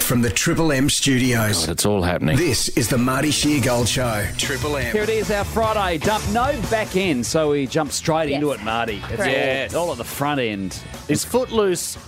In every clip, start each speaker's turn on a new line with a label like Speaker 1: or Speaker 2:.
Speaker 1: from the Triple M studios.
Speaker 2: It's all happening.
Speaker 1: This is the Marty Sheargold Show. Triple
Speaker 2: Here it
Speaker 1: M.
Speaker 2: is, our Friday dump. No back end, so we jump straight into
Speaker 3: Yes.
Speaker 2: it, Marty. It's
Speaker 3: Correct. Yes.
Speaker 2: all, all at the front end.
Speaker 4: Is Footloose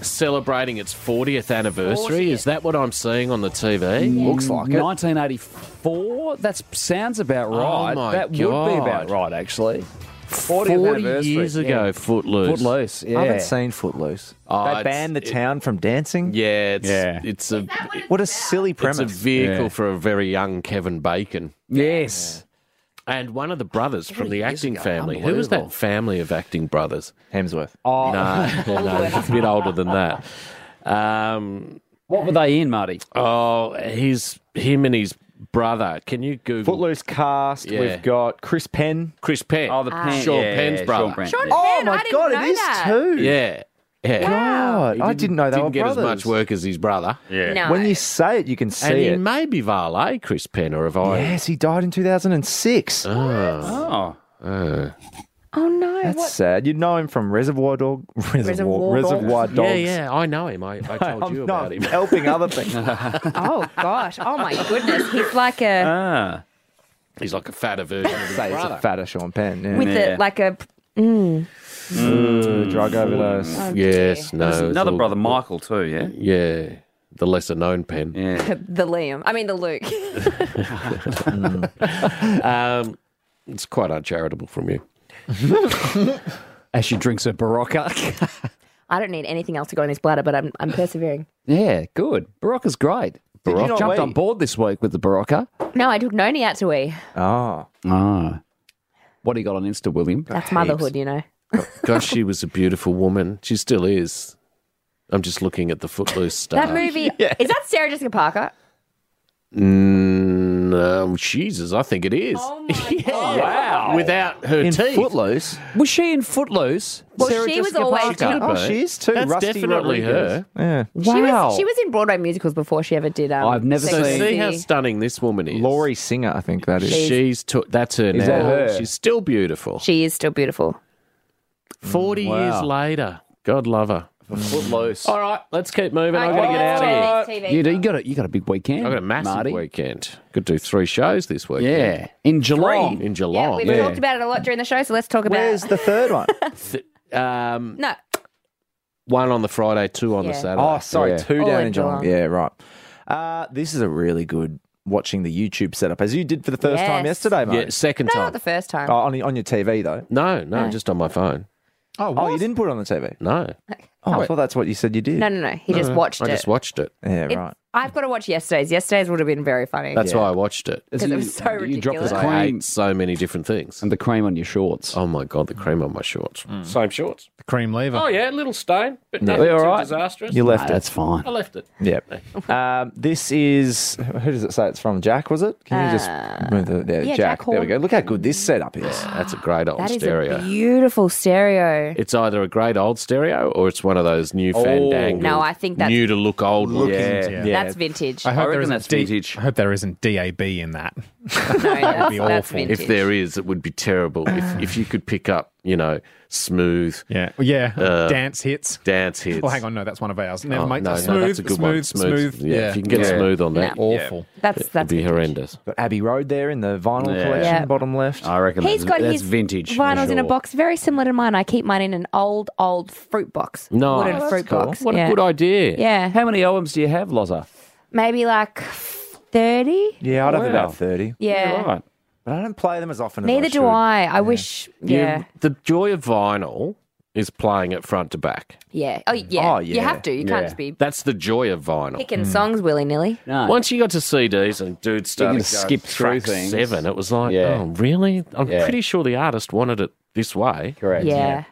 Speaker 4: celebrating its 40th anniversary?
Speaker 3: 40th.
Speaker 4: Is that what I'm seeing on the TV? Looks like it. Oh
Speaker 2: 1984? That sounds about right.
Speaker 4: my
Speaker 2: that would be about
Speaker 4: God.
Speaker 2: right, actually.
Speaker 5: 40th
Speaker 4: 40
Speaker 5: anniversary.
Speaker 4: years
Speaker 5: yeah.
Speaker 4: ago, Footloose.
Speaker 2: Footloose, yeah.
Speaker 5: I haven't seen Footloose.
Speaker 4: Oh,
Speaker 5: they
Speaker 4: it's-
Speaker 5: banned the
Speaker 4: it-
Speaker 5: town from dancing.
Speaker 4: Yeah, it's,
Speaker 2: Yeah.
Speaker 4: it's a
Speaker 5: What a silly
Speaker 4: it's
Speaker 5: premise.
Speaker 4: a vehicle
Speaker 2: Yeah.
Speaker 4: for a very young Kevin Bacon.
Speaker 2: Yes.
Speaker 4: And one of the brothers from the acting family. Who was
Speaker 5: Unbelievable.
Speaker 4: that family of acting brothers?
Speaker 5: Hemsworth.
Speaker 2: Oh,
Speaker 4: No, no, he's a bit older than that. Um,
Speaker 2: What were they in, Marty?
Speaker 4: oh, he's him and his brother. Can you Google
Speaker 5: Footloose cast.
Speaker 4: Yeah.
Speaker 5: We've got Chris Penn.
Speaker 4: Chris Penn?
Speaker 2: Oh, the
Speaker 3: Ah.
Speaker 2: pen.
Speaker 4: Sean
Speaker 2: yeah,
Speaker 4: Penn's
Speaker 2: Sean
Speaker 4: brother.
Speaker 2: Penn,
Speaker 3: Sean
Speaker 2: yeah.
Speaker 5: Oh
Speaker 3: Man,
Speaker 5: my
Speaker 3: I didn't
Speaker 5: god,
Speaker 3: know
Speaker 5: it is
Speaker 3: that.
Speaker 5: too.
Speaker 4: Yeah, yeah.
Speaker 5: God,
Speaker 4: He
Speaker 5: I didn't know they were
Speaker 4: didn't get
Speaker 5: brothers.
Speaker 4: as much work as his brother.
Speaker 3: No.
Speaker 5: When you say it, you can
Speaker 4: And
Speaker 5: see
Speaker 4: he
Speaker 5: it.
Speaker 4: may be valet, Chris Penn, or Ah. have I?
Speaker 5: Yes, he died in 2006.
Speaker 2: Oh.
Speaker 4: Ah.
Speaker 3: oh no.
Speaker 5: That's
Speaker 3: what?
Speaker 5: sad. You know him from Reservoir Dog. Reservoir,
Speaker 3: Reservoir
Speaker 5: Reservoir Dogs.
Speaker 4: Yeah, yeah, I know him. I, I told
Speaker 5: I'm
Speaker 4: you
Speaker 5: not
Speaker 4: about him.
Speaker 5: helping other things.
Speaker 3: Oh gosh. Oh my goodness. He's like a
Speaker 2: Ah.
Speaker 4: He's like a fatter version of his
Speaker 5: Say it's a
Speaker 4: brother.
Speaker 5: fatter Sean Penn. Yeah.
Speaker 3: with
Speaker 2: Yeah.
Speaker 3: a like a
Speaker 5: Ooh,
Speaker 3: mm.
Speaker 5: Mm,
Speaker 4: Oh,
Speaker 5: drug overdose.
Speaker 4: Yes, no. it's
Speaker 2: Another
Speaker 4: all-
Speaker 2: brother, Michael, too, yeah?
Speaker 4: Yeah, the lesser known Penn.
Speaker 2: Yeah.
Speaker 3: the Liam. I mean the Luke.
Speaker 4: Mm. Um, it's quite uncharitable from you.
Speaker 2: As she drinks her Barocca.
Speaker 3: I don't need anything else to go in this bladder, but I'm I'm persevering.
Speaker 2: yeah, good. Barocca's great.
Speaker 5: you
Speaker 2: Barocca.
Speaker 5: not
Speaker 2: Jumped
Speaker 5: wait?
Speaker 2: on board this week with the Barocca.
Speaker 3: No, I took Noni out to E. wee.
Speaker 5: Oh,
Speaker 2: Ah. What do you got on Insta, William?
Speaker 3: That's motherhood, you know.
Speaker 4: Gosh, she was a beautiful woman. She still is. I'm just looking at the Footloose star.
Speaker 3: That movie is that Sarah Jessica Parker?
Speaker 4: Mm, um, Jesus, I think it is.
Speaker 5: Oh,
Speaker 3: Oh,
Speaker 2: Wow.
Speaker 4: Without her
Speaker 5: in
Speaker 4: teeth.
Speaker 5: Footloose.
Speaker 2: Was she in Footloose?
Speaker 3: Well,
Speaker 2: Sarah
Speaker 3: she
Speaker 2: Jessica
Speaker 3: was always
Speaker 2: Parker.
Speaker 3: in-
Speaker 5: Oh, she is too.
Speaker 4: That's
Speaker 5: Rusty
Speaker 4: definitely
Speaker 5: Rodriguez.
Speaker 4: her.
Speaker 5: Yeah.
Speaker 3: She
Speaker 2: Wow.
Speaker 3: was she was in Broadway musicals before she ever did um
Speaker 2: I've never
Speaker 3: Sex and
Speaker 2: seen-
Speaker 3: the
Speaker 4: See how
Speaker 3: City.
Speaker 4: stunning this woman is.
Speaker 5: Laurie Singer, I think that is.
Speaker 3: She-
Speaker 4: She's to- that's her now.
Speaker 5: that her?
Speaker 4: She's still beautiful.
Speaker 3: She is still beautiful.
Speaker 4: Forty
Speaker 2: Wow.
Speaker 4: years later, God love her.
Speaker 2: Footloose.
Speaker 4: All right, let's keep moving. I've got to get out of here.
Speaker 2: You, you got a, you got a big weekend.
Speaker 4: I've got a massive
Speaker 2: Marty.
Speaker 4: weekend. Could do three shows this weekend.
Speaker 2: Yeah, in Geelong.
Speaker 4: in
Speaker 3: Yeah,
Speaker 4: Geelong.
Speaker 3: we've talked about it a lot during the show, so let's talk about
Speaker 5: Where's the third one?
Speaker 4: Um,
Speaker 3: No.
Speaker 4: one on the Friday, two on the
Speaker 3: Yeah.
Speaker 4: Saturday.
Speaker 5: oh, sorry,
Speaker 2: Yeah.
Speaker 5: two
Speaker 3: All
Speaker 5: down
Speaker 3: in
Speaker 5: in Geelong.
Speaker 3: Geelong.
Speaker 5: Yeah, right. Uh, this is a really good watching the YouTube setup as you did for the first time
Speaker 3: Yes.
Speaker 5: yesterday, mate.
Speaker 4: Yeah, second
Speaker 3: No,
Speaker 4: time.
Speaker 3: not the first time.
Speaker 5: Oh, on, on your TV though.
Speaker 4: no, no, just on my phone.
Speaker 5: Oh, you didn't put it on the TV.
Speaker 4: No,
Speaker 5: Oh, I thought that's what you said you did.
Speaker 3: No, no, no. He just watched
Speaker 4: I
Speaker 3: it.
Speaker 4: just watched it.
Speaker 5: Yeah,
Speaker 3: It-
Speaker 5: right.
Speaker 3: I've got to watch yesterday's. Yesterday's would have been very funny.
Speaker 4: That's why I watched it.
Speaker 3: Because it was so
Speaker 2: You dropped
Speaker 3: ridiculous.
Speaker 2: the
Speaker 4: I
Speaker 2: cream
Speaker 4: ate so many different things.
Speaker 2: and the cream on your shorts.
Speaker 4: Oh my god, the cream on my shorts. Same shorts.
Speaker 6: Mm. Cream lever.
Speaker 4: Oh yeah, little stain, but
Speaker 2: Yeah.
Speaker 4: nothing
Speaker 2: All
Speaker 4: too
Speaker 2: right.
Speaker 4: disastrous.
Speaker 5: You left it.
Speaker 2: that's fine.
Speaker 4: I left it.
Speaker 5: Yep. Um, this is who does it say it's from? Jack was it? Can you just move the yeah,
Speaker 3: Uh, yeah,
Speaker 5: Jack?
Speaker 3: Jack
Speaker 5: there we
Speaker 3: Horn.
Speaker 5: go. Look how good this setup is.
Speaker 4: That's a great old
Speaker 3: That is
Speaker 4: stereo.
Speaker 3: a beautiful stereo.
Speaker 4: it's either a great old stereo or it's one of those new fandangled,
Speaker 3: No, I think that's-
Speaker 4: new to look old Oh. looking.
Speaker 6: Yeah.
Speaker 3: That's vintage.
Speaker 6: I hope
Speaker 2: I
Speaker 6: there
Speaker 2: reckon
Speaker 6: isn't
Speaker 2: that's
Speaker 6: D-
Speaker 2: vintage.
Speaker 6: I hope there isn't DAB in that.
Speaker 3: no,
Speaker 6: be
Speaker 3: that's, that's
Speaker 6: awful. Ah.
Speaker 3: vintage.
Speaker 4: If there is, it would be terrible. if if you could pick up, you know, smooth uh,
Speaker 6: Yeah, yeah. Dance hits.
Speaker 4: dance hits.
Speaker 6: Well, hang on, no, that's one of ours. Never
Speaker 4: Oh,
Speaker 6: mind.
Speaker 4: no,
Speaker 6: smooth,
Speaker 4: no, that's a good
Speaker 6: smooth,
Speaker 4: one.
Speaker 6: smooth.
Speaker 4: Yeah, if you can get smooth on that,
Speaker 3: No.
Speaker 6: Awful.
Speaker 3: that's
Speaker 4: it'd
Speaker 3: that's
Speaker 4: be
Speaker 3: vintage.
Speaker 4: horrendous.
Speaker 5: Got Abbey Road there in the vinyl
Speaker 2: Yeah.
Speaker 5: collection,
Speaker 3: Yeah.
Speaker 5: bottom left.
Speaker 2: I reckon that's,
Speaker 3: He's got
Speaker 2: that's
Speaker 3: his
Speaker 2: vintage. for
Speaker 3: vinyls in a
Speaker 2: sure.
Speaker 3: box very similar to mine. I keep mine in an old, old fruit box.
Speaker 4: No, Oh,
Speaker 3: wooden
Speaker 2: Oh,
Speaker 4: that's
Speaker 3: fruit
Speaker 4: cool.
Speaker 3: box.
Speaker 4: What
Speaker 3: yeah.
Speaker 4: a good idea.
Speaker 3: Yeah,
Speaker 2: How many albums do you have, Loza?
Speaker 3: maybe like thirty.
Speaker 5: yeah, I'd have
Speaker 2: Wow.
Speaker 5: about thirty,
Speaker 3: Yeah.
Speaker 2: Right.
Speaker 5: but I don't play them as often.
Speaker 3: Neither
Speaker 5: as I
Speaker 3: do
Speaker 5: should.
Speaker 3: I. I wish.
Speaker 4: You-
Speaker 3: Yeah.
Speaker 4: the joy of vinyl is playing it front to back.
Speaker 3: yeah. Oh yeah.
Speaker 5: Oh,
Speaker 3: You
Speaker 5: yeah.
Speaker 3: have to. You
Speaker 2: Yeah.
Speaker 3: can't just be
Speaker 4: That's the joy of vinyl.
Speaker 3: picking
Speaker 6: Mm.
Speaker 3: songs willy nilly.
Speaker 2: No.
Speaker 4: Once you got to CDs and dude started
Speaker 2: gonna
Speaker 4: to
Speaker 2: skip through things.
Speaker 4: seven, it was like,
Speaker 2: Yeah.
Speaker 4: oh really? I'm
Speaker 2: Yeah.
Speaker 4: pretty sure the artist wanted it this way.
Speaker 2: Correct.
Speaker 3: Yeah.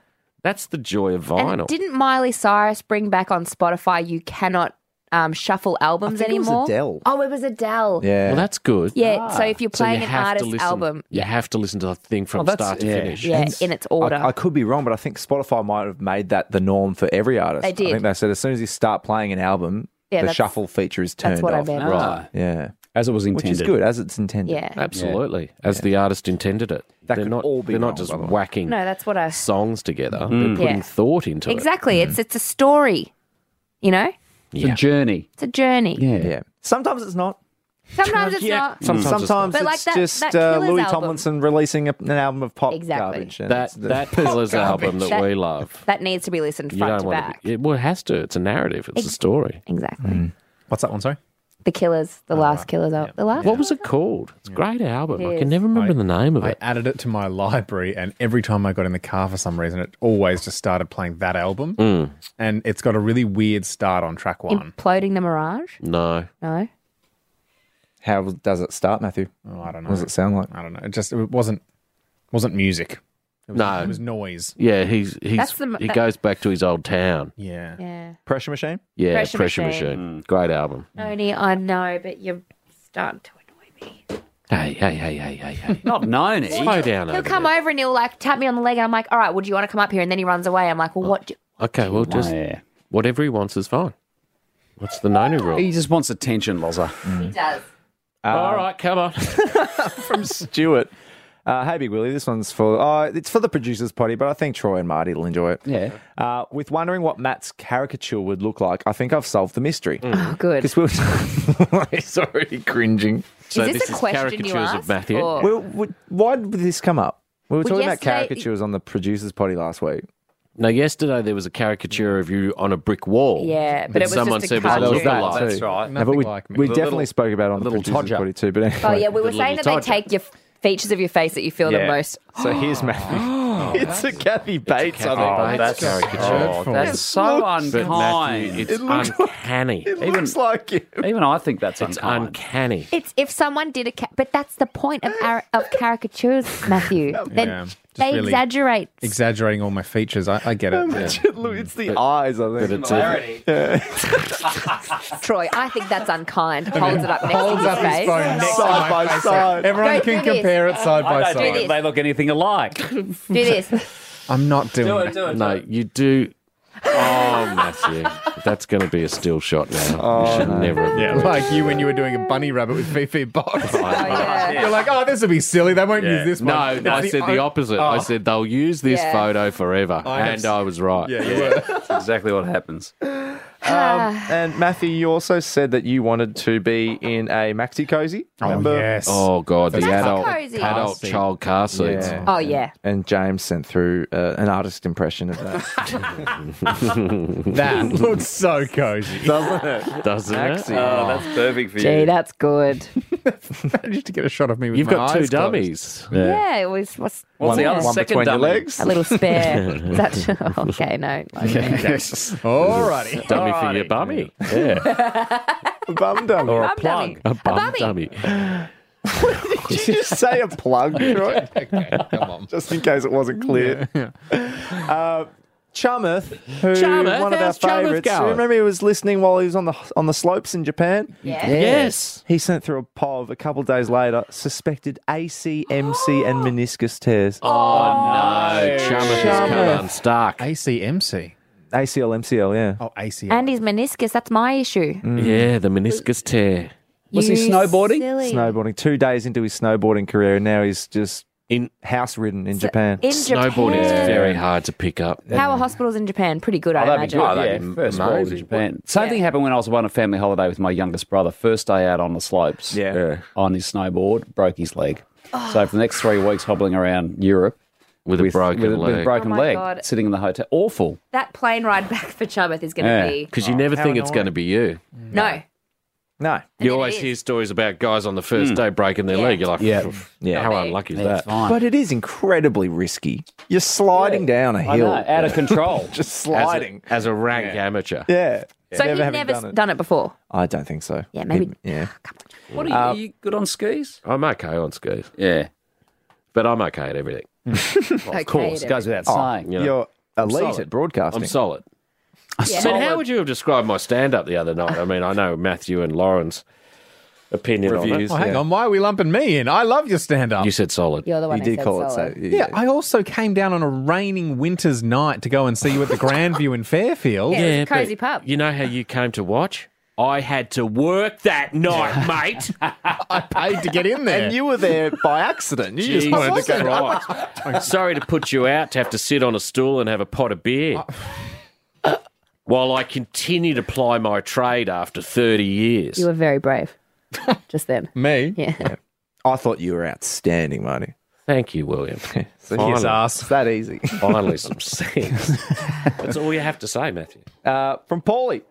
Speaker 4: That's the joy of
Speaker 3: And
Speaker 4: vinyl.
Speaker 3: didn't Miley Cyrus bring back on Spotify? You cannot um, shuffle albums
Speaker 5: think it was
Speaker 3: anymore.
Speaker 5: Adele.
Speaker 3: Oh, it was Adele.
Speaker 5: Yeah,
Speaker 4: Well, that's good. Ah.
Speaker 3: Yeah, So if you're
Speaker 4: So you
Speaker 3: playing an
Speaker 4: have to
Speaker 3: artist's
Speaker 4: listen-
Speaker 3: album,
Speaker 4: you have to listen to the thing
Speaker 2: Oh,
Speaker 4: from
Speaker 2: that's-
Speaker 4: start to
Speaker 2: yeah.
Speaker 4: finish.
Speaker 3: yeah, in its order.
Speaker 5: I, I could be wrong, but I think Spotify might have made that the norm for every artist.
Speaker 3: They did.
Speaker 5: I think they said as soon as you start playing an album, the
Speaker 3: Yeah, that's-
Speaker 5: shuffle feature is turned
Speaker 3: that's what I
Speaker 5: off.
Speaker 3: meant.
Speaker 4: Ah.
Speaker 2: Right.
Speaker 5: Yeah,
Speaker 2: As it was
Speaker 5: which
Speaker 2: intended.
Speaker 5: is good as it's intended.
Speaker 3: Yeah.
Speaker 4: Absolutely, as the artist intended it.
Speaker 5: That
Speaker 4: they're
Speaker 5: could
Speaker 4: not
Speaker 5: all be
Speaker 4: They're
Speaker 5: wrong,
Speaker 4: not just
Speaker 5: by the way.
Speaker 4: whacking
Speaker 3: No, that's what I.
Speaker 4: songs together. They're putting
Speaker 3: Yeah.
Speaker 4: thought into Mm.
Speaker 3: Exactly. It's it's a story, you know?
Speaker 2: It's a journey.
Speaker 3: It's a journey.
Speaker 2: Yeah.
Speaker 5: Yeah. Sometimes it's not.
Speaker 3: Sometimes it's
Speaker 6: Yeah.
Speaker 3: not.
Speaker 5: Sometimes,
Speaker 4: Sometimes it's
Speaker 5: sometimes
Speaker 3: not. But
Speaker 5: it's
Speaker 3: like that-
Speaker 5: just
Speaker 3: that
Speaker 5: uh,
Speaker 3: Killers
Speaker 5: Louis
Speaker 3: album.
Speaker 5: Tomlinson releasing a, an album of pop
Speaker 3: Exactly.
Speaker 5: garbage. and
Speaker 4: That
Speaker 5: it's the-
Speaker 4: that Pillars
Speaker 6: garbage.
Speaker 4: album that,
Speaker 3: That-
Speaker 4: we love.
Speaker 3: That needs to be listened
Speaker 4: You
Speaker 3: front
Speaker 4: don't
Speaker 3: to
Speaker 4: want
Speaker 3: back.
Speaker 4: to. It, well, it has to. It's a narrative. It's a story.
Speaker 3: Exactly.
Speaker 6: What's that one? Sorry.
Speaker 3: The Killers,
Speaker 4: Uh,
Speaker 3: the last Killers album. The last.
Speaker 4: What was it called? It's a great album.
Speaker 3: It
Speaker 4: I
Speaker 3: is.
Speaker 4: can never remember
Speaker 6: I-
Speaker 4: the name of
Speaker 6: I
Speaker 4: it.
Speaker 6: added it to my library, and every time I got in the car for some reason, it always just started playing that album.
Speaker 4: Mm.
Speaker 6: And it's got a really weird start on track one.
Speaker 3: Imploding the Mirage?
Speaker 4: No.
Speaker 3: No.
Speaker 5: How does it start, Matthew?
Speaker 6: Oh, I don't know.
Speaker 5: What does it sound like?
Speaker 6: I don't know. It just it wasn't wasn't music. It was,
Speaker 4: No.
Speaker 6: it was noise.
Speaker 4: Yeah, he's he's
Speaker 3: That's the m-
Speaker 4: he
Speaker 3: that-
Speaker 4: goes back to his old town.
Speaker 6: Yeah.
Speaker 3: Yeah.
Speaker 5: Pressure Machine?
Speaker 4: Yeah,
Speaker 3: Pressure
Speaker 4: Pressure,
Speaker 3: Machine.
Speaker 4: Machine.
Speaker 2: Mm.
Speaker 4: Great album.
Speaker 3: Tony, I know, but you're starting to annoy me.
Speaker 4: Hey, hey, hey, hey, hey, hey.
Speaker 2: Not known. eh?
Speaker 4: Slow down.
Speaker 3: He'll
Speaker 4: over
Speaker 3: come
Speaker 4: there.
Speaker 3: over and he'll like tap me on the leg, and I'm like, "All right, well, do you want to come up here?" And then he runs away. I'm like, "Well, what?" Do
Speaker 4: Okay, well, just
Speaker 2: yeah.
Speaker 4: whatever he wants is fine. What's the noni rule?
Speaker 2: He just wants attention, Loza.
Speaker 6: mm.
Speaker 3: you-" he does?"
Speaker 4: All right, come on.
Speaker 5: Um, From Stuart. Uh, hey, Big Willie, this one's for uh, it's for the producers' potty, but I think Troy and Marty will enjoy it.
Speaker 2: Yeah.
Speaker 5: Uh, with wondering what Matt's caricature would look like, I think I've solved the mystery.
Speaker 3: Oh, good.
Speaker 5: Because we were he's already cringing.
Speaker 4: So
Speaker 3: is this,
Speaker 4: this
Speaker 3: a
Speaker 4: is
Speaker 3: question you
Speaker 4: caricatures of
Speaker 3: asked?
Speaker 4: Matthew.
Speaker 3: or-
Speaker 5: Well, would- why did this come up? We were
Speaker 3: Well,
Speaker 5: talking about
Speaker 3: yesterday-
Speaker 5: caricatures on the producers' potty last week.
Speaker 4: Now, yesterday there was a caricature of you on a brick wall.
Speaker 3: Yeah, but
Speaker 4: that
Speaker 3: it was
Speaker 4: someone
Speaker 3: just a
Speaker 4: said was a
Speaker 3: cartoon.
Speaker 4: lookalike.
Speaker 5: Oh, that's
Speaker 6: right.
Speaker 5: No, but
Speaker 6: Nothing
Speaker 5: we,
Speaker 6: like me.
Speaker 5: we
Speaker 6: The
Speaker 5: definitely
Speaker 6: little-
Speaker 5: spoke about it on the
Speaker 4: little
Speaker 5: producers'
Speaker 4: todger.
Speaker 5: potty too. But anyway.
Speaker 3: oh yeah, we
Speaker 4: the
Speaker 3: were saying that
Speaker 4: little
Speaker 3: they
Speaker 4: todger.
Speaker 3: take your f- features of your face that you feel the
Speaker 5: Yeah.
Speaker 3: most.
Speaker 5: So here's Matthew. it's a Kathy Bates. I think.
Speaker 4: Oh, that's
Speaker 6: hurtful.
Speaker 2: That's so
Speaker 4: But
Speaker 2: unkind.
Speaker 4: Matthew, it's uncanny.
Speaker 5: It looks like you.
Speaker 2: Even I think that's
Speaker 4: it's
Speaker 2: unkind.
Speaker 4: uncanny.
Speaker 3: It's if someone did a, ca- but that's the point of ar- of caricatures, Matthew. Then
Speaker 6: Yeah, just
Speaker 3: they
Speaker 6: really-
Speaker 3: exaggerate.
Speaker 6: Exaggerating all my features. I, I get it. Yeah.
Speaker 5: It loo- It's the eyes, I think.
Speaker 4: it's a-
Speaker 3: Troy, I think that's unkind. Holds it up next
Speaker 6: Holds
Speaker 3: to
Speaker 6: up
Speaker 3: his
Speaker 6: his
Speaker 3: face.
Speaker 6: phone next to
Speaker 5: Side
Speaker 6: my
Speaker 5: by
Speaker 6: face.
Speaker 5: side.
Speaker 6: Everyone
Speaker 3: Don't
Speaker 6: can
Speaker 3: do this.
Speaker 6: compare it side by
Speaker 3: do
Speaker 6: side.
Speaker 3: this.
Speaker 2: They look anything alike.
Speaker 3: Do this.
Speaker 6: I'm not doing it.
Speaker 4: No, you do. Oh, Matthew, that's going to be a still shot now.
Speaker 2: Oh,
Speaker 5: Oh,
Speaker 4: you should never. Have
Speaker 6: Yeah,
Speaker 4: done
Speaker 6: like you when you were doing a bunny rabbit with Fifi Box.
Speaker 3: yeah.
Speaker 6: You're like, oh, this will be silly. They won't use
Speaker 4: that.
Speaker 6: this one.
Speaker 4: no,
Speaker 6: It's
Speaker 4: no, I said the
Speaker 6: o- Oh,
Speaker 4: opposite. I said they'll use this
Speaker 3: Yeah.
Speaker 4: photo forever,
Speaker 6: have
Speaker 4: and
Speaker 6: s-
Speaker 4: I was right.
Speaker 6: Yeah, you were.
Speaker 2: That's exactly what happens.
Speaker 4: Ah.
Speaker 2: Um,
Speaker 5: And Matthew, you also said that you wanted to be in a maxi cozy. Remember?
Speaker 6: yes.
Speaker 4: Oh God, the
Speaker 3: That's
Speaker 4: adult
Speaker 3: cozy.
Speaker 4: adult
Speaker 6: Car seat.
Speaker 4: child car seats.
Speaker 5: Yeah.
Speaker 3: Oh yeah.
Speaker 5: And James sent through uh, an artist impression of that.
Speaker 6: That looks so cozy.
Speaker 5: Doesn't it? Oh,
Speaker 4: Doesn't it? Oh.
Speaker 5: Maxi.
Speaker 7: that's perfect for you.
Speaker 3: Gee, that's good.
Speaker 6: Managed to get a shot of me with
Speaker 4: You've
Speaker 6: my
Speaker 4: got two
Speaker 6: eyes closed.
Speaker 4: dummies.
Speaker 3: Yeah, it was. What's,
Speaker 2: What's the
Speaker 3: yeah.
Speaker 2: other
Speaker 5: One
Speaker 2: second
Speaker 5: between your
Speaker 2: dummy?
Speaker 5: legs.
Speaker 3: A little spare. Is that okay? No.
Speaker 5: Oh.
Speaker 6: Alrighty.
Speaker 4: Dummy for your bummy. Yeah,
Speaker 5: Bum dummy.
Speaker 4: or a
Speaker 3: Bum dummy.
Speaker 4: plug. A bum
Speaker 3: bummy.
Speaker 4: dummy.
Speaker 5: Did you just say a plug, Troy? Just in case it wasn't clear. Uh, Chamath, who
Speaker 4: Chamath,
Speaker 5: one of our
Speaker 4: how's Chamath
Speaker 5: favourites.
Speaker 4: going?
Speaker 5: Remember, he was listening while he was on the on the slopes in Japan.
Speaker 3: Yeah.
Speaker 4: Yes.
Speaker 5: He sent through a poll of a couple of days later, suspected ACMC and meniscus tears.
Speaker 4: Oh,
Speaker 3: Oh,
Speaker 4: No, Chamath has
Speaker 5: Chamath.
Speaker 4: come unstuck.
Speaker 6: ACMC.
Speaker 5: ACL, MCL, yeah.
Speaker 6: Oh, ACM.
Speaker 3: And his meniscus. That's my issue.
Speaker 4: Yeah, the meniscus tear.
Speaker 2: Was he
Speaker 3: You
Speaker 2: snowboarding?
Speaker 3: silly.
Speaker 5: Mm. Snowboarding. Two days into his snowboarding career, and now he's just
Speaker 4: In
Speaker 5: house ridden in Japan.
Speaker 3: In
Speaker 4: snowboarding is
Speaker 3: Japan.
Speaker 4: very hard to pick up.
Speaker 3: How are hospitals in Japan? Pretty
Speaker 7: Oh,
Speaker 3: good, I
Speaker 2: Oh, that'd be
Speaker 3: imagine.
Speaker 2: good.
Speaker 4: Oh, that'd
Speaker 2: yeah,
Speaker 4: be
Speaker 2: first world
Speaker 4: amazing.
Speaker 2: Japan. Same thing happened when I was on a family holiday with my youngest brother. First day out on the slopes.
Speaker 5: Yeah. Yeah.
Speaker 2: On his snowboard, broke his leg. So for the next three weeks, hobbling around Europe
Speaker 4: With, a broken
Speaker 2: with, with a
Speaker 4: leg.
Speaker 2: broken
Speaker 3: Oh my
Speaker 2: leg,
Speaker 3: God.
Speaker 2: sitting in the hotel. Awful.
Speaker 3: That plane ride back for Chamath is going to
Speaker 2: Yeah.
Speaker 3: be
Speaker 4: Because you
Speaker 2: Oh,
Speaker 4: never think it's
Speaker 5: annoying.
Speaker 4: going to be you.
Speaker 3: no.
Speaker 5: no.
Speaker 3: it
Speaker 4: You always
Speaker 3: is.
Speaker 4: hear stories about guys on the first day breaking their
Speaker 3: Yeah.
Speaker 4: leg. You're like,
Speaker 2: Yeah.
Speaker 5: Yeah.
Speaker 4: how unlucky is
Speaker 2: Yeah,
Speaker 4: that?
Speaker 2: it's fine.
Speaker 5: But it is incredibly risky. You're sliding down a
Speaker 2: I know,
Speaker 5: hill.
Speaker 2: out of control.
Speaker 5: Just
Speaker 4: As a-
Speaker 5: sliding.
Speaker 4: As a rank amateur.
Speaker 5: Yeah.
Speaker 3: So he'd
Speaker 5: having
Speaker 3: never s- done it.
Speaker 5: it.
Speaker 3: before.
Speaker 5: I don't think so.
Speaker 3: Yeah, maybe-
Speaker 5: He- yeah. Uh,
Speaker 2: What are you,
Speaker 4: Uh,
Speaker 2: are you good on skis?
Speaker 4: I'm okay on skis,
Speaker 2: Yeah.
Speaker 4: but I'm okay at everything.
Speaker 3: of
Speaker 2: It goes without saying.
Speaker 4: Oh, You know,
Speaker 5: You're elite
Speaker 4: solid.
Speaker 5: at broadcasting.
Speaker 4: I'm solid.
Speaker 3: Yeah.
Speaker 4: I mean, how would you have described my stand up the other night? I mean, I know Matthew and Lauren's opinion
Speaker 5: Reviews.
Speaker 4: on
Speaker 6: Oh, hang
Speaker 5: Yeah.
Speaker 6: on. Why are we lumping me in? I love your stand
Speaker 4: it.
Speaker 6: up.
Speaker 4: You said solid.
Speaker 3: You're the one
Speaker 5: You
Speaker 3: who
Speaker 5: did
Speaker 3: said
Speaker 5: call it so.
Speaker 3: solid.
Speaker 6: Yeah, I also came down on a raining winter's night to go and see you at the Grandview in Fairfield.
Speaker 3: Yeah. It's a
Speaker 4: but
Speaker 3: crazy pub.
Speaker 4: You know how you came to watch? I had to work that night, mate.
Speaker 6: I paid to get in there.
Speaker 5: And you were there by accident. You just
Speaker 4: Jesus
Speaker 5: wanted to go.
Speaker 4: Christ. Sorry to put you out to have to sit on a stool and have a pot of beer. while I continued to ply my trade after 30 years.
Speaker 3: You were very brave just then.
Speaker 6: Me?
Speaker 3: Yeah.
Speaker 5: I thought you were outstanding, Marty.
Speaker 4: Thank you, William.
Speaker 5: So
Speaker 4: Finally.
Speaker 5: it's- It's that easy.
Speaker 4: Finally, some sense. That's all you have to say, Matthew.
Speaker 5: Uh, from Paulie.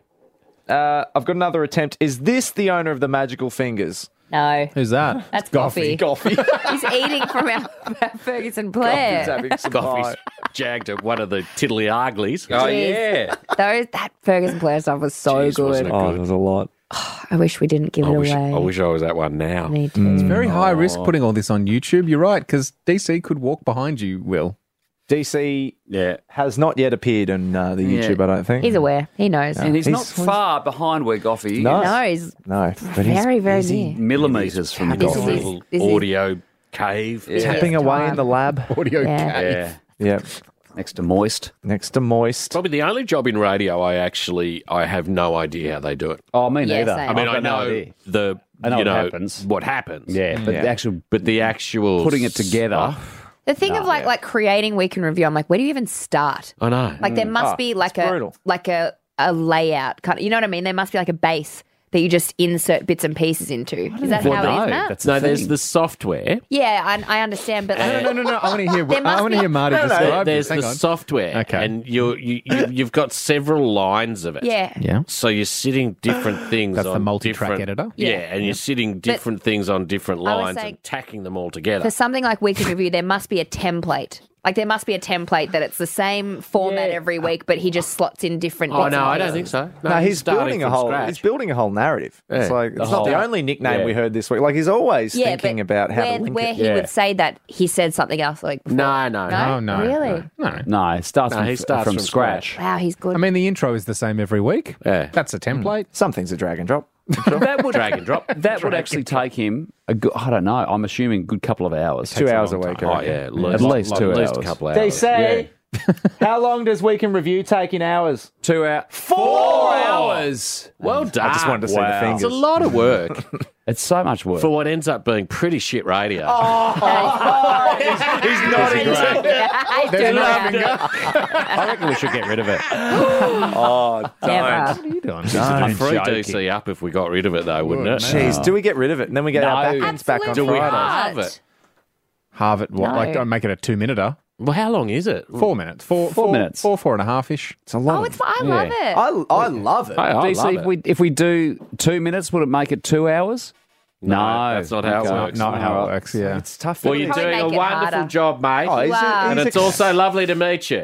Speaker 5: Uh, I've got another attempt. Is this the owner of the magical fingers?
Speaker 3: No,
Speaker 6: Who's that?
Speaker 3: that's coffee.
Speaker 5: Coffee.
Speaker 3: He's eating from our, our Ferguson player.
Speaker 5: having some
Speaker 4: Coffee's jagged at one of the tiddly arglies.
Speaker 5: Oh,
Speaker 3: Jeez.
Speaker 5: yeah.
Speaker 3: Those, that Ferguson player stuff was so
Speaker 4: Jeez,
Speaker 3: good. Oh,
Speaker 4: wasn't it? Oh,
Speaker 5: there's a lot.
Speaker 3: I wish we didn't give
Speaker 4: I
Speaker 3: it
Speaker 4: wish,
Speaker 3: away.
Speaker 4: I wish I was at one now.
Speaker 3: Me too.
Speaker 6: Very high risk putting all this on YouTube. You're right, because DC could walk behind you, Will.
Speaker 5: DC
Speaker 4: Yeah.
Speaker 5: has not yet appeared on uh, the YouTube, I don't think.
Speaker 3: He's aware. He knows.
Speaker 7: And he's,
Speaker 5: He's-
Speaker 7: not far behind where Goffy is.
Speaker 5: No.
Speaker 3: No, he's
Speaker 5: No, but he's
Speaker 3: very, very near.
Speaker 7: Millimeters from
Speaker 3: This is
Speaker 4: Got a
Speaker 7: Goffy.
Speaker 3: his-
Speaker 4: little
Speaker 3: this is-
Speaker 4: audio cave.
Speaker 7: Yeah.
Speaker 5: tapping
Speaker 3: Yes,
Speaker 5: away
Speaker 3: time.
Speaker 5: in the lab.
Speaker 6: Audio
Speaker 3: Yeah.
Speaker 4: yeah.
Speaker 5: yep.
Speaker 7: Next to Moist.
Speaker 5: Next to Moist.
Speaker 4: Probably the only job in radio I actually I have no idea how they do it.
Speaker 2: Oh, me
Speaker 3: Yeah,
Speaker 2: neither.
Speaker 3: same.
Speaker 4: I mean,
Speaker 2: I've
Speaker 4: I
Speaker 2: got no
Speaker 4: know
Speaker 2: idea.
Speaker 4: the
Speaker 2: I know
Speaker 4: you
Speaker 2: what
Speaker 4: know
Speaker 2: happens.
Speaker 4: what happens.
Speaker 2: Yeah, but the actual
Speaker 4: but the actual
Speaker 2: putting it together.
Speaker 3: The thing of like like creating week in review, I'm like, where do you even start?
Speaker 4: I know.
Speaker 3: Mm. Like there must
Speaker 5: Ah,
Speaker 3: be like
Speaker 5: it's
Speaker 3: a
Speaker 5: brutal.
Speaker 3: like a a layout kind of, you know what I mean? There must be like a base that you just insert bits and pieces into. Is that how it is, Matt?
Speaker 4: no, there's the software.
Speaker 3: yeah, I, I understand, but like,
Speaker 6: No, no, no. I want to hear.
Speaker 3: There must
Speaker 6: I want to
Speaker 3: be-
Speaker 6: hear Marty describe
Speaker 4: There's
Speaker 6: this. Hang
Speaker 4: the
Speaker 6: on.
Speaker 4: software,
Speaker 6: Okay.
Speaker 4: and you're, you, you you've got several lines of it.
Speaker 3: yeah.
Speaker 6: yeah.
Speaker 4: So you're sitting different things.
Speaker 6: That's the
Speaker 4: on
Speaker 6: multi-track
Speaker 4: different-
Speaker 6: editor?
Speaker 4: Yeah, and you're sitting different things on different
Speaker 3: I was
Speaker 4: lines
Speaker 3: saying-
Speaker 4: and tacking them all
Speaker 3: For
Speaker 4: together.
Speaker 3: something like week in review, there must be a template. Like there must be a template that it's the same format every week, but he just slots in different.
Speaker 4: Oh
Speaker 3: bits
Speaker 4: no,
Speaker 3: and
Speaker 4: I don't
Speaker 3: pieces.
Speaker 4: think so.
Speaker 5: No, he's
Speaker 4: starting
Speaker 5: building a
Speaker 4: from
Speaker 5: whole.
Speaker 4: scratch.
Speaker 5: He's building a whole narrative. It's
Speaker 4: Yeah.
Speaker 5: like
Speaker 4: The
Speaker 5: it's not the
Speaker 4: whole-
Speaker 5: only nickname
Speaker 4: yeah.
Speaker 5: we heard this week. Like he's always
Speaker 3: Yeah,
Speaker 5: thinking
Speaker 3: but
Speaker 5: about how
Speaker 3: where,
Speaker 5: to link
Speaker 3: where
Speaker 5: it.
Speaker 3: he
Speaker 2: Yeah.
Speaker 3: would say that he said something else like before.
Speaker 4: No, no,
Speaker 3: No?
Speaker 6: Oh no.
Speaker 3: Really?
Speaker 6: No.
Speaker 2: No, it starts,
Speaker 4: No,
Speaker 2: from,
Speaker 4: he starts
Speaker 2: from,
Speaker 4: from
Speaker 2: scratch.
Speaker 4: scratch.
Speaker 3: Wow, he's good.
Speaker 6: I mean, the intro is the same every week.
Speaker 4: Yeah.
Speaker 6: That's a template.
Speaker 5: Some things are drag and drop.
Speaker 2: That would
Speaker 4: Drag and drop.
Speaker 2: That would actually take him a good. I don't know. I'm assuming a good couple of hours.
Speaker 5: Two hours a week.
Speaker 4: Oh
Speaker 5: I reckon.
Speaker 4: yeah, lo-
Speaker 2: At
Speaker 4: lo-
Speaker 2: least two
Speaker 4: at least
Speaker 2: hours.
Speaker 4: a couple
Speaker 5: They
Speaker 4: hours.
Speaker 5: say. how long does week in review take in hours?
Speaker 2: Two hours.
Speaker 5: Four
Speaker 2: Oh.
Speaker 4: hours. Well done.
Speaker 5: just wanted to see the
Speaker 4: It's a
Speaker 5: fingers.
Speaker 4: lot of work
Speaker 2: It's so much work.
Speaker 4: for what ends up being pretty shit radio.
Speaker 3: Oh.
Speaker 5: He's not into it.
Speaker 3: I do not
Speaker 2: I reckon we should get rid of it.
Speaker 5: Oh,
Speaker 3: ever.
Speaker 6: What are you doing?
Speaker 4: I'd free DC up if we got rid of it, though, wouldn't it?
Speaker 5: jeez. Do we get rid of it and then we get our
Speaker 2: No.
Speaker 5: back ends back on
Speaker 3: Absolutely
Speaker 4: we
Speaker 5: Friday?
Speaker 4: not.
Speaker 3: not.
Speaker 4: have it?
Speaker 6: Halve it. What?
Speaker 3: No.
Speaker 6: Like, don't make it a two minute
Speaker 4: Well, how long is it?
Speaker 6: Four minutes. Four,
Speaker 2: Four minutes.
Speaker 6: Four, four and a half ish.
Speaker 5: It's a lot.
Speaker 3: Oh,
Speaker 5: of-
Speaker 3: it's. I love it.
Speaker 5: I, I love it.
Speaker 4: I
Speaker 2: DC,
Speaker 4: love
Speaker 2: if
Speaker 4: it.
Speaker 2: we if we do two minutes, would it make it two hours? No,
Speaker 4: that's not how it
Speaker 2: Okay.
Speaker 4: works.
Speaker 6: Not how it works. Yeah.
Speaker 5: It's tough.
Speaker 4: Well,
Speaker 5: isn't
Speaker 4: you're
Speaker 5: it?
Speaker 3: Probably
Speaker 4: doing a
Speaker 3: make it
Speaker 4: wonderful
Speaker 3: harder.
Speaker 4: job, mate.
Speaker 5: Oh, he's a-
Speaker 3: Wow.
Speaker 5: he's
Speaker 4: and
Speaker 5: a-
Speaker 4: it's also lovely to meet you.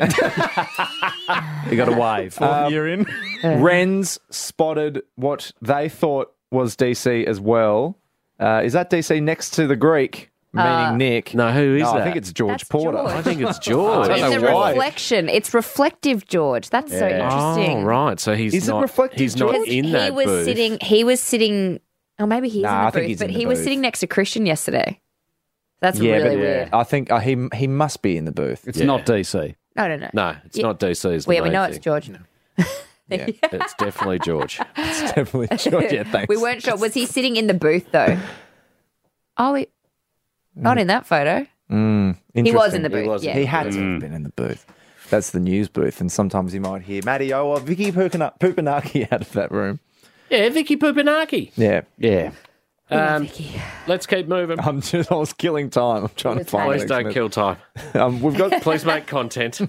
Speaker 2: You got to wave.
Speaker 6: You're in.
Speaker 5: Um, Wrens spotted what they thought was DC as well. Uh, is that DC next to the Greek, meaning
Speaker 3: Uh,
Speaker 5: Nick?
Speaker 4: no, who is
Speaker 5: No, I
Speaker 4: that?
Speaker 5: think it's George
Speaker 3: That's
Speaker 5: Porter.
Speaker 4: I
Speaker 3: George.
Speaker 4: think it's George.
Speaker 5: I
Speaker 3: It's a
Speaker 5: don't know why.
Speaker 3: reflection. It's reflective, George. That's so interesting.
Speaker 4: Oh, right. So he's
Speaker 5: Is it
Speaker 4: not.
Speaker 5: reflective,
Speaker 4: he's not
Speaker 5: George?
Speaker 4: in
Speaker 3: he
Speaker 4: that
Speaker 3: was
Speaker 4: booth.
Speaker 3: sitting. He was sitting. Oh, maybe he's
Speaker 5: Nah, I
Speaker 3: in the
Speaker 5: think
Speaker 3: booth,
Speaker 5: he's in
Speaker 3: but
Speaker 5: the
Speaker 3: he was
Speaker 5: booth.
Speaker 3: sitting next to Christian yesterday. That's really weird.
Speaker 5: I think uh, he he must be in the booth.
Speaker 2: It's not DC.
Speaker 3: No, no, no.
Speaker 4: No, it's
Speaker 3: Yeah.
Speaker 4: not
Speaker 5: Oh,
Speaker 4: DC's.
Speaker 3: Well, yeah, we know it's George.
Speaker 4: It's definitely George.
Speaker 5: definitely George. Yeah, thanks.
Speaker 3: We weren't sure. Was he sitting in the booth though? Oh, he, not in that photo. He was in the booth.
Speaker 4: was in Mm.
Speaker 3: yeah.
Speaker 5: Mm, He had to have been in the booth. That's the news booth, and sometimes you might hear Matty O or Vicky Pukana- Pupanaki out of that room.
Speaker 4: yeah, Vicky Pupanaki.
Speaker 5: Yeah,
Speaker 2: Yeah,
Speaker 4: Um, let's keep moving.
Speaker 5: I'm just I was killing time. I'm trying to
Speaker 3: It's
Speaker 5: find.
Speaker 4: Please
Speaker 5: the
Speaker 4: don't
Speaker 5: next
Speaker 4: kill time.
Speaker 5: minute. Um, we've got
Speaker 4: Please make content. Uh,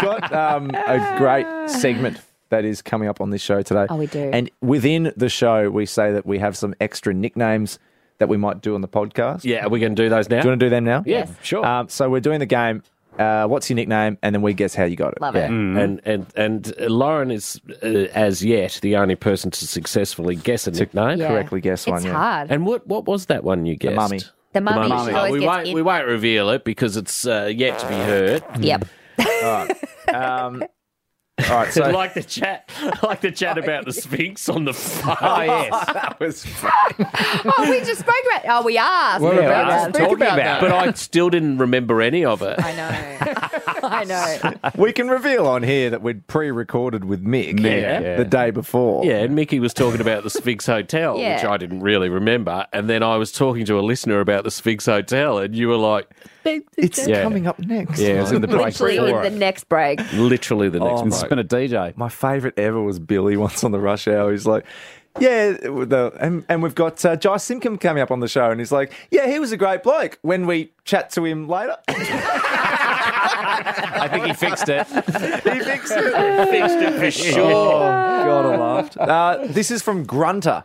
Speaker 5: got um, a great segment that is coming up on this show today.
Speaker 3: Oh, we do.
Speaker 5: And within the show, we say that we have some extra nicknames that we might do on the podcast.
Speaker 4: yeah, are we going to do those now?
Speaker 5: Do you want to do them now?
Speaker 4: yeah, sure.
Speaker 5: Um, so we're doing the game. Uh, what's your nickname? And then we guess how you got it.
Speaker 3: Love
Speaker 4: Yeah.
Speaker 3: it.
Speaker 2: Mm.
Speaker 4: And and and uh, Lauren is uh, as yet the only person to successfully guess a nickname.
Speaker 3: Yeah.
Speaker 5: correctly guess
Speaker 3: it's
Speaker 5: one, yeah.
Speaker 3: hard.
Speaker 4: And what what was that one you guessed?
Speaker 5: mummy.
Speaker 3: the mummy.
Speaker 4: Mummy.
Speaker 3: she
Speaker 4: Oh,
Speaker 3: always
Speaker 4: we
Speaker 3: gets
Speaker 4: won't
Speaker 3: in-
Speaker 4: we won't reveal it because it's uh, yet to be heard.
Speaker 3: Yep.
Speaker 5: All right. Um, So
Speaker 4: like the chat, like the chat about the Sphinx on the phone.
Speaker 5: that was
Speaker 3: Oh, we just spoke about. Oh, we are.
Speaker 6: What
Speaker 3: speaking
Speaker 6: about
Speaker 3: about
Speaker 6: that?
Speaker 3: that.
Speaker 6: Speak about
Speaker 4: but I still didn't remember any of it.
Speaker 3: I know. I know.
Speaker 5: we can reveal on here that we'd pre-recorded with Mick
Speaker 4: Yeah.
Speaker 5: the day before.
Speaker 4: Yeah, and Mickey was talking about the Sphinx Hotel, which
Speaker 3: Yeah.
Speaker 4: I didn't really remember. And then I was talking to a listener about the Sphinx Hotel, and you were like,
Speaker 5: It's
Speaker 4: Yeah.
Speaker 5: coming up next.
Speaker 4: "Yeah, it's in the break
Speaker 3: Literally in
Speaker 4: before
Speaker 3: the
Speaker 4: it."
Speaker 3: next break.
Speaker 4: Literally the next
Speaker 5: Oh,
Speaker 4: break.
Speaker 2: It's been a DJ.
Speaker 5: My favourite ever was Billy once on the rush hour. He's like, yeah, the, and, and we've got uh, Josh Simcom coming up on the show, and he's like, yeah, he was a great bloke. When we chat to him later,
Speaker 4: I think he fixed it.
Speaker 5: he fixed it. fixed it for sure. Oh, God, I laughed. Uh, this is from Grunter.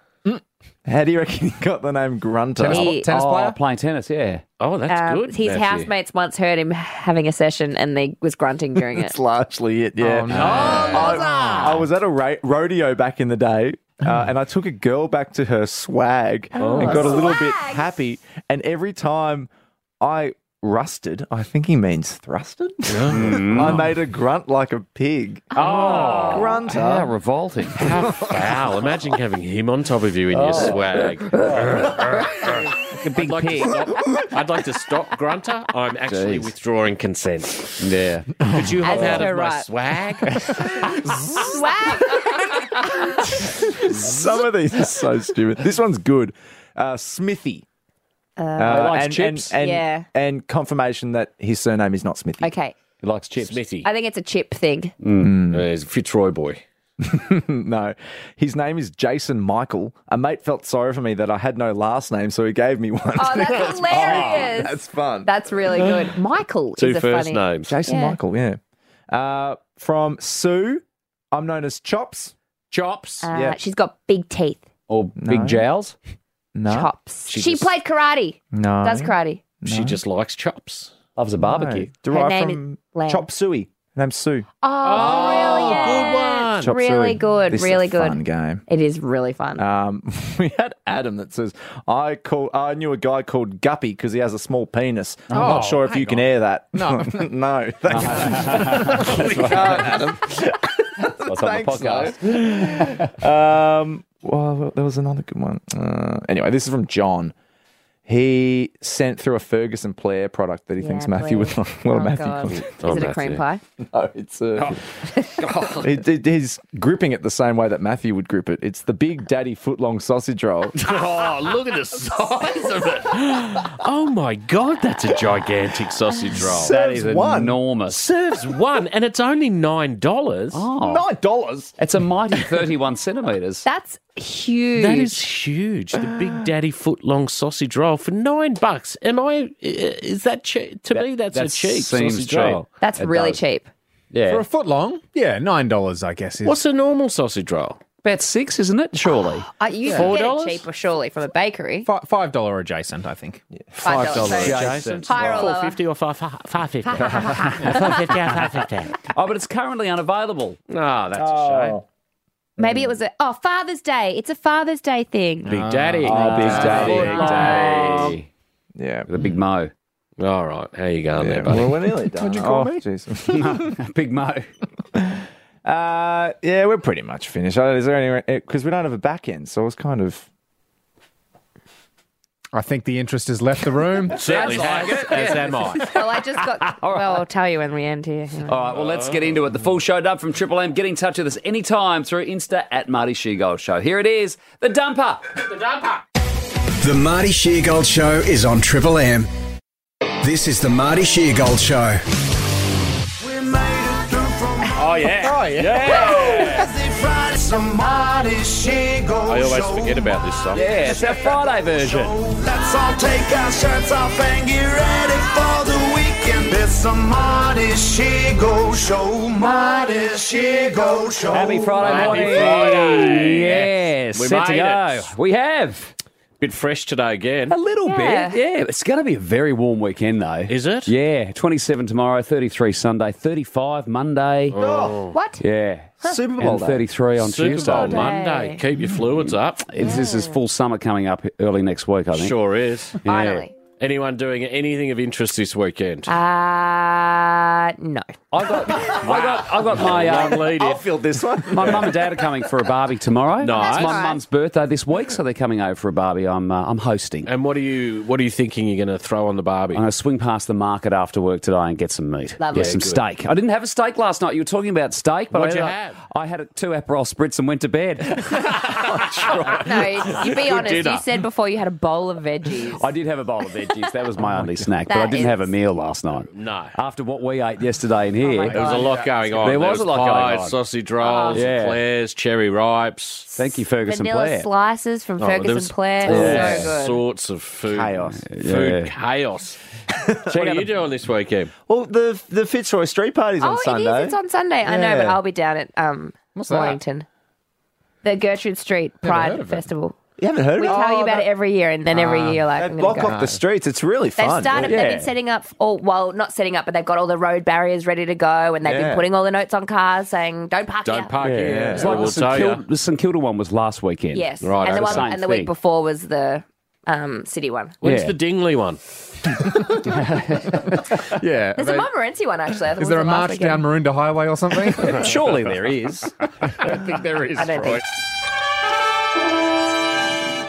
Speaker 5: How do you reckon he got the name Grunter?
Speaker 3: He-
Speaker 2: oh, playing tennis, yeah.
Speaker 4: Oh, that's
Speaker 3: um,
Speaker 4: good.
Speaker 3: his
Speaker 4: Matthew.
Speaker 3: housemates once heard him having a session and they was grunting during it.
Speaker 5: That's largely it,
Speaker 4: Oh,
Speaker 5: yeah. I, I was at a ra- rodeo back in the day.
Speaker 4: Hmm.
Speaker 5: Uh, and I took a girl back to her swag
Speaker 4: Oh.
Speaker 5: and got a little bit happy. And every time I rusted, I think he means thrusted. I made a grunt like a pig.
Speaker 4: Mm. Oh,
Speaker 5: Grunter.
Speaker 7: How revolting.
Speaker 4: how foul. Imagine having him on top of you in your
Speaker 5: Oh.
Speaker 4: swag. a big I'd like pig. I'd like to stop, Grunter. I'm actually withdrawing consent.
Speaker 2: Yeah.
Speaker 4: Could you hop
Speaker 3: As
Speaker 4: out
Speaker 3: her
Speaker 4: of my
Speaker 3: right.
Speaker 4: swag?
Speaker 3: Swag.
Speaker 5: Some of these are so stupid. This one's good. Uh, Smithy. Uh,
Speaker 2: likes
Speaker 5: and,
Speaker 2: chips.
Speaker 5: And, and,
Speaker 3: Yeah.
Speaker 5: and confirmation that his surname is not Smithy.
Speaker 3: okay.
Speaker 2: He likes chips.
Speaker 4: Smithy.
Speaker 3: I think it's a chip thing.
Speaker 4: Uh, he's a Fitzroy boy.
Speaker 5: Mm. No, his name is Jason Michael. A mate felt sorry for me that I had no last name, so he gave me one.
Speaker 3: Oh, that's hilarious.
Speaker 5: That's fun.
Speaker 3: That's really good. Michael
Speaker 4: Two
Speaker 3: is a
Speaker 4: first
Speaker 3: funny.
Speaker 4: names.
Speaker 5: Jason
Speaker 3: Yeah.
Speaker 5: Michael, yeah. Uh, from Sue, I'm known as Chops.
Speaker 4: Chops.
Speaker 3: Uh,
Speaker 5: Yeah.
Speaker 3: She's got big teeth,
Speaker 2: Or big jowls.
Speaker 5: No,
Speaker 3: chops. She,
Speaker 4: She just-
Speaker 3: played karate.
Speaker 5: no,
Speaker 3: Does karate.
Speaker 4: She just likes chops.
Speaker 2: Loves a barbecue.
Speaker 5: Derived
Speaker 3: name
Speaker 5: from
Speaker 3: is Lamb.
Speaker 5: Chop Suey. Her name's Sue.
Speaker 3: Oh,
Speaker 4: Oh,
Speaker 3: brilliant.
Speaker 5: Chop
Speaker 3: Really
Speaker 5: Suey.
Speaker 3: good.
Speaker 5: This is a
Speaker 3: really good.
Speaker 5: Fun game.
Speaker 3: It is really fun.
Speaker 5: Um, we had Adam that says, "I call. I knew a guy called Guppy because he has a small penis. I'm
Speaker 4: Oh,
Speaker 5: not sure if you can air that. No, no. Thanks. we can't, Adam.
Speaker 2: That's on the
Speaker 5: Thanks,
Speaker 2: podcast.
Speaker 5: Um, well, there was another good one. Uh, anyway, this is from John. He sent through a Ferguson player product that he thinks Matthew would like. Well,
Speaker 3: oh,
Speaker 5: Matthew,
Speaker 3: God.
Speaker 5: would-
Speaker 4: Oh,
Speaker 3: Is it a cream
Speaker 4: Matthew.
Speaker 3: pie?
Speaker 4: Oh,
Speaker 5: no, it's uh, a. It- it- he's gripping it the same way that Matthew would grip it. It's the Big Daddy footlong sausage roll.
Speaker 4: Oh, look at the size of it. Oh my god, that's a gigantic sausage roll.
Speaker 2: That is
Speaker 5: Serves one.
Speaker 2: enormous. Oh.
Speaker 4: Serves one and it's only nine dollars.
Speaker 5: Nine dollars.
Speaker 2: It's a mighty 31 centimetres.
Speaker 3: That's huge.
Speaker 4: That is huge. The
Speaker 3: Uh.
Speaker 4: big daddy foot long sausage roll for nine bucks. Am I? Is that cheap? To me, that's
Speaker 2: that
Speaker 4: a cheap
Speaker 2: seems
Speaker 4: sausage
Speaker 2: cheap.
Speaker 4: roll.
Speaker 3: That's
Speaker 2: It
Speaker 3: really
Speaker 2: does.
Speaker 3: cheap.
Speaker 6: For
Speaker 2: Yeah.
Speaker 6: a foot long? Yeah, $9, I guess. Is,
Speaker 4: What's a normal sausage roll?
Speaker 2: About six, isn't it? Surely.
Speaker 3: Uh, you can
Speaker 4: Four
Speaker 3: get it
Speaker 4: dollars?
Speaker 3: cheaper, surely, from a bakery.
Speaker 6: Fi- Five dollar adjacent, I think.
Speaker 3: Five dollars. So
Speaker 2: Jason.
Speaker 3: Higher or
Speaker 4: Four
Speaker 3: lower?
Speaker 4: fifty or five five fifty? Four fifty or five fifty?
Speaker 2: Oh, but it's currently unavailable.
Speaker 4: Ah, that's
Speaker 5: Oh.
Speaker 4: a shame.
Speaker 3: Maybe it was a oh Father's Day. It's a Father's Day thing.
Speaker 4: Big daddy.
Speaker 5: Oh, Big Daddy.
Speaker 2: Big day.
Speaker 5: Yeah.
Speaker 2: The big mo.
Speaker 4: All right, how you going
Speaker 5: Yeah,
Speaker 4: there, buddy?
Speaker 5: well, we're nearly done. Oh, What'd you call me?
Speaker 2: big mo.
Speaker 5: Uh, yeah, we're pretty much finished. Uh, Is there any because we don't have a back end, so it's kind of
Speaker 6: I think the interest has left the room.
Speaker 4: Certainly has, as am I.
Speaker 3: Well, I just got. well, I'll tell you when we end here.
Speaker 7: All right, well, let's get into it. The full show dub from Triple M. Get in touch with us anytime through Insta at Marty Shegold Show. Here it is, The Dumper.
Speaker 1: The Marty Sheargold Show is on Triple M. This is the Marty Sheargold Show.
Speaker 4: Oh yeah.
Speaker 5: oh yeah.
Speaker 4: I always forget about this song.
Speaker 7: Yeah, it's our Friday version.
Speaker 8: Let's all take our shirts off and get ready for the weekend. It's a Marty Shego show. Marty Shego show.
Speaker 7: Happy Friday
Speaker 4: Happy
Speaker 7: morning.
Speaker 4: Friday.
Speaker 7: Yes,
Speaker 4: We
Speaker 7: set to
Speaker 4: made
Speaker 7: go.
Speaker 4: it.
Speaker 7: We have.
Speaker 4: Bit fresh today again.
Speaker 7: A little
Speaker 3: Yeah.
Speaker 7: bit. Yeah, it's going to be a very warm weekend, though.
Speaker 4: Is it?
Speaker 7: Yeah, 27 tomorrow, 33 Sunday, 35 Monday.
Speaker 3: What?
Speaker 7: Yeah.
Speaker 5: Oh. Super Bowl
Speaker 7: And
Speaker 5: day.
Speaker 7: 33 on
Speaker 4: Super
Speaker 7: Tuesday.
Speaker 4: Bowl
Speaker 3: Day.
Speaker 4: Monday. Keep your fluids up.
Speaker 7: It's- This is full summer coming up early next week, I think.
Speaker 4: Sure is.
Speaker 3: Finally.
Speaker 4: Anyone doing anything of interest this weekend?
Speaker 3: Uh, no.
Speaker 7: I got, I got, I got my. Uh,
Speaker 5: I'll field this one.
Speaker 7: my mum and dad are coming for a barbie tomorrow.
Speaker 4: Nice.
Speaker 7: It's my
Speaker 3: Alright.
Speaker 7: mum's birthday this week, so they're coming over for a barbie. I'm, uh, I'm hosting.
Speaker 4: and what are you what are you thinking you're going to throw on the barbie?
Speaker 7: I'm going to swing past the market after work today and get some meat.
Speaker 3: Lovely.
Speaker 7: Get some steak. I didn't have a steak last night. You were talking about steak, but
Speaker 4: What'd
Speaker 7: I
Speaker 4: you
Speaker 7: ended
Speaker 4: have?
Speaker 7: up- I had a two Aperol spritz and went to bed.
Speaker 3: No, you Uh, you be honest.
Speaker 4: dinner.
Speaker 3: You said before you had a bowl of veggies.
Speaker 7: I did have a bowl of veggies. That was my only snack, but I
Speaker 3: That
Speaker 7: didn't have a
Speaker 3: is- Oh
Speaker 7: meal last night.
Speaker 4: No.
Speaker 7: After what we ate yesterday in here,
Speaker 4: There was a lot going on.
Speaker 7: There was a lot going
Speaker 4: pies,
Speaker 7: on.
Speaker 4: Sausage rolls,
Speaker 7: Yeah.
Speaker 4: eclairs, cherry ripes.
Speaker 7: thank you, Ferguson
Speaker 3: Vanilla
Speaker 7: Blair.
Speaker 3: slices
Speaker 5: Oh,
Speaker 3: from Ferguson
Speaker 4: Oh, there was
Speaker 3: Player.
Speaker 4: all
Speaker 7: Yeah.
Speaker 3: So good.
Speaker 4: sorts of food.
Speaker 7: Oh, Chaos. Yeah.
Speaker 4: Food chaos. what are you doing this weekend?
Speaker 5: Well, the the Fitzroy Street Party's on
Speaker 3: oh, it
Speaker 5: Sunday.
Speaker 3: is. It's on Sunday. I know, but
Speaker 5: Yeah.
Speaker 3: I'll be down at um Wellington. The Gertrude Street
Speaker 6: heard
Speaker 3: Pride
Speaker 6: of it.
Speaker 3: Festival.
Speaker 5: you haven't heard of
Speaker 3: We
Speaker 5: it?
Speaker 3: tell you about it every year, and then every year, like,
Speaker 5: They
Speaker 3: I'm
Speaker 5: Ah. block
Speaker 3: gonna go.
Speaker 5: off the streets. It's really
Speaker 3: They've
Speaker 5: fun.
Speaker 3: started. They've been setting up all. Well, not setting up, but they've got all the road barriers ready to go, and they've
Speaker 5: Yeah.
Speaker 3: been putting all the notes on cars saying "Don't park
Speaker 4: Don't
Speaker 3: here."
Speaker 4: park
Speaker 5: Yeah,
Speaker 4: here.
Speaker 5: yeah.
Speaker 4: Yeah.
Speaker 5: It's
Speaker 7: It's like
Speaker 4: we'll
Speaker 7: the St.
Speaker 4: tell
Speaker 7: Kilda,
Speaker 4: you.
Speaker 7: the St Kilda one was last weekend.
Speaker 3: Yes,
Speaker 4: Right,
Speaker 3: and the
Speaker 4: okay.
Speaker 3: one
Speaker 7: Same
Speaker 3: and the week
Speaker 7: thing.
Speaker 3: before was the um, city one.
Speaker 4: When's
Speaker 7: Yeah.
Speaker 4: the Dingley one?
Speaker 7: Uh,
Speaker 6: Yeah.
Speaker 3: There's
Speaker 6: they-
Speaker 3: a Montmorency one actually. I thought it
Speaker 6: is
Speaker 3: was
Speaker 6: there a
Speaker 3: the last
Speaker 6: march
Speaker 3: weekend.
Speaker 6: down Maroondah Highway or something?
Speaker 7: Surely there is.
Speaker 6: I think there is.
Speaker 3: I don't think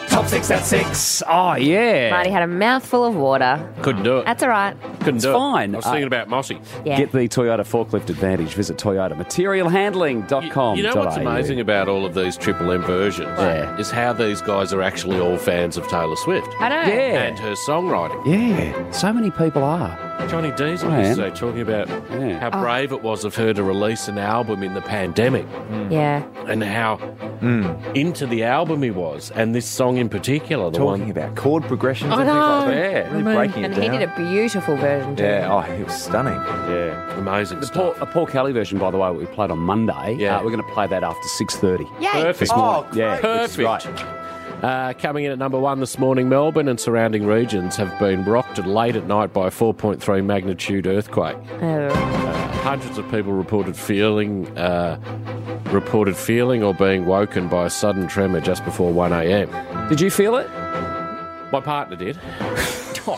Speaker 7: Top six at six. Oh yeah.
Speaker 3: Marty had a mouthful of water.
Speaker 4: Couldn't do it.
Speaker 3: That's all right.
Speaker 4: Couldn't do it.
Speaker 7: fine.
Speaker 4: I was thinking about Mossy.
Speaker 3: Yeah.
Speaker 7: Get the Toyota forklift advantage. Visit toyotamaterialhandling.com.
Speaker 4: You know what's amazing about all of these Triple M versions
Speaker 7: Yeah.
Speaker 4: is how these guys are actually all fans of Taylor Swift
Speaker 3: I know.
Speaker 4: and
Speaker 7: Yeah.
Speaker 4: her songwriting.
Speaker 7: Yeah. So many people are.
Speaker 4: Johnny Diesel
Speaker 7: Man.
Speaker 4: yesterday talking about
Speaker 7: Yeah.
Speaker 3: Oh.
Speaker 4: how brave it was of her to release an album in the pandemic
Speaker 3: Yeah.
Speaker 4: and how
Speaker 5: Hmm.
Speaker 4: into the album he was, and this song in particular, the
Speaker 5: talking
Speaker 4: one.
Speaker 5: about chord progressions.
Speaker 4: I
Speaker 5: and things like that.
Speaker 4: know.
Speaker 5: Really breaking it
Speaker 3: And
Speaker 5: down.
Speaker 3: he did a beautiful version. Too.
Speaker 5: yeah, oh, he was stunning.
Speaker 7: Yeah.
Speaker 4: Amazing
Speaker 7: The Paul, a
Speaker 4: stuff.
Speaker 7: Paul Kelly version, by the way, we played on Monday.
Speaker 4: Yeah.
Speaker 7: Uh, we're going to play that after six thirty.
Speaker 3: Yay.
Speaker 4: Perfect.
Speaker 5: Oh,
Speaker 7: Yeah. which is
Speaker 4: Perfect. Uh, coming in at number one this morning, Melbourne and surrounding regions have been rocked late at night by a 4.3 magnitude earthquake.
Speaker 3: Oh.
Speaker 4: Uh, Hundreds of people reported feeling, uh, reported feeling or being woken by a sudden tremor just before 1 a.m.
Speaker 7: Right. Did you feel it?
Speaker 4: My partner did.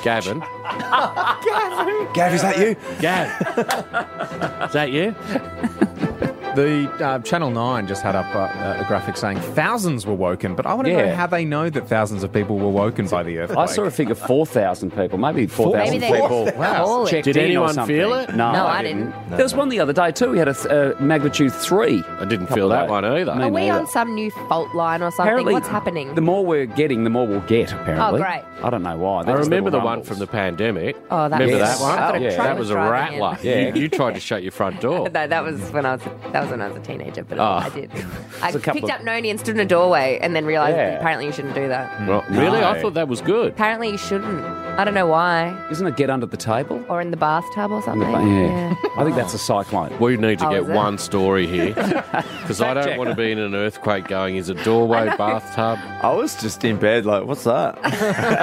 Speaker 4: Gavin.
Speaker 5: Gav, is that you?
Speaker 4: Gav. Is that you?
Speaker 6: The uh, Channel Nine just had up uh, a graphic saying thousands were woken, but I want to
Speaker 7: Yeah.
Speaker 6: know how they know that thousands of people were woken by the earthquake.
Speaker 7: I saw a figure four thousand people, maybe four
Speaker 3: Maybe
Speaker 7: thousand
Speaker 3: they
Speaker 7: people.
Speaker 3: call it.
Speaker 7: checked
Speaker 4: Did
Speaker 7: in or
Speaker 4: anyone
Speaker 7: something.
Speaker 4: feel it?
Speaker 7: No,
Speaker 3: No, I
Speaker 7: There was one the other day too. We had a th- uh, magnitude three.
Speaker 4: I didn't feel that one either.
Speaker 3: Are
Speaker 7: Me
Speaker 3: we
Speaker 7: neither.
Speaker 3: on some new fault line or something? What's happening?
Speaker 7: The more we're getting, the more we'll get. Apparently.
Speaker 3: Oh, great.
Speaker 7: I don't know why.
Speaker 4: I
Speaker 7: They're just
Speaker 4: remember the
Speaker 7: little
Speaker 4: one
Speaker 7: rumbles.
Speaker 4: from the pandemic.
Speaker 3: Oh, that
Speaker 4: remember
Speaker 7: was-
Speaker 4: that one?
Speaker 7: I thought a
Speaker 4: yeah.
Speaker 7: truck
Speaker 4: That
Speaker 7: was
Speaker 4: was a
Speaker 3: driving in.
Speaker 4: rattler.
Speaker 7: Yeah.
Speaker 4: You, you tried to shut your front door.
Speaker 3: no, that was when I was that was when I was a teenager, but
Speaker 4: Oh.
Speaker 3: I did. I
Speaker 7: a couple
Speaker 3: picked
Speaker 7: of-
Speaker 3: up Noni and stood in a doorway, and then realized
Speaker 7: Yeah.
Speaker 3: apparently you shouldn't do that.
Speaker 7: Mm.
Speaker 4: Well, really? I thought that was good.
Speaker 3: Apparently you shouldn't. I don't know why,
Speaker 7: Isn't it get under the table?
Speaker 3: or in the bathtub or
Speaker 7: In the
Speaker 3: something.
Speaker 7: ba- yeah.
Speaker 3: Yeah.
Speaker 7: I think that's a cyclone.
Speaker 4: We need to
Speaker 3: Oh,
Speaker 4: get
Speaker 3: is it?
Speaker 4: one story here because I don't want to be in an earthquake going, is a doorway, bathtub?
Speaker 5: I was just in bed, like, what's that?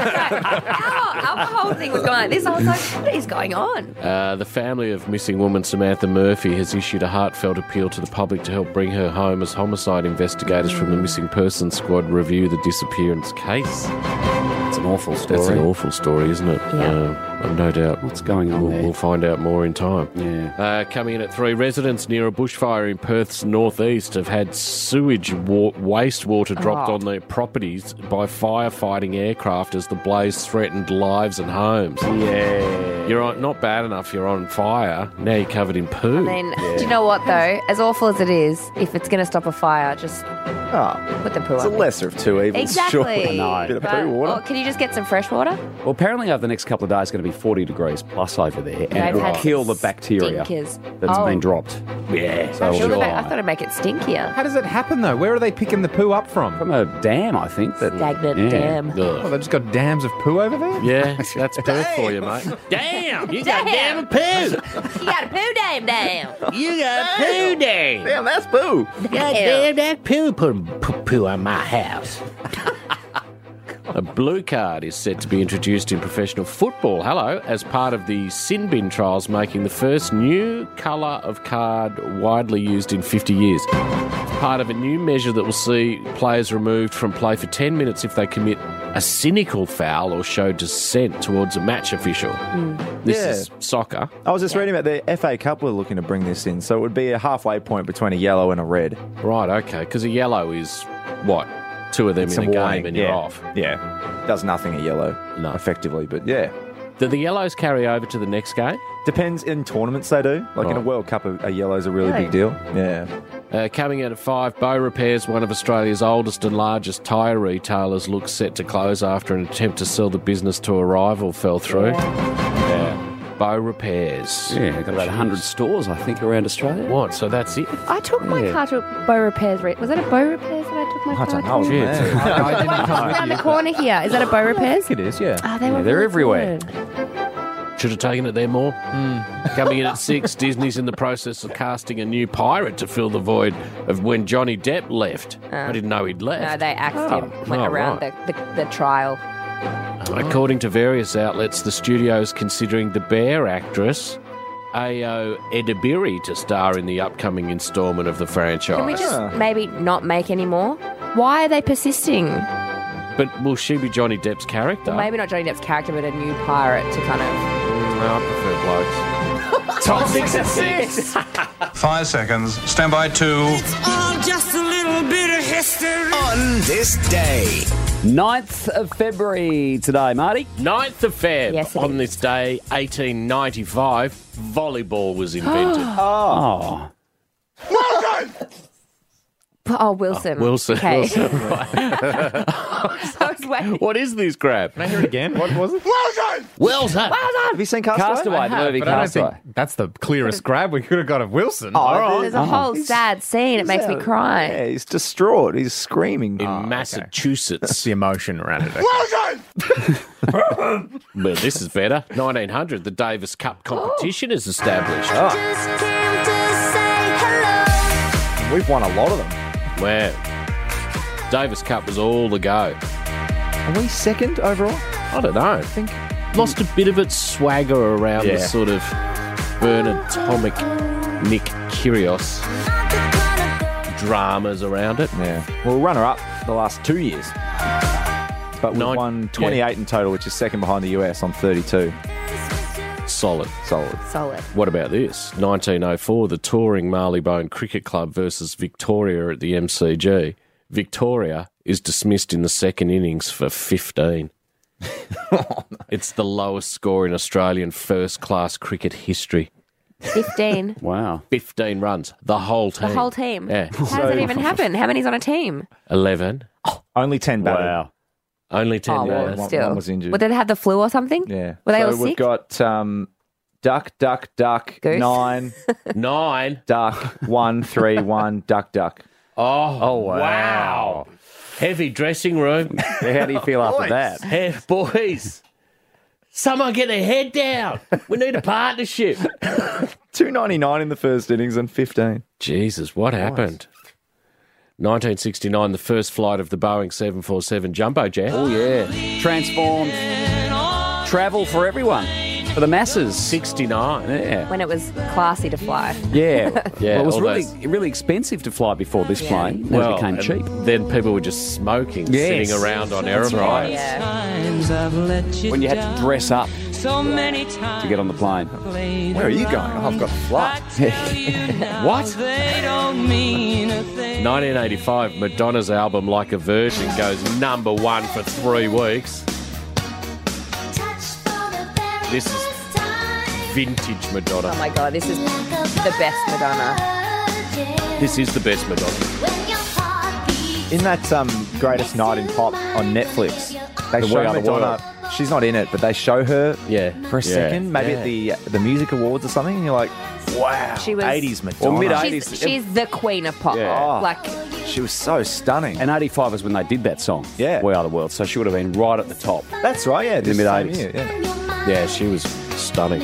Speaker 3: Oh, Our, our whole thing was going like this. I was like, what is going on?
Speaker 4: Uh, the family of missing woman Samantha Murphy has issued a heartfelt appeal to the public to help bring her home as homicide investigators from the Missing Persons Squad review the disappearance case.
Speaker 7: It's an awful story.
Speaker 4: That's an awful story, isn't it?
Speaker 3: Yeah.
Speaker 4: Uh, no doubt.
Speaker 7: What's going on
Speaker 4: We'll,
Speaker 7: there?
Speaker 4: we'll find out more in time.
Speaker 7: Yeah.
Speaker 4: Uh, coming in at three, residents near a bushfire in Perth's northeast have had sewage wa- wastewater dropped
Speaker 3: Oh.
Speaker 4: on their properties by firefighting aircraft as the blaze threatened lives and homes.
Speaker 7: Yeah.
Speaker 4: You're on, not bad enough. You're on fire. Now you're covered in poo.
Speaker 3: I mean, do you know what though? As awful as it is, if it's going to stop a fire, just
Speaker 5: Oh,
Speaker 3: put the poo
Speaker 5: it's a
Speaker 3: on.
Speaker 5: lesser of two evils, surely.
Speaker 3: Exactly.
Speaker 5: Bit of
Speaker 3: But- oh.
Speaker 5: poo water.
Speaker 3: or can you just get some fresh water?
Speaker 7: Well, apparently over the next couple of days, it's going to be 40 degrees plus over there, and
Speaker 3: They've
Speaker 7: it will
Speaker 3: had
Speaker 7: kill the bacteria that's
Speaker 3: stinkers.
Speaker 7: been
Speaker 3: Oh.
Speaker 7: dropped. Yeah. So
Speaker 3: Sure,
Speaker 7: it'll
Speaker 3: but
Speaker 7: die.
Speaker 3: I thought it'd make it stinkier.
Speaker 6: How does it happen though? Where are they picking the poo up from?
Speaker 7: from a dam, I think. That,
Speaker 3: Stagnant
Speaker 7: yeah.
Speaker 3: dam.
Speaker 6: Oh,
Speaker 4: Ugh.
Speaker 6: they've just got dams of poo over there.
Speaker 4: Yeah, that's Perth for you, mate. Damn, you got
Speaker 3: Damn.
Speaker 4: damn poo.
Speaker 3: You got a poo dam down.
Speaker 4: You got poo day.
Speaker 5: Damn, that's boo.
Speaker 3: Damn.
Speaker 4: that poo put poo, poo on my house. A blue card is set to be introduced in professional football. Hello, as part of the sin bin trials, making the first new colour of card widely used in 50 years. It's part of a new measure that will see players removed from play for 10 minutes if they commit a cynical foul or showed dissent towards a match official.
Speaker 3: Mm.
Speaker 4: This
Speaker 5: Yeah.
Speaker 4: is soccer.
Speaker 5: I was just reading about the FA Cup were looking to bring this in, so it would be a halfway point between a yellow and a red.
Speaker 4: Right, okay. Because a yellow is what? Two of them in a game
Speaker 5: warning,
Speaker 4: and
Speaker 5: yeah.
Speaker 4: you're off.
Speaker 5: Yeah, does nothing a yellow,
Speaker 4: No.
Speaker 5: effectively, but yeah.
Speaker 4: Do the yellows carry over to the next game?
Speaker 5: Depends in tournaments they do. Like in a
Speaker 4: Right.
Speaker 5: World Cup, a, a yellow's a really big deal. Yeah.
Speaker 4: Uh, coming out at five, Bow Repairs, one of Australia's oldest and largest tyre retailers, looks set to close after an attempt to sell the business to a rival fell through. Bow Repairs.
Speaker 7: Yeah, they've got about 100 stores, I think, around Australia.
Speaker 4: What? So that's it?
Speaker 3: I took my
Speaker 7: Yeah.
Speaker 3: car to bow repairs. Re- was that a bow repairs that I took my
Speaker 5: I
Speaker 3: car
Speaker 5: don't
Speaker 3: to?
Speaker 5: know.
Speaker 7: Oh,
Speaker 4: Gee,
Speaker 5: man.
Speaker 4: it's-
Speaker 3: The one just around the corner here. Is that a bow repairs?
Speaker 5: it is, yeah.
Speaker 3: Oh, they were
Speaker 7: they're
Speaker 3: really
Speaker 7: everywhere.
Speaker 3: good.
Speaker 4: Should have taken it there more.
Speaker 5: Hmm.
Speaker 4: Coming in at six, Disney's in the process of casting a new pirate to fill the void of when Johnny Depp left.
Speaker 3: Ah.
Speaker 4: I didn't know he'd left.
Speaker 3: No, they axed him went
Speaker 4: oh,
Speaker 3: around
Speaker 4: right.
Speaker 3: the, the, the trial.
Speaker 4: According to various outlets, the studio is considering the bear actress Ao Edibiri to star in the upcoming instalment of the franchise.
Speaker 9: Can we
Speaker 3: Ah.
Speaker 9: just maybe not make any more? Why are they persisting?
Speaker 4: But will she be Johnny Depp's character?
Speaker 9: Maybe not Johnny Depp's character, but a new pirate to kind of.
Speaker 4: No, I prefer blokes.
Speaker 7: Top six at six.
Speaker 8: Five seconds. Stand by two.
Speaker 1: On this day,
Speaker 7: 9th of February today, Marty.
Speaker 4: 9th of Feb,
Speaker 9: Yes, it
Speaker 4: on this day, 1895, volleyball was invented.
Speaker 7: Oh.
Speaker 9: Oh, Wilson.
Speaker 4: Ah, Wilson.
Speaker 9: Okay.
Speaker 4: Wilson.
Speaker 9: I was waiting.
Speaker 4: What is this crap?
Speaker 6: I hear it again. What was it?
Speaker 4: Well done.
Speaker 5: Have you seen Castaway?
Speaker 7: Castaway, the movie
Speaker 6: but I don't
Speaker 7: Castaway.
Speaker 6: think that's the clearest grab we could have got of
Speaker 5: Oh,
Speaker 6: Wilson. All right.
Speaker 9: There's a whole sad scene. It makes me
Speaker 3: Oh.
Speaker 9: cry.
Speaker 5: Yeah, he's distraught. He's screaming. Oh,
Speaker 4: In Massachusetts.
Speaker 6: It's the emotion around it.
Speaker 4: Well, this is better. 1900, the Davis Cup competition is established.
Speaker 5: Ah, We've won a lot of them.
Speaker 4: Wow. Davis Cup was all the go.
Speaker 5: Are we second overall?
Speaker 4: I don't know. I think lost a bit of its swagger around the
Speaker 5: Yeah.
Speaker 4: sort of Bernard Tomic, Nick Kyrgios dramas around it.
Speaker 5: Yeah. Well, runner up the last two years. But we've
Speaker 4: Nine-
Speaker 5: won 28 in total, which is second behind the US on 32.
Speaker 4: Solid.
Speaker 5: Solid.
Speaker 3: Solid.
Speaker 4: What about this? 1904, the touring Marleybone Cricket Club versus Victoria at the MCG. Victoria is dismissed in the second innings for 15. It's the lowest score in Australian first class cricket history.
Speaker 9: 15.
Speaker 7: Wow.
Speaker 4: 15 runs, the whole team.
Speaker 9: The whole team.
Speaker 4: Yeah.
Speaker 9: How does that even happen? How many's on a team?
Speaker 4: 11.
Speaker 5: Only 10 batted.
Speaker 7: Wow.
Speaker 4: Only 10
Speaker 9: Oh,
Speaker 4: runs.
Speaker 9: well,
Speaker 5: one-
Speaker 9: still.
Speaker 5: one was injured.
Speaker 9: Would they have the flu or something?
Speaker 5: Yeah.
Speaker 9: Were they
Speaker 5: so
Speaker 9: all
Speaker 5: we've
Speaker 9: sick?
Speaker 5: got um, duck, duck, duck,
Speaker 9: Goose.
Speaker 5: nine,
Speaker 4: Nine.
Speaker 5: duck, one, three, one, duck, duck. uh,
Speaker 4: Oh, wow. Heavy dressing room.
Speaker 5: Yeah, how do you feel after that?
Speaker 4: Hey, boys. Someone get their head down. We need a partnership.
Speaker 5: 299 in the first innings and 15.
Speaker 4: Jesus, what happened? 1969, the first flight of the Boeing 747 jumbo jet.
Speaker 7: Oh, yeah. Transformed. Travel for everyone. For the masses.
Speaker 4: 69.
Speaker 7: Yeah.
Speaker 9: When it was classy to fly.
Speaker 7: Yeah.
Speaker 4: Yeah,
Speaker 7: Well, it was
Speaker 4: all
Speaker 7: really
Speaker 4: those-
Speaker 7: really expensive to fly before this plane. Then it became
Speaker 4: and
Speaker 7: cheap.
Speaker 4: Then people were just smoking,
Speaker 7: Yes.
Speaker 4: sitting around on aeroplanes.
Speaker 9: Yeah.
Speaker 7: When you had to dress up to get on the plane.
Speaker 5: Where are you going? Oh, I've got a flight.
Speaker 4: What? 1985, Madonna's album Like a Virgin goes number one for three weeks. This is vintage
Speaker 9: Oh
Speaker 4: Madonna.
Speaker 9: my god, this is the best Madonna.
Speaker 4: This is the best Madonna.
Speaker 5: In that um, Greatest Night in Pop on Netflix, they
Speaker 4: The
Speaker 5: show
Speaker 4: We Are the
Speaker 5: Madonna. She's not in it, but they show her
Speaker 4: Yeah.
Speaker 5: for a
Speaker 4: Yeah.
Speaker 5: second, maybe at the the music awards or something, and you're like, wow,
Speaker 9: She was-
Speaker 5: 80s Madonna.
Speaker 7: Or mid-eight-
Speaker 9: She's, she's the queen of pop.
Speaker 7: Yeah.
Speaker 9: Like,
Speaker 5: She was so stunning.
Speaker 7: And 85 was when they did that song.
Speaker 5: Yeah.
Speaker 7: We Are the World. So she would have been right at the top.
Speaker 5: That's right, yeah,
Speaker 7: the
Speaker 5: this same
Speaker 7: mid-eighties.
Speaker 5: year, yeah.
Speaker 4: Yeah, she was stunning.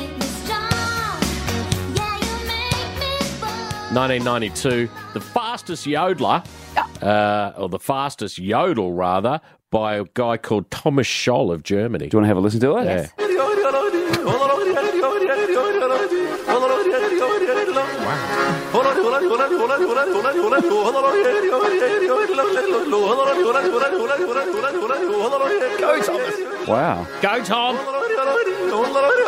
Speaker 4: 1992, the fastest yodeler, uh, or the fastest yodel rather, by a guy called Thomas Scholl of Germany.
Speaker 7: Do you want to have a listen to it?
Speaker 4: Yeah.
Speaker 5: Go
Speaker 7: Go, Thomas.
Speaker 2: Wow.
Speaker 4: Go, Tom.
Speaker 8: Go,
Speaker 4: Go, Tommy.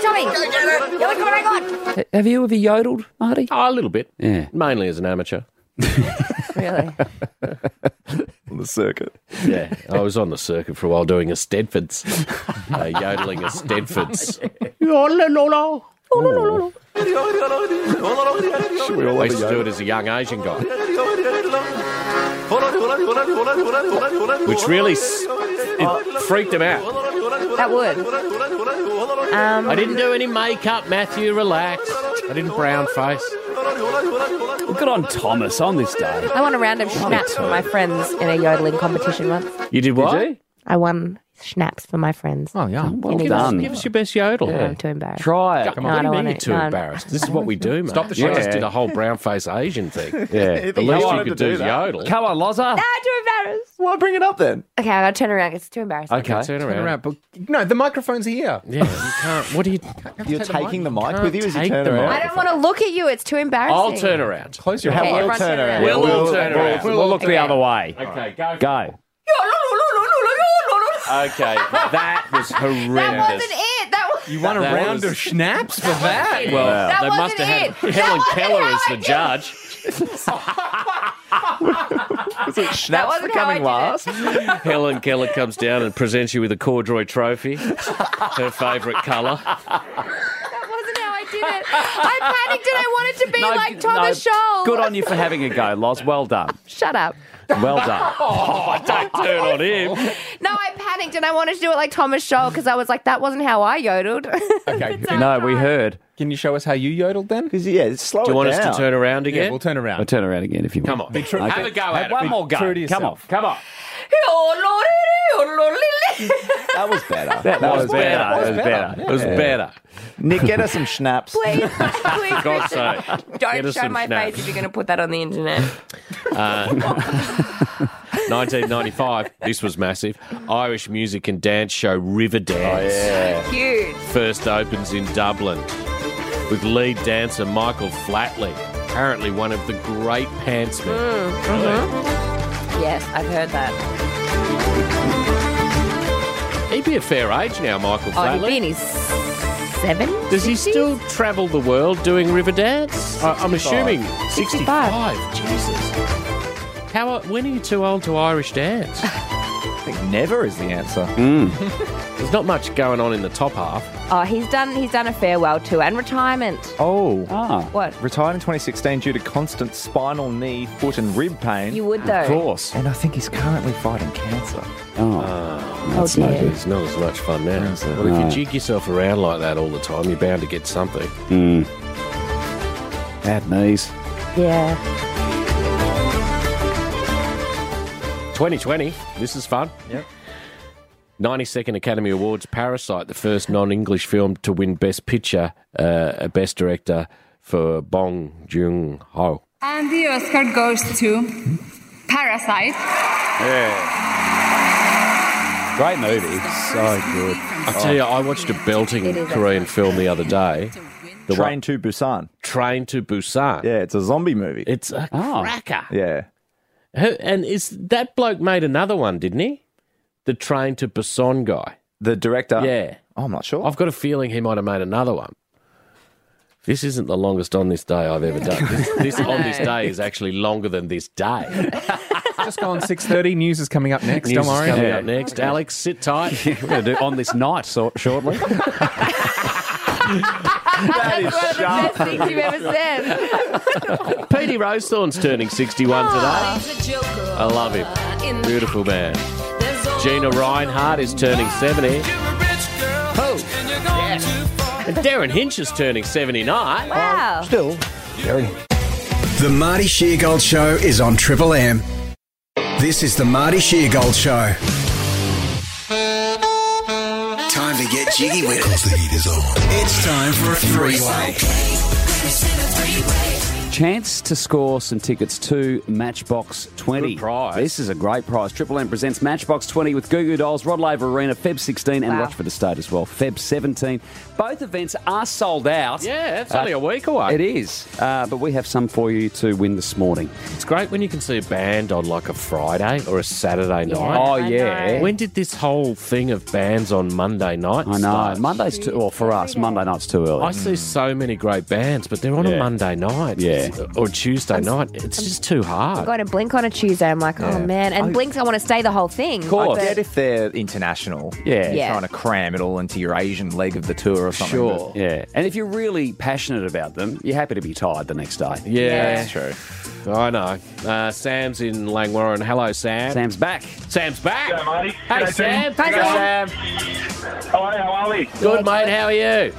Speaker 9: Tommy! Go get it! Look what I got!
Speaker 2: Have you ever yodeled, Marty?
Speaker 4: Oh, a little bit.
Speaker 2: Yeah.
Speaker 4: Mainly as an amateur.
Speaker 9: Really?
Speaker 5: on the circuit.
Speaker 4: Yeah. I was on the circuit for a while doing a Stedfords, uh, yodeling a Stedfords.
Speaker 5: We all
Speaker 4: I
Speaker 5: have
Speaker 4: used
Speaker 5: a
Speaker 4: to do
Speaker 5: yo-
Speaker 4: it as a young Asian guy,
Speaker 8: Which
Speaker 4: which really s- it freaked him out.
Speaker 9: That would. Um,
Speaker 4: I didn't do any makeup, Matthew. Relax. I didn't brown face.
Speaker 7: Good on Thomas on this day.
Speaker 9: I won a round of schnapps for my friends in a yodeling competition once.
Speaker 4: You did what?
Speaker 7: Did you?
Speaker 9: I won schnapps for my friends.
Speaker 6: Oh, yeah.
Speaker 7: Well
Speaker 9: Give us-
Speaker 7: done.
Speaker 4: Give us your best yodel.
Speaker 9: I'm too embarrassed.
Speaker 7: Try it.
Speaker 4: Come
Speaker 9: No, I
Speaker 4: on,
Speaker 9: don't
Speaker 4: what
Speaker 9: want
Speaker 4: do you mean you're
Speaker 9: it.
Speaker 4: too
Speaker 9: No.
Speaker 4: embarrassed? This is what we do, mate. Stop
Speaker 6: the
Speaker 4: I
Speaker 6: show.
Speaker 4: just did a whole brown face Asian thing.
Speaker 2: Yeah.
Speaker 4: The least you could do is yodel.
Speaker 7: Come on, Lozza.
Speaker 9: Ah, too embarrassed.
Speaker 5: Why bring it up then?
Speaker 9: Okay, I gotta turn around. It's too embarrassing.
Speaker 7: Okay.
Speaker 4: Turn
Speaker 6: Turn
Speaker 4: around.
Speaker 6: around, but no, the microphone's here.
Speaker 4: Yeah, you can't. What do you?
Speaker 5: You're taking the mic
Speaker 4: can't
Speaker 5: with you as you
Speaker 4: take
Speaker 5: turn
Speaker 4: the mic.
Speaker 9: I
Speaker 5: around.
Speaker 9: don't want to look at you. It's too embarrassing.
Speaker 4: I'll turn around.
Speaker 6: Close your
Speaker 9: Okay,
Speaker 5: We'll
Speaker 9: everyone
Speaker 5: turn
Speaker 9: turn
Speaker 5: around.
Speaker 9: around.
Speaker 4: We'll all turn around.
Speaker 7: We'll look the other way.
Speaker 4: Okay, go.
Speaker 7: Go.
Speaker 4: Okay, that was
Speaker 3: That wasn't
Speaker 4: horrendous.
Speaker 3: it. That was.
Speaker 6: You want a
Speaker 4: That
Speaker 6: round
Speaker 4: was-
Speaker 6: of schnapps for that?
Speaker 4: Well,
Speaker 3: That
Speaker 4: they must
Speaker 3: wasn't
Speaker 4: have had
Speaker 3: it. That
Speaker 4: Helen
Speaker 3: wasn't
Speaker 4: Keller
Speaker 3: how
Speaker 4: as
Speaker 3: I
Speaker 4: the
Speaker 3: did it.
Speaker 4: judge.
Speaker 5: Was it schnapps for
Speaker 3: wasn't how
Speaker 5: coming
Speaker 3: I
Speaker 5: last?
Speaker 4: Helen Keller comes down and presents you with a corduroy trophy, her favourite colour.
Speaker 3: That wasn't how I did it. I panicked and I wanted to be
Speaker 7: No,
Speaker 3: like
Speaker 7: no,
Speaker 3: Thomas Scholl.
Speaker 7: Good on you for having a go, Loz. Well done.
Speaker 3: Shut up.
Speaker 7: Well
Speaker 8: Oh.
Speaker 7: done.
Speaker 4: Don't turn on him.
Speaker 3: No, I panicked and I wanted to do it like Thomas Scholl because I was like, that wasn't how I yodeled.
Speaker 6: Okay.
Speaker 7: No, we heard.
Speaker 6: Can you show us how you yodeled then?
Speaker 5: Because yeah, it's slow.
Speaker 4: Do you want
Speaker 5: it
Speaker 4: us
Speaker 5: down.
Speaker 4: to turn around
Speaker 6: Yeah,
Speaker 4: again?
Speaker 6: we'll turn
Speaker 2: I'll
Speaker 6: around.
Speaker 2: turn around again if you
Speaker 4: Come
Speaker 2: want.
Speaker 4: on. Have a go at it.
Speaker 7: One more
Speaker 6: True to
Speaker 7: go.
Speaker 6: yourself.
Speaker 7: Come on. Come on.
Speaker 5: That was better.
Speaker 7: That was better. That was
Speaker 4: better.
Speaker 7: better.
Speaker 4: It was better.
Speaker 5: Nick, get us some schnapps.
Speaker 9: Please, please,
Speaker 4: God's sake. Get
Speaker 9: don't
Speaker 4: us
Speaker 9: show
Speaker 4: some
Speaker 9: my
Speaker 4: schnapps.
Speaker 9: face if you're gonna put that on the internet.
Speaker 3: Mm,
Speaker 4: 1995. Uh, This was massive. Irish music and dance show River
Speaker 7: Oh,
Speaker 4: Dance
Speaker 9: Huge.
Speaker 4: first opens in Dublin with lead dancer Michael Flatley, apparently one of the great pantsmen.
Speaker 3: Mm. mm-hmm.
Speaker 9: Yes, I've heard that.
Speaker 4: He'd be a fair age now, Michael
Speaker 3: Oh, he'd
Speaker 4: Flatley.
Speaker 3: be in his seven.
Speaker 4: Does he still travel the world doing river dance?
Speaker 8: Uh,
Speaker 4: I, I'm assuming 65. Jesus. How, o- when are you too old to Irish dance? Hmm.
Speaker 5: I think never is the answer.
Speaker 4: There's not much going on in the top half.
Speaker 9: Oh, he's done. He's done a farewell tour and retirement.
Speaker 5: Oh.
Speaker 2: Ah,
Speaker 9: What?
Speaker 5: Retired in 2016 due to constant spinal, knee, foot, and rib pain.
Speaker 9: You would though.
Speaker 2: of course.
Speaker 5: and I think he's currently fighting cancer.
Speaker 2: Oh,
Speaker 9: oh
Speaker 2: that's no
Speaker 9: dear.
Speaker 2: good.
Speaker 4: It's Ah. not as much fun now.
Speaker 5: Is it?
Speaker 4: Well, if you jig yourself around like that all the time, you're bound to get something.
Speaker 7: Hmm.
Speaker 2: Bad knees.
Speaker 9: Yeah.
Speaker 4: 2020. This is fun. Yeah. 92nd Academy Awards Parasite, the first non English film to win Best Picture, uh, Best Director for Bong Joon Ho.
Speaker 10: And the Oscar goes to Parasite.
Speaker 2: Great movie. So good.
Speaker 4: I tell you, I watched a belting Korean film the other day, The
Speaker 5: Train to Busan.
Speaker 4: Train to Busan.
Speaker 5: Yeah, it's a zombie movie.
Speaker 4: It's a cracker.
Speaker 5: yeah.
Speaker 4: Who- And is that bloke made another one, didn't he? The Train to Busan guy.
Speaker 5: The director.
Speaker 4: Yeah.
Speaker 5: Oh, I'm not sure.
Speaker 4: I've got a feeling he might have made another one. This isn't the longest on this day I've ever done. This, this on this day is actually longer than this day.
Speaker 6: Just go on 6.30. News is coming up next.
Speaker 4: News
Speaker 6: don't worry.
Speaker 4: is coming up next. Alex, sit tight.
Speaker 7: We're going to do on this night so- shortly.
Speaker 9: That's one of the best things you've ever said.
Speaker 4: Petey Rosethorn's turning 61 today. I love him. Beautiful man. Gina Reinhardt is turning 70. Oh, yes. And Darren Hinch is turning 79.
Speaker 9: Wow.
Speaker 5: Still.
Speaker 1: The Marty Sheargold Show is on Triple M. This is the Marty Sheargold Show. Time to get jiggy with it. It's time for a three-way.
Speaker 7: Chance to score some tickets to Matchbox 20. prize. This is a great prize. Triple M presents Matchbox 20 with Goo Goo Dolls, Rod Laver Arena, Feb 16, and
Speaker 3: Wow.
Speaker 7: Rochford Estate as well, Feb 17. Both events are sold out. Uh,
Speaker 4: Yeah, it's only a week away.
Speaker 7: It is, uh, but we have some for you to win this morning.
Speaker 4: It's great when you can see a band on like a Friday or a Saturday night.
Speaker 7: oh,
Speaker 3: I
Speaker 7: yeah.
Speaker 3: know.
Speaker 4: When did this whole thing of bands on Monday night
Speaker 7: I know.
Speaker 4: start?
Speaker 7: Monday's too, well, for us, Monday night's too early.
Speaker 4: I see so many great bands, but they're on a
Speaker 7: Yeah.
Speaker 4: Monday night
Speaker 7: Yeah.
Speaker 4: It's- or Tuesday night. It's just too hard.
Speaker 3: Going to Blink on a Tuesday. I'm like, oh man. And Blink's, I want to stay the whole thing. Of
Speaker 7: course.
Speaker 3: But,
Speaker 7: Yeah,
Speaker 5: Get if they're international.
Speaker 7: Yeah.
Speaker 5: You're
Speaker 3: Yeah.
Speaker 5: Trying to cram it all into your Asian leg of the tour or something.
Speaker 7: Sure. Yeah. And if you're really passionate about them, you're happy to be tired the next day.
Speaker 4: yeah,
Speaker 5: That's true.
Speaker 4: I know. Uh, Sam's in Langwarren. Hello, Sam.
Speaker 7: Sam's back.
Speaker 4: Sam's back.
Speaker 11: G'day, Marty.
Speaker 4: Hey,
Speaker 11: G'day,
Speaker 4: Sam.
Speaker 11: team.
Speaker 4: Hey,
Speaker 11: G'day.
Speaker 4: Sam.
Speaker 11: Hello, how are we?
Speaker 4: Good, mate. How are you?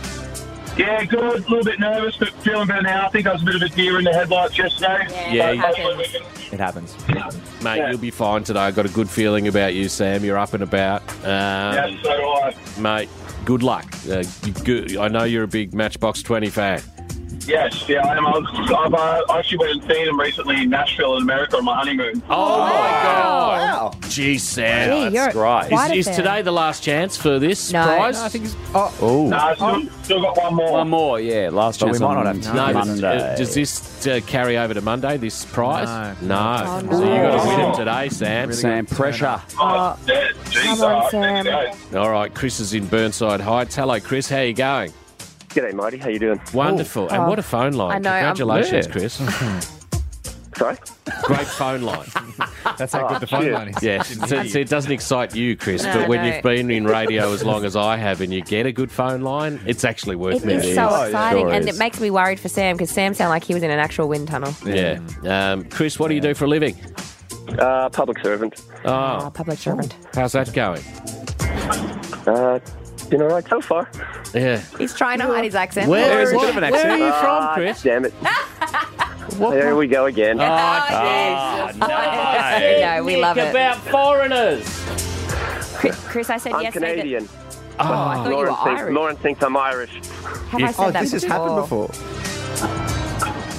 Speaker 11: Yeah, good. A little bit nervous, but feeling better now. I think I was a bit of a deer in the headlights yesterday.
Speaker 4: Yeah,
Speaker 11: But
Speaker 4: you-
Speaker 11: hopefully we can-
Speaker 5: It happens.
Speaker 4: Mate,
Speaker 11: Yeah.
Speaker 4: you'll be fine today. I got a good feeling about you, Sam. You're up and about. Um,
Speaker 11: yeah, so do I.
Speaker 4: Mate, good luck. Uh, you good. I know you're a big Matchbox 20 fan.
Speaker 11: Yes, yeah, I am. I, was, I've, uh, I actually went and seen them recently in Nashville in America on my honeymoon.
Speaker 4: Oh, my God. Geez, Sam.
Speaker 3: Gee, you're
Speaker 7: right.
Speaker 3: quite a
Speaker 4: Is, is
Speaker 3: fan.
Speaker 4: today the last chance for this
Speaker 3: No.
Speaker 4: prize?
Speaker 3: No, I think
Speaker 8: Oh.
Speaker 11: No, I've still, still got one more.
Speaker 7: One more, yeah. Last
Speaker 5: But we
Speaker 7: chance
Speaker 5: might
Speaker 7: on
Speaker 5: not have time.
Speaker 4: No, does,
Speaker 7: Monday.
Speaker 4: uh, does this uh, carry over to Monday, this prize? No.
Speaker 3: no.
Speaker 4: So you got to win
Speaker 11: Oh.
Speaker 4: it today, Sam.
Speaker 7: Sam, pressure.
Speaker 11: Oh, yeah, geez,
Speaker 3: Uh, Come on,
Speaker 11: uh,
Speaker 3: Sam.
Speaker 11: yeah.
Speaker 4: All right, Chris is in Burnside Heights. Hello, Chris. How you going?
Speaker 12: G'day, Marty. How you doing?
Speaker 4: Wonderful. And
Speaker 3: Oh.
Speaker 4: what a phone line.
Speaker 3: I know, I'm-
Speaker 4: Congratulations,
Speaker 2: Yeah.
Speaker 4: Chris.
Speaker 12: Sorry.
Speaker 4: Great phone line.
Speaker 6: That's how good the phone line is.
Speaker 4: Yes. So, so it doesn't excite you, Chris,
Speaker 3: No,
Speaker 4: but when
Speaker 3: no.
Speaker 4: you've been in radio as long as I have and you get a good phone line, it's actually worth
Speaker 3: It is
Speaker 4: Oh,
Speaker 12: Oh,
Speaker 4: Yeah.
Speaker 3: so exciting,
Speaker 7: Sure
Speaker 3: and
Speaker 7: is.
Speaker 3: it makes me worried for Sam because Sam sounded like he was in an actual wind tunnel.
Speaker 4: Yeah. Um, Chris, what do you do for a living? Ah.
Speaker 12: Uh, public servant.
Speaker 3: Oh, public servant.
Speaker 4: How's that going?
Speaker 12: Uh, been all right so far.
Speaker 4: Yeah.
Speaker 3: He's trying to hide his accent.
Speaker 4: Where,
Speaker 3: is
Speaker 4: is-
Speaker 3: it?
Speaker 4: where are you from,
Speaker 12: Ah,
Speaker 4: Chris?
Speaker 12: damn it.
Speaker 4: What-
Speaker 12: There we go again.
Speaker 4: Oh,
Speaker 8: Ah,
Speaker 3: jeez.
Speaker 4: no.
Speaker 3: No, we love it.
Speaker 4: Ah, about foreigners.
Speaker 3: Chris, Chris, I said
Speaker 12: I'm
Speaker 3: yes.
Speaker 12: Canadian.
Speaker 3: Oh, I thought you were
Speaker 12: Lauren, thinks,
Speaker 3: Irish.
Speaker 12: Lauren thinks I'm Irish.
Speaker 3: Have I
Speaker 4: If-
Speaker 3: said that
Speaker 5: This has happened before.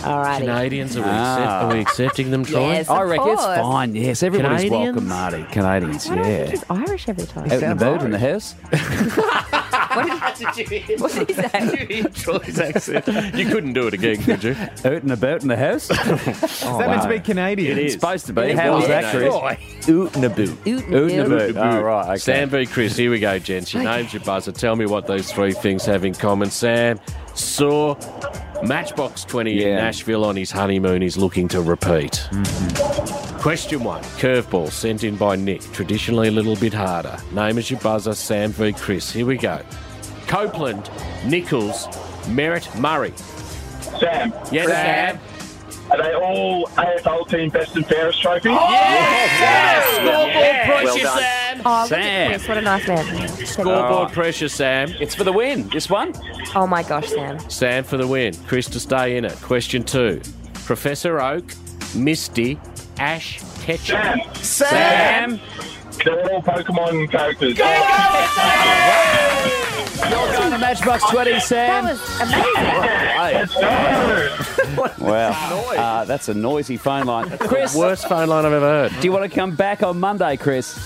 Speaker 3: All righty.
Speaker 4: Canadians, are we,
Speaker 7: Ah.
Speaker 4: accept- are we accepting them, Troy?
Speaker 3: Yes,
Speaker 7: I
Speaker 3: of
Speaker 7: reckon it's
Speaker 3: course.
Speaker 7: fine. Yes, everybody's
Speaker 4: Canadians?
Speaker 7: welcome, Marty. Canadians,
Speaker 3: Why do I think
Speaker 7: yeah.
Speaker 3: he's Irish every time?
Speaker 7: Out and about in the house.
Speaker 3: What did he say?
Speaker 4: Troy's accent. You couldn't do it again, could you? Oh,
Speaker 7: Out and about in the house.
Speaker 6: Is that meant to be Canadian?
Speaker 7: It's supposed to be.
Speaker 4: It
Speaker 7: How
Speaker 4: was,
Speaker 7: was that,
Speaker 4: you
Speaker 7: Chris?
Speaker 4: know.
Speaker 5: Oot Naboo.
Speaker 7: Out and about. Oh, right. Okay.
Speaker 4: Sam v. Chris, here we go, gents. Your names, your buzzer. Tell me what those three things have in common. Sam saw Matchbox 20 in
Speaker 7: Yeah.
Speaker 4: Nashville on his honeymoon. He's looking to repeat. Question one Curveball sent in by Nick. Traditionally a little bit harder. Name is your buzzer, Sam v. Chris. Here we go. Copeland, Nichols, Merritt, Murray.
Speaker 11: Sam,
Speaker 4: Yes, Sam.
Speaker 11: are they all AFL team best and fairest trophy?
Speaker 4: Scoreboard pressure,
Speaker 12: Well done.
Speaker 4: Sam.
Speaker 3: Oh, look
Speaker 7: Sam.
Speaker 3: at Chris. What a nice man.
Speaker 4: Scoreboard pressure, Sam.
Speaker 7: It's for the win. This one.
Speaker 3: Oh my gosh, Sam.
Speaker 4: Sam for the win. Chris to stay in it. Question two. Professor Oak, Misty, Ash Ketchum.
Speaker 11: Sam,
Speaker 4: Sam.
Speaker 11: they're all Pokemon characters.
Speaker 7: Welcome to Matchbox 20,
Speaker 3: That
Speaker 7: Sam.
Speaker 3: was amazing.
Speaker 7: Hey,
Speaker 11: No.
Speaker 7: wow. Uh, that's a noisy phone line. Chris, do
Speaker 4: Worst phone line I've ever heard.
Speaker 7: you want to come back on Monday, Chris?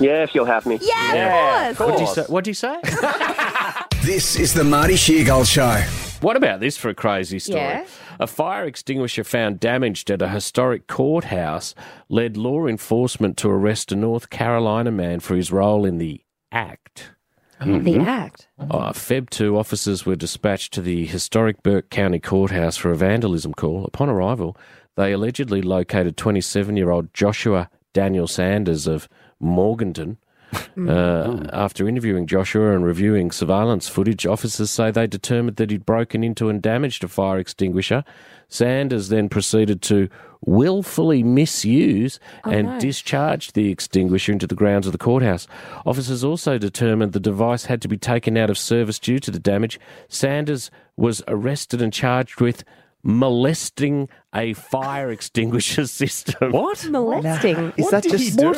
Speaker 12: Yeah, if you'll have me.
Speaker 3: Yeah, of course.
Speaker 4: What'd you say? What'd you say?
Speaker 1: This is the Marty Sheargold Show.
Speaker 4: what about this for a crazy story?
Speaker 3: Yeah.
Speaker 4: A fire extinguisher found damaged at a historic courthouse led law enforcement to arrest a North Carolina man for his role in the act.
Speaker 3: Oh, The act.
Speaker 4: Uh, Feb 2 officers were dispatched to the historic Burke County Courthouse for a vandalism call. Upon arrival, they allegedly located 27 year old Joshua Daniel Sanders of Morganton. Uh, after interviewing Joshua and reviewing surveillance footage, officers say they determined that he'd broken into and damaged a fire extinguisher. Sanders then proceeded to willfully misuse and discharged the extinguisher into the grounds of the courthouse. Officers also determined the device had to be taken out of service due to the damage. Sanders was arrested and charged with molesting a fire extinguisher system. What?
Speaker 3: Molesting.
Speaker 5: Is that
Speaker 6: did he
Speaker 5: just
Speaker 6: do?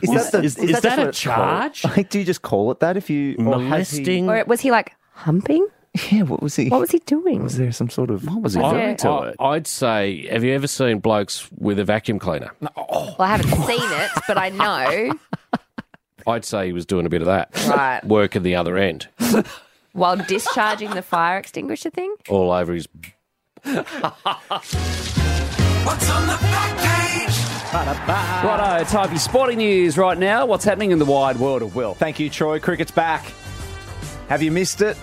Speaker 5: Is that, the,
Speaker 4: Is- is
Speaker 5: just
Speaker 4: that a
Speaker 5: what it's called?
Speaker 4: charge?
Speaker 5: Like, do you just call it that if you or has he-
Speaker 4: Molesting
Speaker 3: Or was he like humping?
Speaker 5: Yeah, what was he?
Speaker 9: What was he doing?
Speaker 5: Was there some sort of. What
Speaker 9: was he Was doing there- to
Speaker 4: I, would Oh, say, have you ever seen blokes with a vacuum cleaner?
Speaker 5: Oh.
Speaker 3: Well, I haven't seen it, but I know
Speaker 4: I'd say he was doing a bit of that.
Speaker 3: Right.
Speaker 4: Work at the other end,
Speaker 3: while discharging the fire extinguisher thing.
Speaker 4: all over his.
Speaker 8: What's on the back page?
Speaker 7: Righto, time for your sporting news right now. What's happening in the wide world of Will?
Speaker 5: Thank you, Troy. Cricket's back. Have you missed it?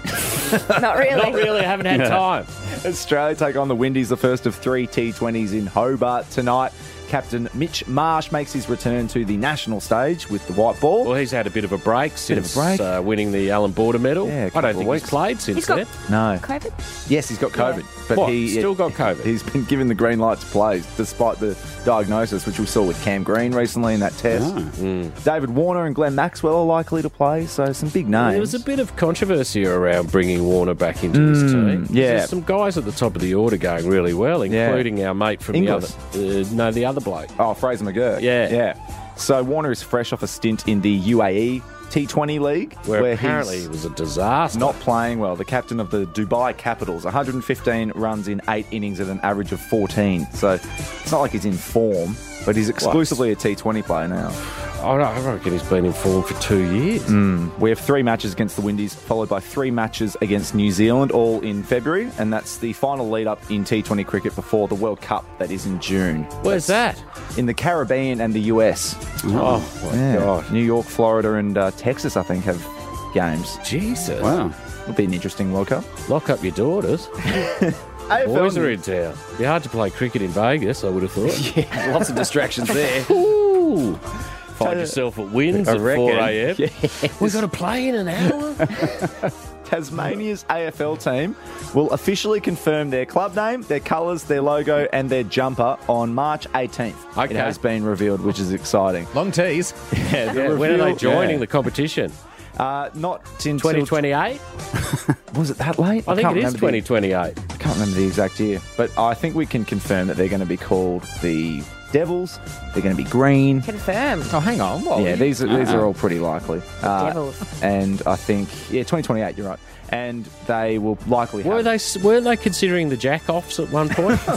Speaker 9: Not really.
Speaker 4: Not really. I haven't had time.
Speaker 5: Australia take on the Windies, the first of three T20s in Hobart tonight. Captain Mitch Marsh makes his return to the national stage with the white ball.
Speaker 4: Well, he's had a bit of a break since Uh, winning the Alan Border medal.
Speaker 5: Yeah, a
Speaker 4: I don't
Speaker 5: couple
Speaker 4: think
Speaker 5: of
Speaker 4: he's played since
Speaker 5: He's got-
Speaker 4: then.
Speaker 5: No.
Speaker 9: COVID?
Speaker 5: Yes, he's got COVID, but
Speaker 4: What,
Speaker 5: he
Speaker 4: still got COVID.
Speaker 5: He's been given the green light to play, despite the diagnosis, which we saw with Cam Green recently in that test.
Speaker 4: Mm.
Speaker 5: David Warner and Glenn Maxwell are likely to play, so some big names.
Speaker 4: There was a bit of controversy around bringing Warner back into this
Speaker 5: Mm,
Speaker 4: team.
Speaker 5: yeah.
Speaker 4: There's some guys at the top of the order going really well, including our mate from
Speaker 5: Inglis.
Speaker 4: the other. Uh, no, the other bloke.
Speaker 5: Oh, Fraser McGurk.
Speaker 4: Yeah.
Speaker 5: Yeah. So Warner is fresh off a stint in the UAE T20 League,
Speaker 4: Where apparently
Speaker 5: he's
Speaker 4: it was a disaster.
Speaker 5: Not playing well. The captain of the Dubai Capitals, 115 runs in eight innings at an average of 14. So it's not like he's in form, but he's exclusively a T20 player now.
Speaker 4: Oh, no, I reckon he's been in form for two years.
Speaker 5: Hmm. We have three matches against the Windies, followed by three matches against New Zealand, all in February, and that's the final lead up in T20 cricket before the World Cup that is in June.
Speaker 4: Where's that?
Speaker 5: In the Caribbean and the US.
Speaker 4: Oh, my
Speaker 5: God. New York, Florida, and uh, Texas, I think, have games.
Speaker 4: Jesus.
Speaker 5: Wow. It'll be an interesting World Cup.
Speaker 4: Lock up your daughters. Boys are in town. Be hard to play cricket in Vegas, I would have thought. yeah,
Speaker 7: lots of distractions there.
Speaker 4: Ooh. Find yourself at Wins
Speaker 5: I
Speaker 4: at 4 a.m.
Speaker 5: reckon.
Speaker 4: We're going to play in an hour.
Speaker 5: Tasmania's AFL team will officially confirm their club name, their colours, their logo, and their jumper on March 18th.
Speaker 4: Okay.
Speaker 5: It has been revealed, which is exciting.
Speaker 6: Long tease.
Speaker 5: Yeah, the
Speaker 4: Yeah, when are
Speaker 5: reveal-
Speaker 4: they joining
Speaker 5: yeah.
Speaker 4: the competition?
Speaker 5: Uh, not in
Speaker 4: 2028?
Speaker 5: Was it that late?
Speaker 4: I think
Speaker 5: can't
Speaker 4: it is
Speaker 5: remember the-
Speaker 4: 2028.
Speaker 5: I can't remember the exact year, but I think we can confirm that they're going to be called the Devils. They're going to be green.
Speaker 9: Confirmed.
Speaker 6: Oh, hang on. What?
Speaker 5: yeah, these are, these
Speaker 6: Uh-uh.
Speaker 4: Ah.
Speaker 5: are all pretty likely. Uh,
Speaker 9: Devils.
Speaker 5: And I think yeah, 2028. You're right. And they will likely.
Speaker 4: Were
Speaker 5: have,
Speaker 4: they were they considering the jack offs at one point?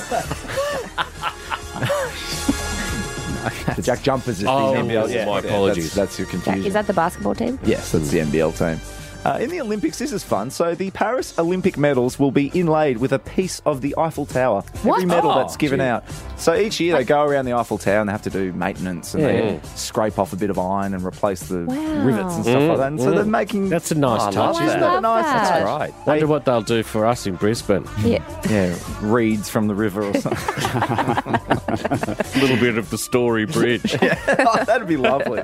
Speaker 5: the Jack Jumpers? Is
Speaker 4: Oh,
Speaker 5: the NBL.
Speaker 4: yeah, my
Speaker 5: that's-
Speaker 4: apologies.
Speaker 5: That's, your confusion.
Speaker 3: Is that the basketball team?
Speaker 5: Yes, that's the NBL team. Uh, in the Olympics, this is fun. So the Paris Olympic medals will be inlaid with a piece of the Eiffel Tower.
Speaker 8: What?
Speaker 5: Every medal
Speaker 8: Oh,
Speaker 5: that's given
Speaker 8: gee.
Speaker 5: out. So each year they go around the Eiffel Tower and they have to do maintenance and they
Speaker 4: Yeah.
Speaker 5: scrape off a bit of iron and replace the rivets and stuff like that. And
Speaker 8: Mm.
Speaker 5: so they're making Oh,
Speaker 4: that's a nice
Speaker 5: I
Speaker 4: touch.
Speaker 5: love
Speaker 4: isn't
Speaker 5: that.
Speaker 4: it?
Speaker 5: Isn't that nice? That's
Speaker 4: That's
Speaker 5: right.
Speaker 4: right. Wonder what they'll do for us in Brisbane.
Speaker 3: Yeah.
Speaker 5: yeah reeds from the river or something.
Speaker 4: A little bit of the story bridge.
Speaker 5: Oh, that'd be lovely.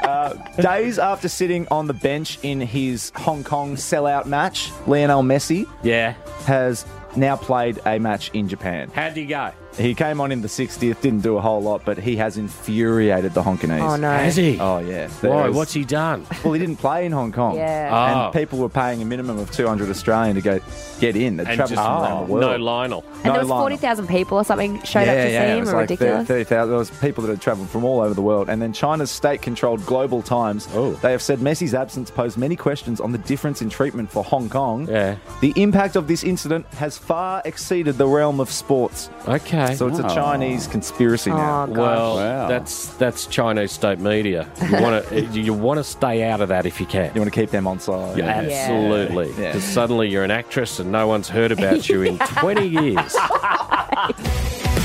Speaker 5: Uh, days after sitting on the bench in his Hong Kong sellout match, Lionel Messi
Speaker 4: yeah.
Speaker 5: has now played a match in Japan.
Speaker 4: How'd you go?
Speaker 5: He came on in the 60th, didn't do a whole lot, but he has infuriated the Honkinese.
Speaker 4: Oh, no. Has he?
Speaker 5: Oh, yeah.
Speaker 4: Why?
Speaker 5: There's-
Speaker 4: What's he done?
Speaker 5: Well, he didn't play in Hong Kong.
Speaker 4: Yeah. Oh.
Speaker 5: And people were paying a minimum of 200 Australian to go get in. They
Speaker 4: And
Speaker 5: traveled
Speaker 4: just-
Speaker 5: from around the world.
Speaker 4: No Lionel.
Speaker 3: And there was
Speaker 5: Lionel.
Speaker 3: forty thousand people or something showed up to see
Speaker 5: it
Speaker 3: him.
Speaker 5: was
Speaker 3: Or
Speaker 5: like
Speaker 3: ridiculous.
Speaker 5: 30,000. There was people that had travelled from all over the world. And then China's state-controlled Global Times,
Speaker 4: Oh.
Speaker 5: they have said Messi's absence posed many questions on the difference in treatment for Hong Kong.
Speaker 4: Yeah.
Speaker 5: The impact of this incident has far exceeded the realm of sports.
Speaker 4: Okay.
Speaker 5: So it's a
Speaker 4: Oh.
Speaker 5: Chinese conspiracy now.
Speaker 4: Well, that's that's Chinese state media. You want to you want to stay out of that if you can.
Speaker 5: You want to keep them on side.
Speaker 4: Yeah,
Speaker 5: Yeah.
Speaker 4: absolutely.
Speaker 5: Yeah.
Speaker 4: 'Cause suddenly you're an actress and no one's heard about you in 20 years.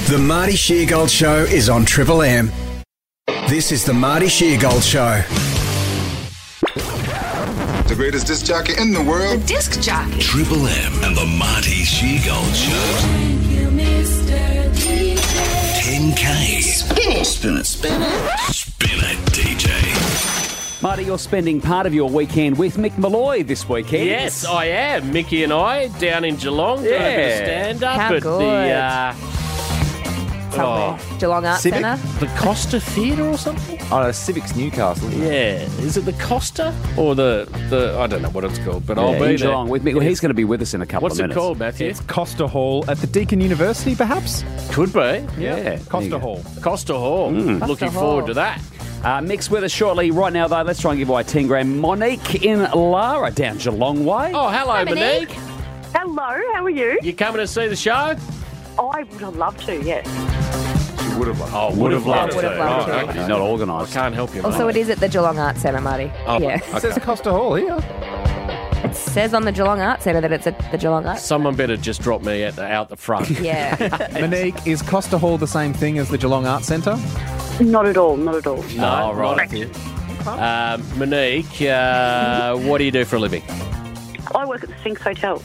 Speaker 1: The Marty Sheargold Show is on Triple M. This is the Marty Sheargold Show.
Speaker 13: The greatest disc jockey in the world. The disc jockey. Triple M and the Marty Shegold Show. Ten K. Spin it. Spin it. Spin it. Spin it, DJ.
Speaker 7: Marty, you're spending part of your weekend with Mick Malloy this weekend.
Speaker 4: Yes, I am. Mickey and I down in Geelong doing a bit
Speaker 7: Yeah.
Speaker 4: of stand up
Speaker 7: How
Speaker 4: at
Speaker 7: good.
Speaker 4: the uh, Oh.
Speaker 3: Somewhere. Geelong Arts
Speaker 5: Civic?
Speaker 3: Centre.
Speaker 4: The Costa Theatre or something?
Speaker 5: Oh, no, Civics Newcastle. isn't it?
Speaker 4: yeah, is it the Costa or the the I don't know what it's called, but
Speaker 7: Yeah,
Speaker 4: I'll be
Speaker 7: in
Speaker 4: there.
Speaker 7: Geelong with Mick. Well, he's going to be with us in a couple
Speaker 4: What's
Speaker 7: of
Speaker 4: it
Speaker 7: minutes.
Speaker 4: called, Matthew?
Speaker 6: It's Costa Hall at the Deakin University, perhaps?
Speaker 4: Could be.
Speaker 6: Yeah.
Speaker 4: eh? Yeah.
Speaker 6: Costa Hall.
Speaker 4: Costa Hall.
Speaker 6: Mm.
Speaker 4: Looking
Speaker 6: Costa
Speaker 4: forward
Speaker 6: Hall.
Speaker 4: to that.
Speaker 7: Uh, mix with us shortly. Right now, though, let's try and give away 10 grand. Monique in Lara, down Geelong way.
Speaker 4: Oh, hello, Hi, Monique.
Speaker 14: Hello, how are you?
Speaker 4: You coming to see the show?
Speaker 14: I would have loved to, yes.
Speaker 4: Would have. Oh,
Speaker 7: Would have loved
Speaker 3: Would
Speaker 7: to.
Speaker 3: have loved
Speaker 7: Oh,
Speaker 3: to.
Speaker 7: okay. He's not organised.
Speaker 4: Can't help you.
Speaker 3: Also, Oh, it is at the Geelong Arts Centre, Marty.
Speaker 4: Oh,
Speaker 3: yeah.
Speaker 4: okay. It says
Speaker 3: Costa Hall here. It says on the Geelong Arts Centre that it's at the Geelong Arts.
Speaker 4: Someone better just drop me at the, out the front.
Speaker 3: Yeah.
Speaker 6: Monique, is Costa Hall the same thing as the Geelong Arts Centre?
Speaker 14: Not at all, not at all.
Speaker 4: No, right. Um, Monique, uh, what do you do for a living?
Speaker 14: I work at the Sphinx Hotel.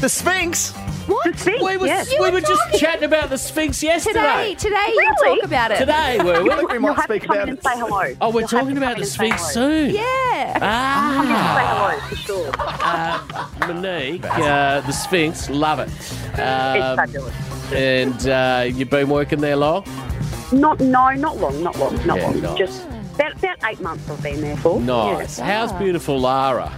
Speaker 4: The Sphinx.
Speaker 14: What? The Sphinx,
Speaker 4: We were,
Speaker 14: yes.
Speaker 4: we were just chatting about the Sphinx yesterday.
Speaker 3: Today, today you'll talk about it.
Speaker 4: Today, were we?
Speaker 14: You'll have to come in and say hello.
Speaker 4: Oh,
Speaker 14: You'll
Speaker 4: we're
Speaker 14: have
Speaker 4: talking
Speaker 14: to come in
Speaker 4: about the
Speaker 14: and say
Speaker 4: Sphinx
Speaker 14: hello.
Speaker 4: soon.
Speaker 3: Yeah.
Speaker 14: Come
Speaker 4: Ah.
Speaker 14: in and say hello, for sure.
Speaker 4: Monique, uh, the Sphinx, love it. Um,
Speaker 14: fabulous.
Speaker 4: And uh, you've been working there long?
Speaker 14: Not, no, not long, not long, not
Speaker 4: Yeah,
Speaker 14: long.
Speaker 4: nice.
Speaker 14: Just about, about eight months I've been there for.
Speaker 4: Nice.
Speaker 14: Yeah.
Speaker 4: How's beautiful Lara?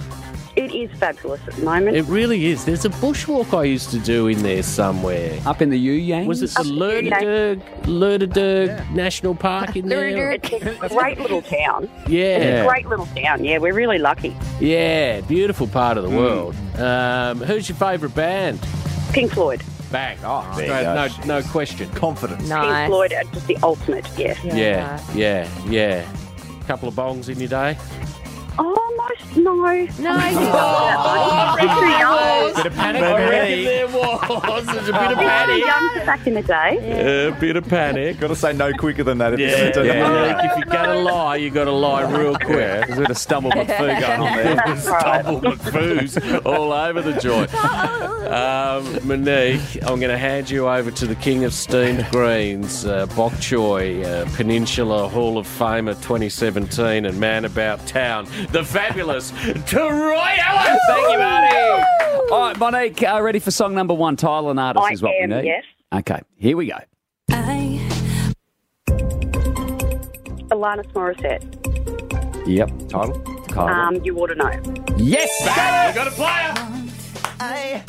Speaker 14: It is fabulous at the moment.
Speaker 4: It really is. There's a bushwalk I used to do in there somewhere.
Speaker 7: Up in the Yu Yang?
Speaker 4: Was it the
Speaker 14: Up in the Yu Yang.
Speaker 4: Lurderderg, Lurderderg National Park in there?
Speaker 14: It's a great little town.
Speaker 4: Yeah.
Speaker 14: It's a great little town. Yeah, we're really lucky.
Speaker 4: Yeah, beautiful part of the world. Um, who's your favourite band?
Speaker 14: Pink Floyd.
Speaker 4: Bang. Oh,
Speaker 14: there
Speaker 4: no,
Speaker 14: you go.
Speaker 4: no, no question. Confidence.
Speaker 14: Pink Floyd are just the ultimate, yeah.
Speaker 4: Yeah, yeah, yeah. Couple of bongs in your day.
Speaker 14: Almost, Oh, no. No, you
Speaker 4: Bit of panic. Oh, I reckon there was. There's a bit of panic.
Speaker 14: back in the day.
Speaker 4: A bit of panic.
Speaker 5: Got to say no quicker than that. If you're
Speaker 4: Yeah,
Speaker 5: gonna do
Speaker 4: yeah.
Speaker 5: it.
Speaker 4: Like, if you're gonna lie, you gotta lie real quick.
Speaker 5: There's a bit of stumble McPhoo going on there.
Speaker 4: There's double McPhoos all over the joint. Um, Monique, I'm going to hand you over to the King of Steamed Greens, uh, Bok Choy, uh, Peninsula Hall of Famer 2017, and Man About Town, the fabulous Troy Allen. Thank you, Marty.
Speaker 7: All right, Monique, uh, ready for song number one. Title and artist
Speaker 14: I
Speaker 7: is what
Speaker 14: am,
Speaker 7: we need.
Speaker 14: yes.
Speaker 7: Okay, here we go.
Speaker 14: Alanis Morissette.
Speaker 7: Yep. Title. Title.
Speaker 15: Uh,
Speaker 14: Um, you ought to know.
Speaker 7: yes.
Speaker 4: Bang, you got a player.
Speaker 3: I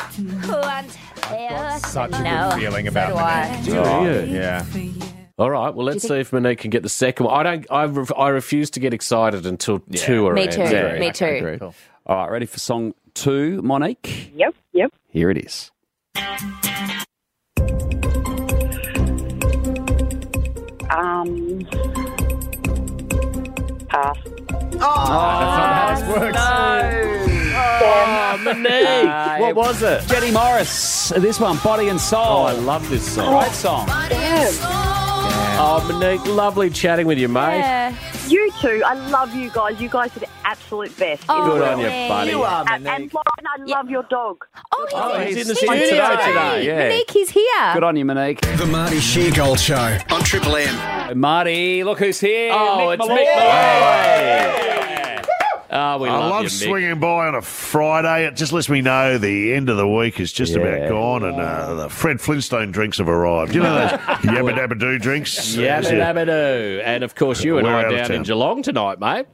Speaker 6: Such a
Speaker 3: No.
Speaker 6: good feeling
Speaker 3: Oh, So
Speaker 6: about
Speaker 3: do
Speaker 6: Monique.
Speaker 3: I.
Speaker 4: Do you?
Speaker 6: Yeah.
Speaker 4: All right, well, let's see if Monique can get the second one. I don't. I, re- I refuse to get excited until two are
Speaker 3: Me
Speaker 4: in.
Speaker 3: too.
Speaker 4: Yeah.
Speaker 3: Me too.
Speaker 7: All right, ready for song two, Monique?
Speaker 14: Yep, yep.
Speaker 7: Here it is.
Speaker 14: Um, pass.
Speaker 4: that's not how this works. Oh, Monique. what was it?
Speaker 7: Jenny Morris. This one, Body and Soul.
Speaker 4: Oh, I love this song.
Speaker 7: Great song.
Speaker 4: Oh, Monique, lovely chatting with you, mate.
Speaker 14: You two, I love you guys. You guys are the absolute best.
Speaker 3: Oh,
Speaker 14: in the
Speaker 4: Good on
Speaker 14: world.
Speaker 4: you, buddy. You are,
Speaker 14: And, and Lauren, I love your dog.
Speaker 3: Oh, he's,
Speaker 4: he's in the
Speaker 3: he's
Speaker 4: studio today,
Speaker 7: yeah.
Speaker 3: Monique, he's here.
Speaker 7: Good on you, Monique.
Speaker 1: The Marty Sheargold Show on Triple M.
Speaker 7: Marty, look who's here.
Speaker 4: Oh,
Speaker 7: Mick
Speaker 4: it's
Speaker 7: Malloy.
Speaker 4: Mick Malloy. Oh, we
Speaker 16: I love,
Speaker 4: love, you, Mick.
Speaker 16: swinging by on a Friday. It just lets me know the end of the week is just
Speaker 4: Yeah.
Speaker 16: about gone, and uh, the Fred Flintstone drinks have arrived. You know those yabba dabba doo drinks.
Speaker 4: Yabba dabba doo. And of course, you and
Speaker 16: We're
Speaker 4: I
Speaker 16: out
Speaker 4: are
Speaker 16: of
Speaker 4: down in
Speaker 16: town.
Speaker 4: Geelong tonight, mate.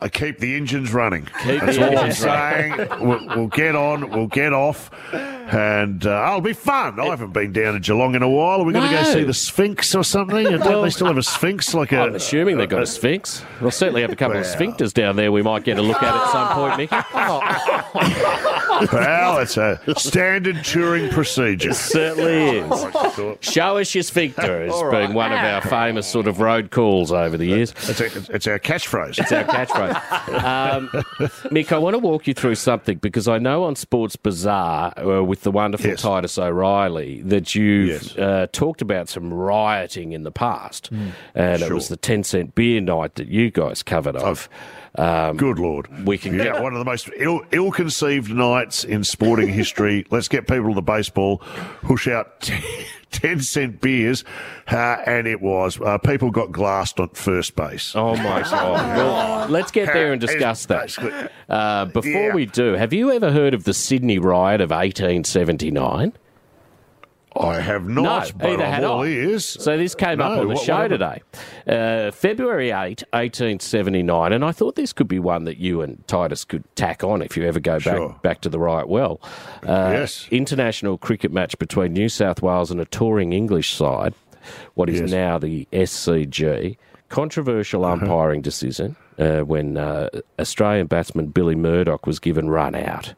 Speaker 16: I keep the engines running.
Speaker 4: Keep
Speaker 16: That's
Speaker 4: the
Speaker 16: all I'm
Speaker 4: engines running.
Speaker 16: saying. we'll, we'll get on. We'll get off. And uh, oh, it'll be fun. I haven't been down to Geelong in a while. Are we going to
Speaker 4: No.
Speaker 16: go see the Sphinx or something? Don't they still have a Sphinx? Like a,
Speaker 4: I'm assuming they've got a sphinx. They'll certainly have a couple of sphincters down there we might get a look at at some point, Mickey.
Speaker 16: well, it's a standard touring procedure. Oh,
Speaker 4: certainly is. Show us your sphincter has been one of our famous sort of road calls over the years.
Speaker 16: It's, a, it's our catchphrase.
Speaker 4: It's our catchphrase. Um, Mick, I want to walk you through something because I know on Sports Bazaar uh, with the wonderful Titus O'Reilly that you've uh, talked about some rioting in the past,
Speaker 16: Hmm.
Speaker 4: and it was the ten cent beer night that you guys covered off. Um,
Speaker 16: Good lord,
Speaker 4: we can
Speaker 16: Yeah, one of the most ill, ill-conceived nights in sporting history. Let's get people to the baseball, push out t- ten cent beers, uh, and it was uh, people got glassed on first base.
Speaker 4: Oh my god! Well, let's get there and discuss that. Uh, before
Speaker 16: Yeah.
Speaker 4: we do, have you ever heard of the Sydney riot of 1879?
Speaker 16: I have not,
Speaker 4: no,
Speaker 16: but
Speaker 4: either
Speaker 16: I'm
Speaker 4: had
Speaker 16: all
Speaker 4: I.
Speaker 16: ears.
Speaker 4: So this came up
Speaker 16: No,
Speaker 4: on the
Speaker 16: what-
Speaker 4: show
Speaker 16: what
Speaker 4: today, uh, February 8, 1879, and I thought this could be one that you and Titus could tack on if you ever go back back to the right well. Uh,
Speaker 16: Yes.
Speaker 4: International cricket match between New South Wales and a touring English side, what is now the SCG. controversial umpiring decision uh, when uh, Australian batsman Billy Murdoch was given run out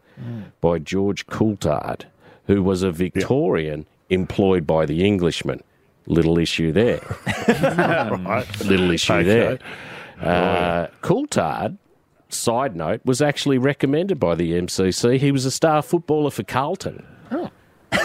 Speaker 4: by George Coulthard, who was a Victorian employed by the Englishman. Little issue there. Little issue there.
Speaker 16: Oh.
Speaker 4: Uh, Coulthard, side note, was actually recommended by the MCC. He was a star footballer for Carlton.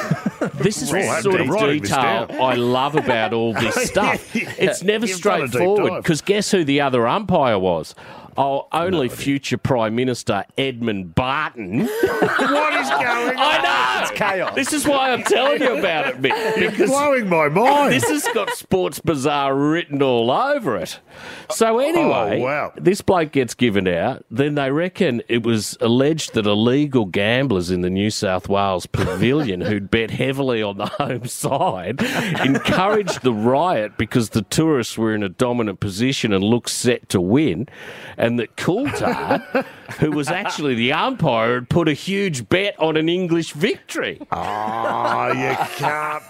Speaker 4: This is
Speaker 16: Right,
Speaker 4: the sort of
Speaker 16: Dee's writing this
Speaker 4: detail
Speaker 16: down.
Speaker 4: I love about all this stuff. It's never
Speaker 16: You've done a deep
Speaker 4: straightforward
Speaker 16: dive.
Speaker 4: because guess who the other umpire was? Oh, only future Prime Minister Edmund Barton.
Speaker 16: what is going on?
Speaker 4: I know.
Speaker 16: It's chaos.
Speaker 4: This is why I'm telling you about it, Mick.
Speaker 16: You're
Speaker 4: because
Speaker 16: blowing my mind.
Speaker 4: This has got Sports Bazaar written all over it. So anyway, this bloke gets given out. Then they reckon it was alleged that illegal gamblers in the New South Wales Pavilion who'd bet heavily on the home side encouraged the riot because the tourists were in a dominant position and looked set to win, and that Coulthard, who was actually the umpire, had put a huge bet on an English victory.
Speaker 16: Oh, you can't.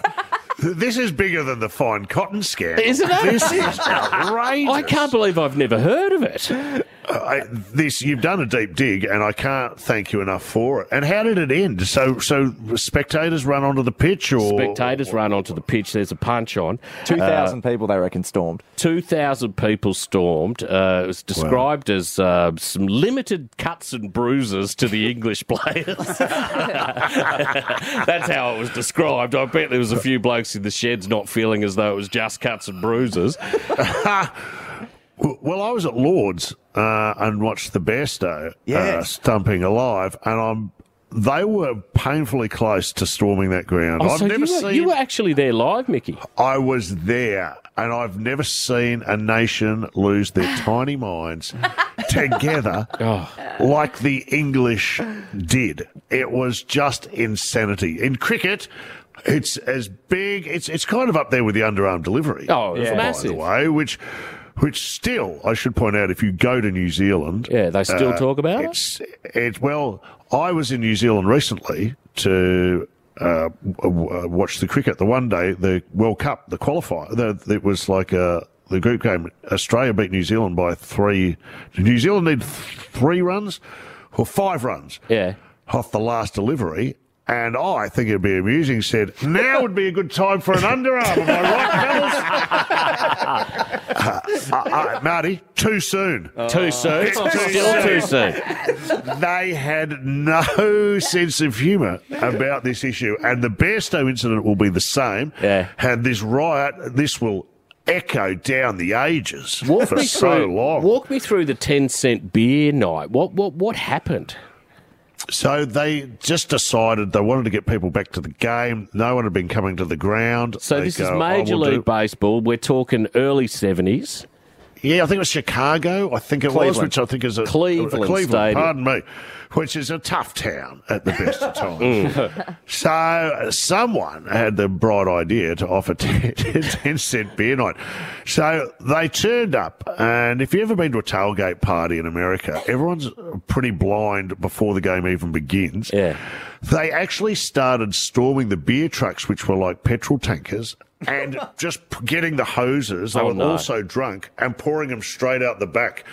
Speaker 16: This is bigger than the fine cotton scandal.
Speaker 4: Isn't it?
Speaker 16: This is outrageous. Uh,
Speaker 4: I can't believe I've never heard of it.
Speaker 16: I, this you've done a deep dig, and I can't thank you enough for it. And how did it end? So, so spectators run onto the pitch, or
Speaker 4: Spectators run onto the pitch. There's a punch on.
Speaker 5: 2,000
Speaker 4: people, they reckon, stormed. 2,000 people stormed. Uh, it was described as uh, some limited cuts and bruises to the English players. That's how it was described. I bet there was a few blokes in the sheds not feeling as though it was just cuts and bruises.
Speaker 16: W- Well, I was at Lords uh, and watched the Besto uh,
Speaker 4: Yes.
Speaker 16: stumping alive, and I'm. They were painfully close to storming that ground.
Speaker 4: Oh,
Speaker 16: I've
Speaker 4: so
Speaker 16: never
Speaker 4: you were-
Speaker 16: seen.
Speaker 4: you were actually there live, Mickey.
Speaker 16: I was there, and I've never seen a nation lose their tiny minds together
Speaker 4: Oh.
Speaker 16: like the English did. It was just insanity. In cricket, it's as big. It's it's kind of up there with the underarm delivery.
Speaker 4: Oh, it's
Speaker 16: by
Speaker 4: massive.
Speaker 16: the way, which. Which still, I should point out, if you go to New Zealand, yeah,
Speaker 4: they still talk about it?
Speaker 16: it's, It's well, I was in New Zealand recently to uh, w- w- watch the cricket. The one day, the World Cup, the qualifier. The, it was like a, the group game. Australia beat New Zealand by three. New Zealand need th- three runs or five runs.
Speaker 4: Yeah,
Speaker 16: off the last delivery. And I think it'd be amusing. Said now would be a good time for an underarm. Am I right, fellas? Uh, uh, uh, Marty, too soon.
Speaker 4: Too soon.
Speaker 16: It's
Speaker 4: Still too soon.
Speaker 16: they had no sense of humour about this issue, and the Bairstow incident will be the same. Yeah. And this riot, this will echo down the ages for
Speaker 4: me
Speaker 16: so
Speaker 4: through-
Speaker 16: long.
Speaker 4: Walk me through the ten cent beer night. What what what happened?
Speaker 16: So they just decided they wanted to get people back to the game. No one had been coming to the ground.
Speaker 4: So this is Major League Baseball. We're talking early seventies.
Speaker 16: Yeah, I think it was Chicago. I think it was,
Speaker 4: Cleveland.
Speaker 16: which I think is a
Speaker 4: Cleveland
Speaker 16: a Cleveland
Speaker 4: Stadium.
Speaker 16: Pardon me, which is a tough town at the best of
Speaker 4: Mm.
Speaker 16: times. so uh, someone had the bright idea to offer 10, 10 cent beer night. So they turned up, and if you've ever been to a tailgate party in America, everyone's pretty blind before the game even begins. Yeah, they actually started storming the beer trucks, which were like petrol tankers. And just p- getting the hoses, they
Speaker 4: Oh,
Speaker 16: were
Speaker 4: no.
Speaker 16: also so drunk and pouring them straight out the back.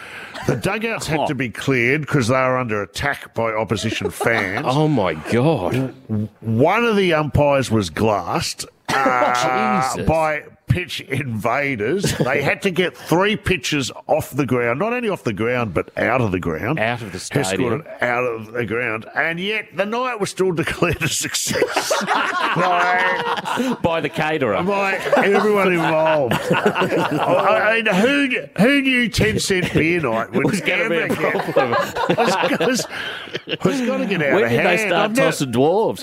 Speaker 16: The dugouts had to be cleared because they were under attack by opposition fans.
Speaker 4: Oh my god! Oh,
Speaker 16: One of the umpires was glassed uh,
Speaker 4: Jesus.
Speaker 16: by pitch invaders. They had to get three pitches off the ground, not only off the ground but out of the ground,
Speaker 4: Out of the
Speaker 16: Escorted
Speaker 4: stadium.
Speaker 16: out of the ground, and yet the night was still declared a success. by,
Speaker 4: By the caterer.
Speaker 16: by everyone involved. I mean, who kn- who knew ten cent beer night would
Speaker 4: Was gonna be a
Speaker 16: ever get-
Speaker 4: problem.
Speaker 16: was, was, was going to get out
Speaker 4: When
Speaker 16: of
Speaker 4: did
Speaker 16: hand.
Speaker 4: they start
Speaker 16: I've never-
Speaker 4: tossing dwarves?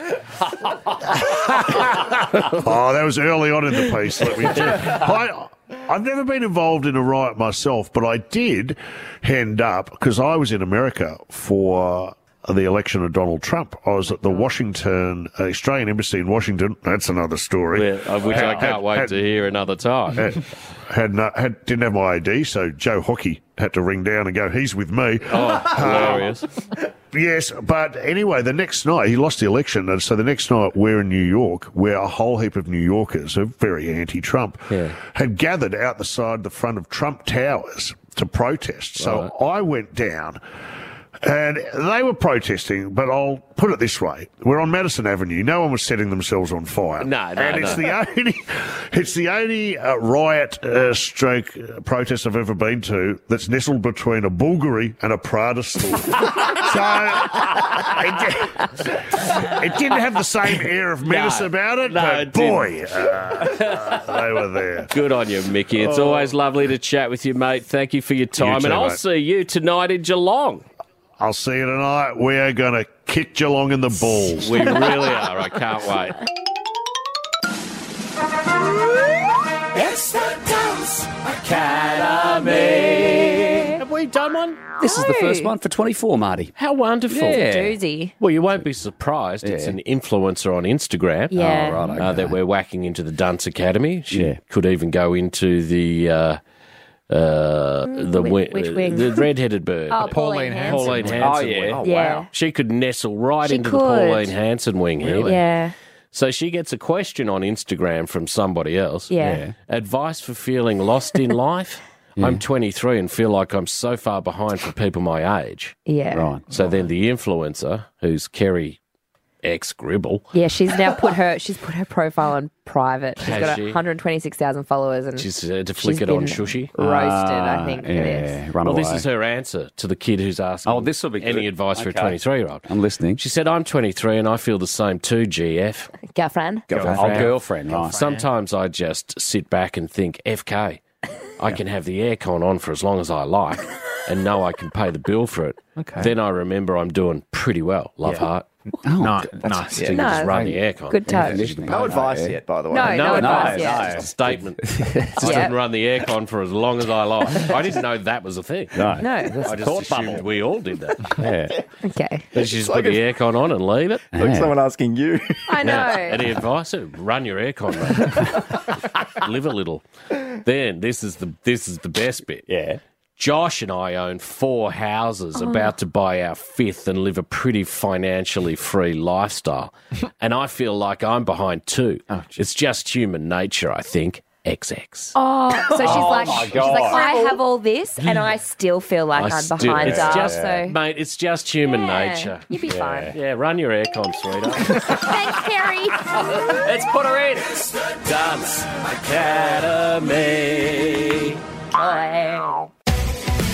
Speaker 16: oh, that was early on in the piece. Let me tell you. I, I've never been involved in a riot myself, but I did end up because I was in America for the election of Donald Trump. I was at the Washington uh, Australian Embassy in Washington. That's another story.
Speaker 4: Of which I
Speaker 16: Had-
Speaker 4: can't wait
Speaker 16: had-
Speaker 4: to hear another time.
Speaker 16: had, had, no, had didn't have my ID, so Joe Hockey had to ring down and go, "He's with me." Um,
Speaker 4: Oh, hilarious.
Speaker 16: Yes, but anyway, the next night he lost the election, and so the next night we're in New York, where a whole heap of New Yorkers, who are very anti-Trump, had gathered out the side the front of Trump Towers to protest. So I went down. And they were protesting, but I'll put it this way: we're on Madison Avenue. No one was setting themselves on fire.
Speaker 4: No, no,
Speaker 16: and it's
Speaker 4: no.
Speaker 16: the only, it's the only uh, riot uh, stroke uh, protest I've ever been to that's nestled between a Bulgari and a Prada store. so it didn't have the same air of menace
Speaker 4: No,
Speaker 16: about it,
Speaker 4: no,
Speaker 16: but
Speaker 4: it didn't.
Speaker 16: boy, uh, uh, they were there.
Speaker 4: Good on you, Mickey. It's
Speaker 16: Oh.
Speaker 4: always lovely to chat with you, mate. Thank you for your time,
Speaker 16: too,
Speaker 4: and I'll
Speaker 16: mate.
Speaker 4: see you tonight in Geelong.
Speaker 16: I'll see you tonight. We are going to kick Geelong in the balls.
Speaker 4: We really are. I can't wait.
Speaker 8: It's the Dance
Speaker 4: Academy. Have we done one?
Speaker 7: This is the first one for 24, Marty.
Speaker 4: How wonderful.
Speaker 7: Yeah.
Speaker 3: Doozy.
Speaker 4: Well, you won't be surprised. It's
Speaker 7: Yeah.
Speaker 4: an influencer on Instagram
Speaker 3: Yeah. Oh, right,
Speaker 4: uh, that we're whacking into the Dunce Academy. She could even go into the. Uh, uh, the
Speaker 3: Mm, Whi-
Speaker 4: wi-
Speaker 3: which wing?
Speaker 4: the red-headed bird,
Speaker 3: Oh, Pauline Hanson.
Speaker 4: Pauline
Speaker 3: wing.
Speaker 4: Hanson.
Speaker 3: Oh, yeah.
Speaker 4: wing.
Speaker 3: Oh, wow. Yeah.
Speaker 4: She could nestle right
Speaker 3: She
Speaker 4: into
Speaker 3: could.
Speaker 4: the Pauline Hanson wing here.
Speaker 3: Yeah.
Speaker 4: So she gets a question on Instagram from somebody else.
Speaker 3: Yeah. Yeah.
Speaker 4: Advice for feeling lost in life. I'm 23 and feel like I'm so far behind for people my age.
Speaker 3: Yeah. Right.
Speaker 4: So then the influencer, who's Kerry X Gribble,
Speaker 3: Yeah, she's now put her she's put her profile on private. She's
Speaker 4: Has
Speaker 3: got
Speaker 4: she?
Speaker 3: 126,000 followers and
Speaker 4: she's uh, to flick
Speaker 3: Mm. she's
Speaker 4: it on
Speaker 3: been
Speaker 4: Shushy. Ah,
Speaker 3: Roasted, I think for this.
Speaker 7: run
Speaker 4: well, this
Speaker 7: away.
Speaker 4: is her answer to the kid who's asking. Oh, this will be any advice for a
Speaker 7: Okay.
Speaker 4: 23 year old.
Speaker 7: I'm listening.
Speaker 4: She said, "I'm 23 and I feel the same too." GF.
Speaker 3: Girlfriend.
Speaker 7: Girlfriend. Oh, girlfriend, right.
Speaker 4: Sometimes I just sit back and think, FK, I can have the aircon on for as long as I like and know I can pay the bill for it.
Speaker 7: Okay.
Speaker 4: Then I remember I'm doing pretty well. Love
Speaker 7: Yeah.
Speaker 4: heart.
Speaker 7: Oh,
Speaker 4: nice.
Speaker 7: nice.
Speaker 4: So you
Speaker 7: Yeah.
Speaker 4: just run the
Speaker 7: Nice.
Speaker 4: aircon.
Speaker 7: Good touch. Conditioning. No advice yet, by the way. No, no advice
Speaker 4: it's
Speaker 7: yet.
Speaker 4: just a statement. I
Speaker 7: Yeah.
Speaker 4: didn't run the aircon for as long as I like. I didn't know that was a thing.
Speaker 7: No.
Speaker 3: No.
Speaker 4: I
Speaker 3: That's
Speaker 4: just
Speaker 3: a
Speaker 4: assumed
Speaker 3: thought
Speaker 4: we all did that. Yeah.
Speaker 3: Okay.
Speaker 4: Then she just
Speaker 5: It's like
Speaker 4: put the aircon on and leave it.
Speaker 5: Like someone asking you.
Speaker 3: I know.
Speaker 4: Now, any advice? Run your aircon, mate. Live a little. Then this is the this is the best bit. Yeah. Josh and I own four houses,
Speaker 7: Oh.
Speaker 4: about to buy our fifth, and live a pretty financially free lifestyle. and I feel like I'm behind too. it's just human nature, I think. XX.
Speaker 3: Oh, so she's
Speaker 4: Oh
Speaker 3: like,
Speaker 4: my
Speaker 3: she's like,
Speaker 4: God.
Speaker 3: I have all this, and I still feel like
Speaker 4: I
Speaker 3: I'm
Speaker 4: still-
Speaker 3: behind
Speaker 4: it's
Speaker 3: Dar.
Speaker 4: just,
Speaker 3: So
Speaker 4: mate, it's just human
Speaker 3: Yeah,
Speaker 4: nature.
Speaker 3: you'd be
Speaker 4: yeah.
Speaker 3: fine.
Speaker 4: Yeah, run your aircon, sweetheart.
Speaker 3: Carrie.
Speaker 4: Let's put her in. Dance Academy.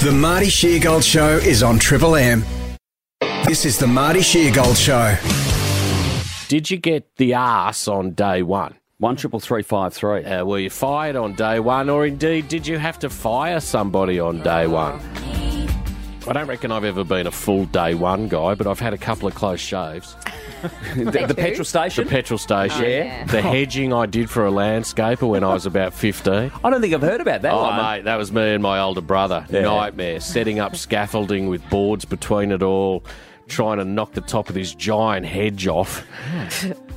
Speaker 1: The Marty Sheargold Show is on Triple M. This is the Marty Sheargold Show.
Speaker 4: Did you get the arse on day one? One triple three five three. Uh, were you fired on day one, or indeed did you have to fire somebody on day one? I don't reckon I've ever been a full day one guy, but I've had a couple of close shaves.
Speaker 7: the, the petrol station?
Speaker 4: The petrol station.
Speaker 7: Oh, yeah.
Speaker 4: The hedging I did for a landscaper when I was about 15.
Speaker 7: I don't think I've heard about that
Speaker 4: Oh,
Speaker 7: one.
Speaker 4: mate, that was me and my older brother. Nightmare. Setting up scaffolding with boards between it all, trying to knock the top of this giant hedge off.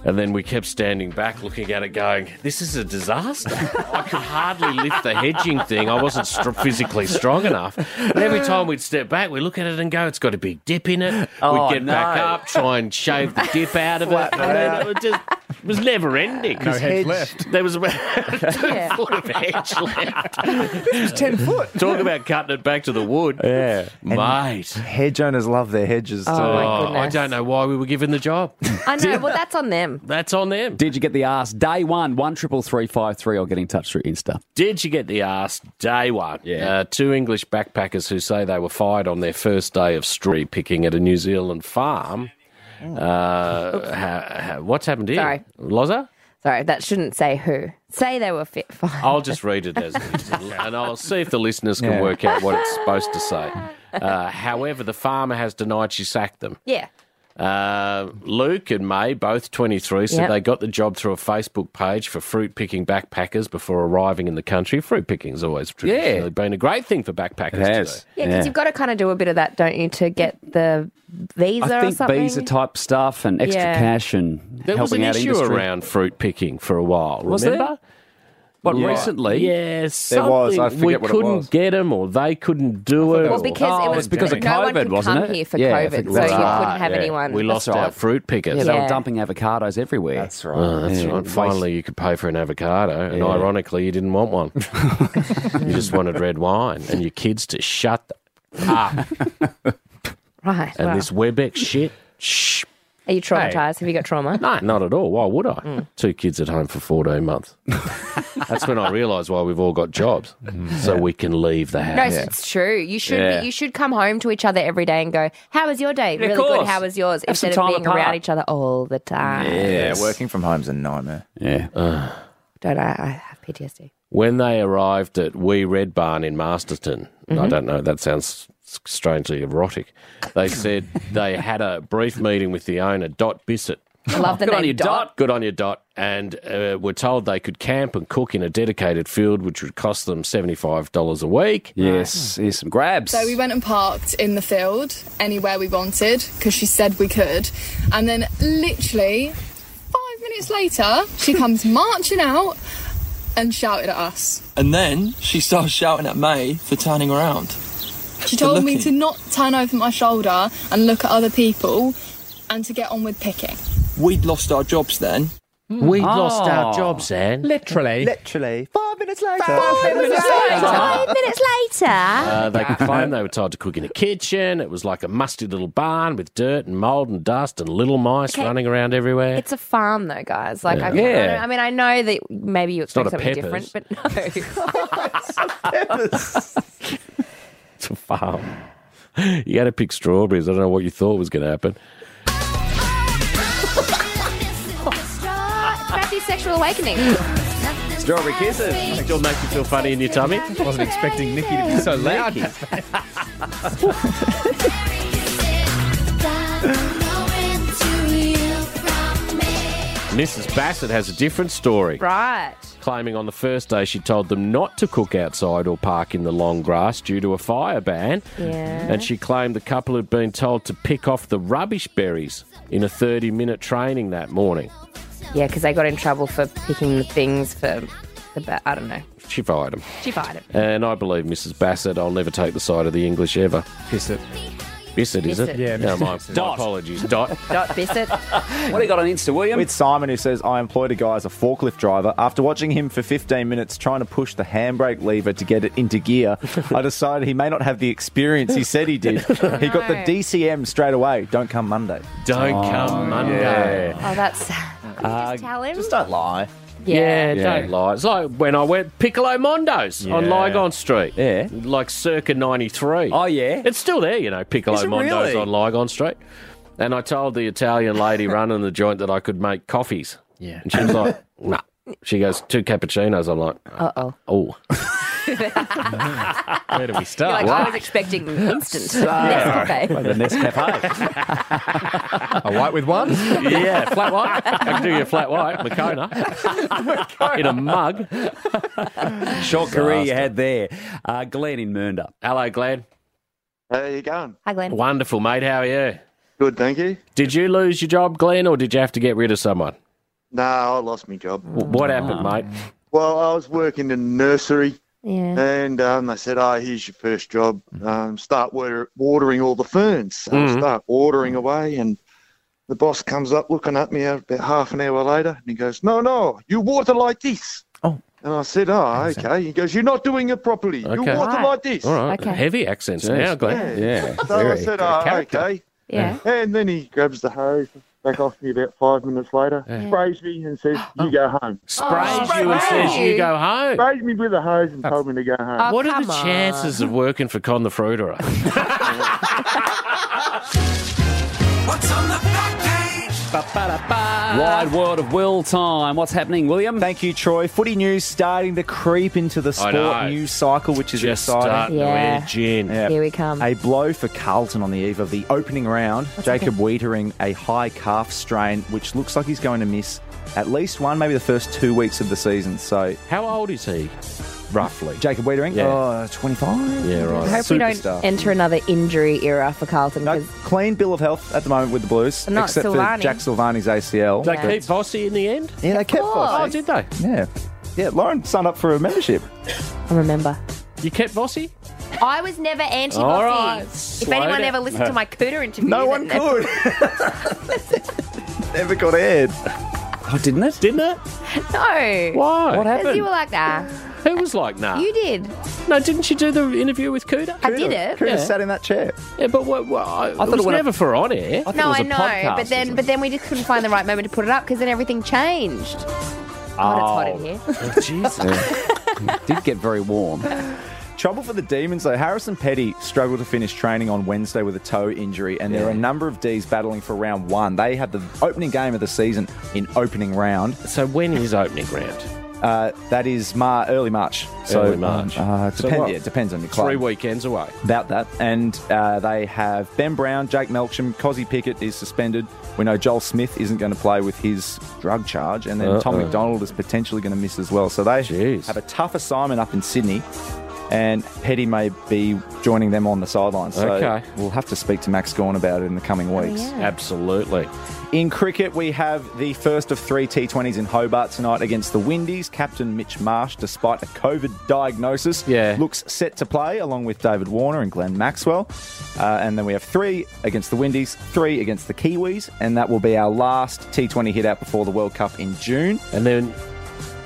Speaker 4: And then we kept standing back looking at it going, this is a disaster. I could hardly lift the hedging thing. I wasn't str- physically strong enough. And every time we'd step back, we'd look at it and go, it's got a big dip in it.
Speaker 7: Oh,
Speaker 4: we'd get
Speaker 7: no.
Speaker 4: back up, try and shave the dip out of it.
Speaker 7: Flatten it
Speaker 4: And then
Speaker 7: out.
Speaker 4: it was just it was never ending.
Speaker 7: No hedge left.
Speaker 4: There was about two foot of hedge left. It was 10 foot. Talk about cutting it back to the wood. Yeah. Mate.
Speaker 5: Hedge owners love their hedges.
Speaker 4: Oh,
Speaker 5: too.
Speaker 4: I don't know why we were given the job.
Speaker 3: I know. Well, that's on them.
Speaker 4: That's on them.
Speaker 7: Did you get the ass day one? One triple three five three, or get in touch through Insta.
Speaker 4: Did you get the ass day one? Yeah. Uh, two English backpackers who say they were fired on their first day of strawberry picking at a New Zealand farm. Uh, ha- ha- what's happened here?
Speaker 3: Sorry.
Speaker 4: Loza?
Speaker 3: Sorry, that shouldn't say who. Say they were fit. Fine.
Speaker 4: I'll just read it as it is, and I'll see if the listeners can
Speaker 3: Yeah.
Speaker 4: work out what it's supposed to say. Uh, however, the farmer has denied she sacked them.
Speaker 3: Yeah.
Speaker 4: Uh, Luke and May, both 23, said
Speaker 3: Yep.
Speaker 4: they got the job through a Facebook page for fruit picking backpackers before arriving in the country. Fruit picking's always traditionally been a great thing for backpackers. It has.
Speaker 3: Yeah, because you've got to kind of do a bit of that, don't you, to get the visa
Speaker 7: I
Speaker 3: or
Speaker 7: think
Speaker 3: something?
Speaker 7: visa type stuff and extra
Speaker 3: Yeah.
Speaker 7: cash and
Speaker 4: There was
Speaker 7: helping
Speaker 4: an
Speaker 7: out
Speaker 4: issue
Speaker 7: industry.
Speaker 4: around fruit picking for a while.
Speaker 7: Was
Speaker 4: Remember? But
Speaker 2: Yeah.
Speaker 4: recently,
Speaker 2: There
Speaker 4: yeah,
Speaker 2: was, I
Speaker 4: something- we
Speaker 2: forget what it
Speaker 4: couldn't
Speaker 2: was.
Speaker 4: get them, or they couldn't do it.
Speaker 3: Well,
Speaker 4: or-
Speaker 3: because it Oh, was- it's because of no one COVID, could wasn't come it? here for COVID, so you couldn't have anyone.
Speaker 4: We lost
Speaker 3: That's
Speaker 4: our
Speaker 3: right.
Speaker 4: fruit pickers.
Speaker 3: Yeah, they were Yeah.
Speaker 4: dumping avocados everywhere. That's right. that's
Speaker 2: Yeah.
Speaker 4: right.
Speaker 2: Waste-
Speaker 4: Finally, you could pay for an avocado, and ironically, you didn't want one. you just wanted red wine, and your kids to shut the f- up.
Speaker 3: Right.
Speaker 4: and
Speaker 3: wow.
Speaker 4: this Webex shit. Shh.
Speaker 9: Are you traumatized? Have you got trauma?
Speaker 4: No, not at all. Why would I?
Speaker 9: Mm.
Speaker 4: Two kids at home for 14 months. That's when I realised why we've all got jobs,
Speaker 5: Mm.
Speaker 4: so we can leave the house.
Speaker 9: No, it's true. You should
Speaker 4: Yeah.
Speaker 9: be, you should come home to each other every day and go, "How was your day?
Speaker 4: Of
Speaker 9: really good.
Speaker 4: course.
Speaker 9: How was yours?"
Speaker 4: Have some
Speaker 9: Instead
Speaker 4: time
Speaker 9: of being around
Speaker 4: apart.
Speaker 9: each other all the time.
Speaker 5: Yeah, working from home's a nightmare.
Speaker 2: Yeah.
Speaker 9: Don't I, I have PTSD?
Speaker 4: When they arrived at Wee Red Barn in Masterton, I
Speaker 3: Mm-hmm.
Speaker 9: Mhm.
Speaker 4: don't know, that sounds s- strangely erotic. They said they had a brief meeting with the owner, Dot Bissett.
Speaker 3: I love the
Speaker 4: Good on
Speaker 3: name
Speaker 4: you,
Speaker 3: Dot.
Speaker 4: Good on you, Dot. And uh, were told they could camp and cook in a dedicated field, which would cost them $75 a week.
Speaker 2: Yes, here's some grabs.
Speaker 17: So we went and parked in the field anywhere we wanted because she said we could. And then literally five minutes later, she comes marching out and shouted at us.
Speaker 18: And then she starts shouting at me for turning around.
Speaker 17: She told me to
Speaker 18: looking.
Speaker 17: not turn over my shoulder and look at other people and to get on with picking.
Speaker 18: We'd lost our jobs then.
Speaker 4: Hmm. We'd lost our jobs then.
Speaker 6: Literally.
Speaker 5: Literally. Five minutes later.
Speaker 9: Five minutes later. Five minutes later.
Speaker 4: Uh, they complained they were told to cook in a kitchen. It was like a musty little barn with dirt and mould and dust and little mice
Speaker 9: Okay.
Speaker 4: running around everywhere.
Speaker 9: It's a farm, though, guys. Like, I,
Speaker 4: Yeah.
Speaker 9: I,
Speaker 4: Yeah.
Speaker 9: don't- I mean, I know that maybe you
Speaker 4: It's not
Speaker 9: expect
Speaker 4: a
Speaker 9: something different, but no.
Speaker 4: It's a farm. You had to pick strawberries. I don't know what you thought was going to happen.
Speaker 9: Matthew's sexual awakening.
Speaker 4: Strawberry kisses. Still makes you feel funny in your tummy.
Speaker 6: Wasn't expecting Nikki to be so loud.
Speaker 4: Mrs. Bassett has a different story.
Speaker 3: Right.
Speaker 4: Claiming on the first day she told them not to cook outside or park in the long grass due to a fire ban.
Speaker 3: Yeah.
Speaker 4: And she claimed the couple had been told to pick off the rubbish berries in a 30 minute training that morning.
Speaker 9: yeah, because they got in trouble for picking the things for the. Ba- I don't know.
Speaker 4: She fired them.
Speaker 9: She fired him.
Speaker 4: And I believe Mrs. Bassett, I'll never take the side of the English ever. Piss it. Piss it, is it?
Speaker 9: Bissett. Yeah,
Speaker 4: no,
Speaker 9: Mrs.
Speaker 4: my,
Speaker 9: Bissett.
Speaker 4: my apologies. Dot.
Speaker 9: Dot Bissett.
Speaker 4: What do you got on Insta, William?
Speaker 5: It's Simon who says, I employed a guy as a forklift driver. After watching him for 15 minutes trying to push the handbrake lever to get it into gear, I decided he may not have the experience he said he did. He got the
Speaker 9: No.
Speaker 5: DCM straight away. Don't come Monday.
Speaker 4: Don't come Monday.
Speaker 9: Oh, that's sad.
Speaker 5: Uh,
Speaker 9: Tell him.
Speaker 5: just don't lie.
Speaker 4: Yeah,
Speaker 5: Yeah.
Speaker 4: don't lie. It's like when I went Piccolo Mondo's on
Speaker 5: Yeah.
Speaker 4: Lygon Street. Yeah. Like circa 93. Oh, yeah. It's still there, you know, Piccolo
Speaker 2: Is it
Speaker 4: Mondo's
Speaker 2: really?
Speaker 4: on Lygon Street. And I told the Italian lady running the joint that I could make coffees.
Speaker 2: Yeah.
Speaker 4: And she was like, nah. She goes, two cappuccinos. I'm like,
Speaker 9: uh oh.
Speaker 4: Oh. Where do we
Speaker 3: You're
Speaker 4: start?
Speaker 3: like, I was expecting instant. Nescafe.
Speaker 4: the next cafe. A white with one? Yeah, flat white. I can do you a flat white, Makona. In a mug.
Speaker 7: Short career you
Speaker 4: Disaster.
Speaker 7: had there. Uh, Glenn in Mernda.
Speaker 4: Hello, Glenn.
Speaker 19: How you going?
Speaker 9: Hi, Glenn.
Speaker 4: Wonderful, mate. How are you?
Speaker 19: Good, thank you.
Speaker 4: Did you lose your job, Glenn, or did you have to get rid of someone?
Speaker 19: No, I lost my job.
Speaker 4: W- What happened, mate?
Speaker 19: Well, I was working in a nursery,
Speaker 9: Yeah.
Speaker 19: and um, they said, "Oh, here's your first job.
Speaker 4: Mm.
Speaker 19: Um, start water- watering all the ferns." So I
Speaker 20: Mhm.
Speaker 19: start watering away, and the boss comes up looking at me about half an hour later, and he goes, "No, no, you water like this."
Speaker 5: Oh.
Speaker 19: And I said, "Oh, okay." He goes, "You're not doing it properly. You
Speaker 4: Okay.
Speaker 19: water like this."
Speaker 4: All right. Heavy accents
Speaker 19: Jeez.
Speaker 4: now, Glenn.
Speaker 19: Yeah. So I said, oh, okay.
Speaker 9: Yeah.
Speaker 19: And then he grabs the hose back off me about five minutes later, sprays me and says, you go home.
Speaker 4: Sprays you and says you go home.
Speaker 19: Sprays me with a hose and told me to go home.
Speaker 4: what are the chances of working for Con the Fruiterer?
Speaker 8: What's on the
Speaker 7: Wide world of Will time. What's happening, William?
Speaker 5: Thank you, Troy. Footy news starting to creep into the
Speaker 7: know.
Speaker 5: sport news cycle, which is
Speaker 4: Just
Speaker 5: exciting.
Speaker 4: starting to Yeah. edge in.
Speaker 9: Here we come.
Speaker 5: A blow for Carlton on the eve of the opening round. Jacob Wietering, a high calf strain, which looks like he's going to miss at least one, maybe the first two weeks of the season. So,
Speaker 4: how old is he, roughly?
Speaker 5: Jacob Wietering,
Speaker 4: Yeah.
Speaker 5: oh, 25.
Speaker 4: Yeah,
Speaker 9: I
Speaker 4: right.
Speaker 9: hope we don't enter another injury era for Carlton. 'cause-
Speaker 5: Clean bill of health at the moment with the Blues,
Speaker 9: Not
Speaker 5: except
Speaker 9: Silvani.
Speaker 5: for Jack Silvani's ACL.
Speaker 4: Did they
Speaker 5: But-
Speaker 4: keep Vossi in the end?
Speaker 5: Yeah, they kept
Speaker 4: Oh,
Speaker 5: Vossi.
Speaker 4: did they?
Speaker 5: Yeah. Yeah, Lauren signed up for a membership.
Speaker 9: I remember.
Speaker 4: You kept Bossy?
Speaker 3: I was never anti
Speaker 5: All
Speaker 3: Bossy.
Speaker 5: right,
Speaker 3: if
Speaker 5: slow
Speaker 3: anyone
Speaker 5: down.
Speaker 3: ever listened to my Cooter interview,
Speaker 5: No
Speaker 3: then
Speaker 5: one
Speaker 3: they-
Speaker 5: could. Never got aired.
Speaker 7: Oh, didn't it?
Speaker 4: Didn't it?
Speaker 3: No.
Speaker 4: Why? What
Speaker 3: Because
Speaker 4: happened?
Speaker 3: you were like, nah.
Speaker 4: Who was like, nah?
Speaker 3: You did.
Speaker 4: No, didn't you do the interview with Cooter?
Speaker 3: I did it.
Speaker 4: Cooter Yeah. sat
Speaker 5: in that chair.
Speaker 4: Yeah, but what? what I, thought it was
Speaker 7: went up-
Speaker 4: never for on air.
Speaker 3: no, I know, but then but then we just couldn't find the right moment to put it up because then everything changed. God, it's
Speaker 5: Oh.
Speaker 3: hot in here.
Speaker 7: It did get very warm.
Speaker 5: Trouble for the Demons, though. Harrison Petty struggled to finish training on Wednesday with a toe injury, and there are a number of Ds battling for round one. They had the opening game of the season in opening round.
Speaker 4: So when is opening round?
Speaker 5: Uh, that is Mar- early March. So,
Speaker 4: Early March.
Speaker 5: Uh,
Speaker 4: So
Speaker 5: depend-
Speaker 4: what?
Speaker 5: yeah, it depends on your club.
Speaker 4: Three weekends away.
Speaker 5: About that. And uh, they have Ben Brown, Jake Melksham, Cozzy Pickett is suspended. We know Joel Smith isn't going to play with his drug charge. And then Tom
Speaker 4: Uh-oh.
Speaker 5: McDonald is potentially going to miss as well. So they have a tough assignment up in Sydney. And Petty may be joining them on the sidelines. So
Speaker 4: Okay.
Speaker 5: we'll have to speak to Max Gorn about it in the coming weeks.
Speaker 4: yeah. Absolutely.
Speaker 5: In cricket, we have the first of three T20s in Hobart tonight against the Windies. Captain Mitch Marsh, despite a COVID diagnosis, looks set to play along with David Warner and Glenn Maxwell. Uh, and then we have three against the Windies, three against the Kiwis, and that will be our last T20 hit out before the World Cup in June.
Speaker 4: And then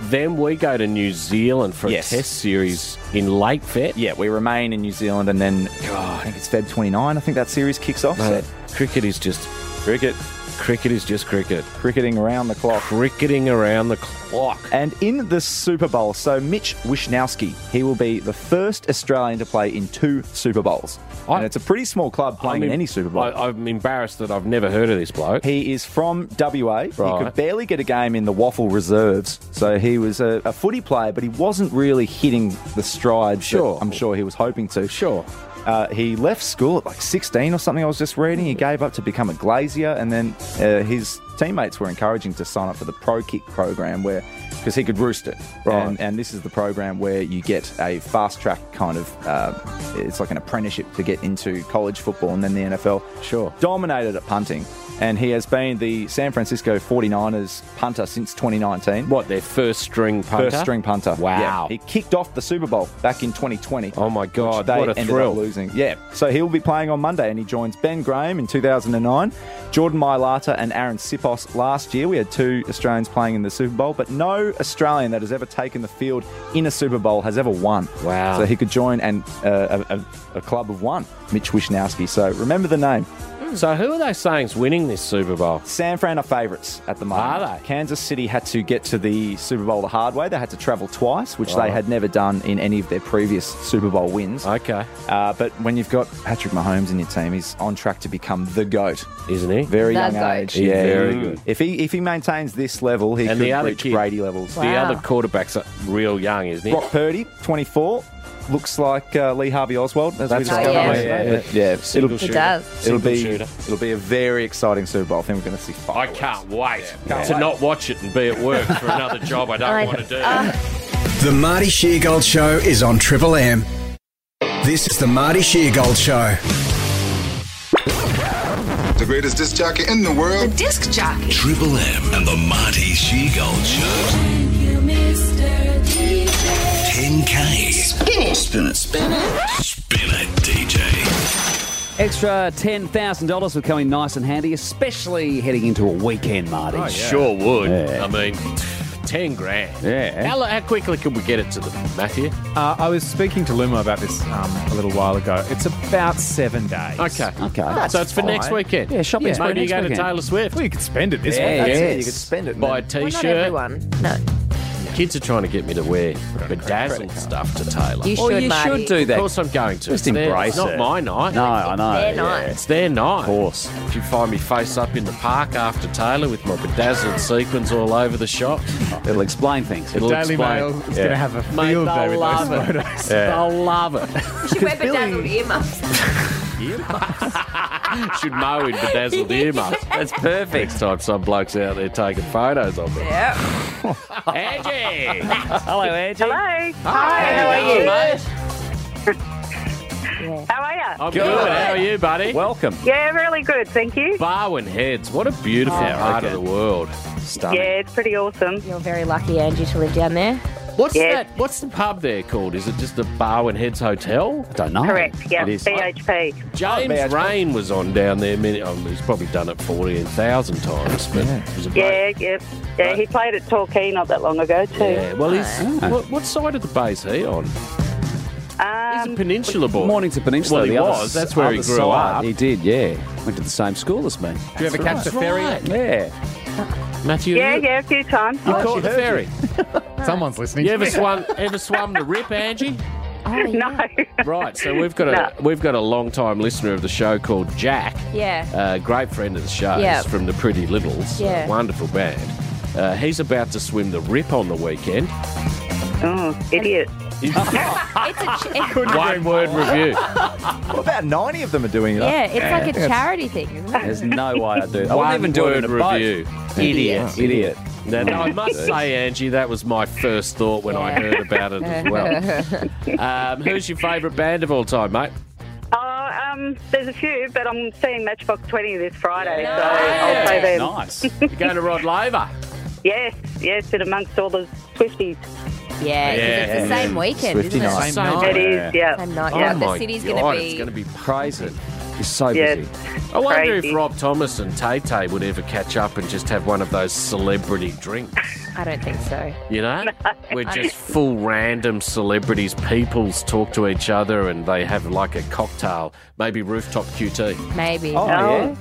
Speaker 4: Then we go to New Zealand for a test series in late Feb.
Speaker 5: Yeah, we remain in New Zealand, and then God, I think it's Feb 29. I think that series kicks off.
Speaker 4: Mate,
Speaker 5: So
Speaker 4: cricket is just
Speaker 5: cricket.
Speaker 4: Cricket is just cricket.
Speaker 5: Cricketing around the clock.
Speaker 4: Cricketing around the clock.
Speaker 5: And in the Super Bowl, so Mitch Wishnowski, he will be the first Australian to play in two Super Bowls. and it's a pretty small club playing
Speaker 4: I'm
Speaker 5: in
Speaker 4: em-
Speaker 5: any Super Bowl.
Speaker 4: I, I'm embarrassed that I've never heard of this bloke.
Speaker 5: He is from WA. He could
Speaker 4: Right.
Speaker 5: barely get a game in the Waffle reserves, so he was a, a footy player, but he wasn't really hitting the stride. that
Speaker 4: Sure.
Speaker 5: I'm sure he was hoping to.
Speaker 4: Sure.
Speaker 5: Uh, he left school at like 16 or something. I was just reading. He gave up to become a glazier, and then uh, his teammates were encouraging to sign up for the Pro Kick program, where because he could roost it.
Speaker 4: Right.
Speaker 5: And, and this is the program where you get a fast track kind of. Uh, it's like an apprenticeship to get into college football and then the NFL. Sure. Dominated at punting, and he has been the San Francisco 49ers punter since 2019.
Speaker 4: What their first string punter?
Speaker 5: First string punter.
Speaker 4: Wow.
Speaker 5: Yeah. He kicked off the Super Bowl back in 2020.
Speaker 4: Oh my God!
Speaker 5: which they
Speaker 4: what a
Speaker 5: ended
Speaker 4: thrill!
Speaker 5: Up losing. Yeah. So he'll be playing on Monday and he joins Ben Graham in 2009, Jordan Mailata and Aaron Sipos last year. We had two Australians playing in the Super Bowl, but no Australian that has ever taken the field in a Super Bowl has ever won. Wow. So he could join and uh, a, a, a club of one, Mitch Wishnowski. So remember the name.
Speaker 4: Mm. So who are they saying's winning this Super Bowl?
Speaker 5: San Fran are favourites at the moment.
Speaker 4: Are
Speaker 5: Kansas City had to get to the Super Bowl the hard way. They had to travel twice, which they
Speaker 4: Right.
Speaker 5: had never done in any of their previous Super Bowl wins.
Speaker 4: Okay.
Speaker 5: Uh, but when you've got Patrick Mahomes in your team, he's on track to become the GOAT.
Speaker 4: Isn't he?
Speaker 5: Very
Speaker 4: The
Speaker 5: young
Speaker 4: goat.
Speaker 5: age.
Speaker 4: He's very good.
Speaker 5: If he if he maintains this level, he
Speaker 4: and
Speaker 5: could
Speaker 4: the other
Speaker 5: reach
Speaker 4: kid,
Speaker 5: Brady levels.
Speaker 4: The other quarterback's are real young, isn't he?
Speaker 5: Brock Purdy, 24. Looks like uh, Lee Harvey Oswald, as
Speaker 4: That's
Speaker 5: we discovered.
Speaker 4: right. Oh,
Speaker 5: yesterday.
Speaker 4: yeah.
Speaker 5: But, yeah,
Speaker 4: Single
Speaker 5: it'll,
Speaker 4: shooter. It does.
Speaker 5: It'll be
Speaker 4: Single shooter.
Speaker 5: it'll be a very exciting Super Bowl. I think we're going to see
Speaker 4: I can't wait
Speaker 5: Can't
Speaker 4: to
Speaker 5: wait.
Speaker 4: not watch it and be at work for another job I don't
Speaker 1: I-
Speaker 4: want to do.
Speaker 3: Uh,
Speaker 1: The Marty Sheargold Show is on Triple M. This is the Marty Sheargold Show.
Speaker 13: The greatest disc jockey in the world. The disc jockey. Triple M and the Marty Shegold Show.
Speaker 8: Mr.
Speaker 13: 10K. Spin it. Spin it. Spin it. Spin it, DJ.
Speaker 7: Extra $10,000 would come in nice and handy, especially heading into a weekend, Marty.
Speaker 4: It Sure would.
Speaker 7: Yeah.
Speaker 4: I mean, ten grand.
Speaker 7: Yeah.
Speaker 4: How, how quickly can we get it to the Matthew?
Speaker 6: Uh, I was speaking to Luma about this um, a little while ago. It's about seven days.
Speaker 4: Okay.
Speaker 7: Okay.
Speaker 4: so it's for next weekend. Maybe you go to Taylor Swift. Well, you
Speaker 6: could spend it this
Speaker 4: yeah,
Speaker 6: week.
Speaker 4: yes. Buy a
Speaker 6: Well,
Speaker 4: t-shirt.
Speaker 6: not
Speaker 9: everyone. No.
Speaker 4: Kids are trying to get me to wear bedazzled stuff to Taylor.
Speaker 9: You Well, should, you Marty. should do
Speaker 4: Of
Speaker 9: that.
Speaker 4: course I'm going to.
Speaker 7: Just
Speaker 4: It's their-
Speaker 7: embrace
Speaker 4: It's not
Speaker 7: it.
Speaker 4: my night.
Speaker 7: No, I It's know,
Speaker 9: their yeah. night.
Speaker 4: It's their night. Of course. If you find me face up in the park after Taylor with my bedazzled sequins all over the shop.
Speaker 7: It'll explain things.
Speaker 6: The
Speaker 4: It'll
Speaker 6: Daily
Speaker 4: explain.
Speaker 6: Mail is going to have a
Speaker 4: Mate,
Speaker 6: field day
Speaker 4: they'll
Speaker 6: with
Speaker 4: love
Speaker 6: those
Speaker 4: it.
Speaker 6: photos.
Speaker 4: They'll love it.
Speaker 3: She wear bedazzled earmuffs.
Speaker 4: Should mow in bedazzled earmuffs. That's perfect. Next time some bloke's out there taking photos of me.
Speaker 3: Yeah.
Speaker 4: Angie.
Speaker 7: Hello, Angie.
Speaker 8: Hello.
Speaker 20: Hi,
Speaker 8: how
Speaker 4: are you?
Speaker 20: How are you?
Speaker 4: I'm good. How are you, buddy?
Speaker 7: Welcome.
Speaker 20: Yeah, really good, thank you.
Speaker 4: Barwon Heads. What a beautiful
Speaker 20: Oh,
Speaker 4: part of the world. Stunning.
Speaker 10: Yeah, it's pretty awesome.
Speaker 9: You're very lucky, Angie, to live down there.
Speaker 4: What's that? What's the pub there called? Is it just the Barwon Heads Hotel? I don't know.
Speaker 10: Correct, yeah,
Speaker 4: It is.
Speaker 10: BHP.
Speaker 4: James Rain was on down there. Many, oh, he's probably done it fourteen thousand times, but it was a great.
Speaker 10: Yeah, yeah, yeah. He played at Torquay not that long ago too.
Speaker 4: Yeah, well, he's
Speaker 10: Oh,
Speaker 3: Oh.
Speaker 4: Oh. what, what side of the bay is he on?
Speaker 10: Um,
Speaker 4: he's a peninsula boy.
Speaker 7: Mornington Peninsula.
Speaker 4: Well, he
Speaker 7: the other
Speaker 4: was.
Speaker 7: s-
Speaker 4: That's where he
Speaker 7: other
Speaker 4: grew
Speaker 7: side.
Speaker 4: up.
Speaker 7: He did, yeah. Went to the same school as me.
Speaker 6: you ever catch the ferry?
Speaker 7: Yeah.
Speaker 4: Matthew,
Speaker 10: yeah,
Speaker 4: you,
Speaker 10: yeah, a few times.
Speaker 4: you caught the ferry.
Speaker 6: Someone's listening.
Speaker 4: Oh, You ever swum? Ever swum the rip, Angie?
Speaker 10: no.
Speaker 4: Right. So we've got a we've got a long time listener of the show called Jack.
Speaker 3: Yeah.
Speaker 4: A great friend of the show.
Speaker 3: Yeah.
Speaker 4: He's from the Pretty Littles. a
Speaker 3: Yeah.
Speaker 4: wonderful band. Uh, he's about to swim the rip on the weekend.
Speaker 10: Oh, idiot.
Speaker 3: it's a ch- it-
Speaker 4: One word review.
Speaker 5: Well, about 90 of them are doing it.
Speaker 3: Yeah, it's like a charity thing, isn't it?
Speaker 7: There's no way I do. I
Speaker 4: One
Speaker 7: wouldn't even do it in a
Speaker 4: word
Speaker 7: boat.
Speaker 4: review.
Speaker 7: Idiot. Idiot.
Speaker 4: Now, now, I must say, Angie, that was my first thought when I
Speaker 10: Yeah.
Speaker 4: heard about it as well. Um, who's your favourite band of all time, mate?
Speaker 10: Oh, um, there's a few, but I'm seeing Matchbox 20 this Friday, so I'll play them.
Speaker 4: Nice. You're going to Rod Laver.
Speaker 10: Yes, yes, and amongst all the Swifties.
Speaker 3: Yeah, 'cause
Speaker 4: Yeah.
Speaker 3: it's the same weekend,
Speaker 7: Swifty
Speaker 3: isn't it?
Speaker 7: night. Same
Speaker 10: It
Speaker 7: night.
Speaker 10: is, yeah.
Speaker 3: Same night.
Speaker 7: Oh
Speaker 3: yeah,
Speaker 7: my
Speaker 3: the city's going
Speaker 7: God,
Speaker 3: to be.
Speaker 7: it's gonna be crazy. He's so
Speaker 10: Yeah.
Speaker 7: busy.
Speaker 4: I wonder if
Speaker 10: Crazy.
Speaker 4: Rob Thomas and Tay Tay would ever catch up and just have one of those celebrity drinks.
Speaker 3: I don't think so.
Speaker 4: You know, we're just full random celebrities. Peoples talk to each other and they have like a cocktail, maybe rooftop QT.
Speaker 3: Maybe.
Speaker 4: Oh, No.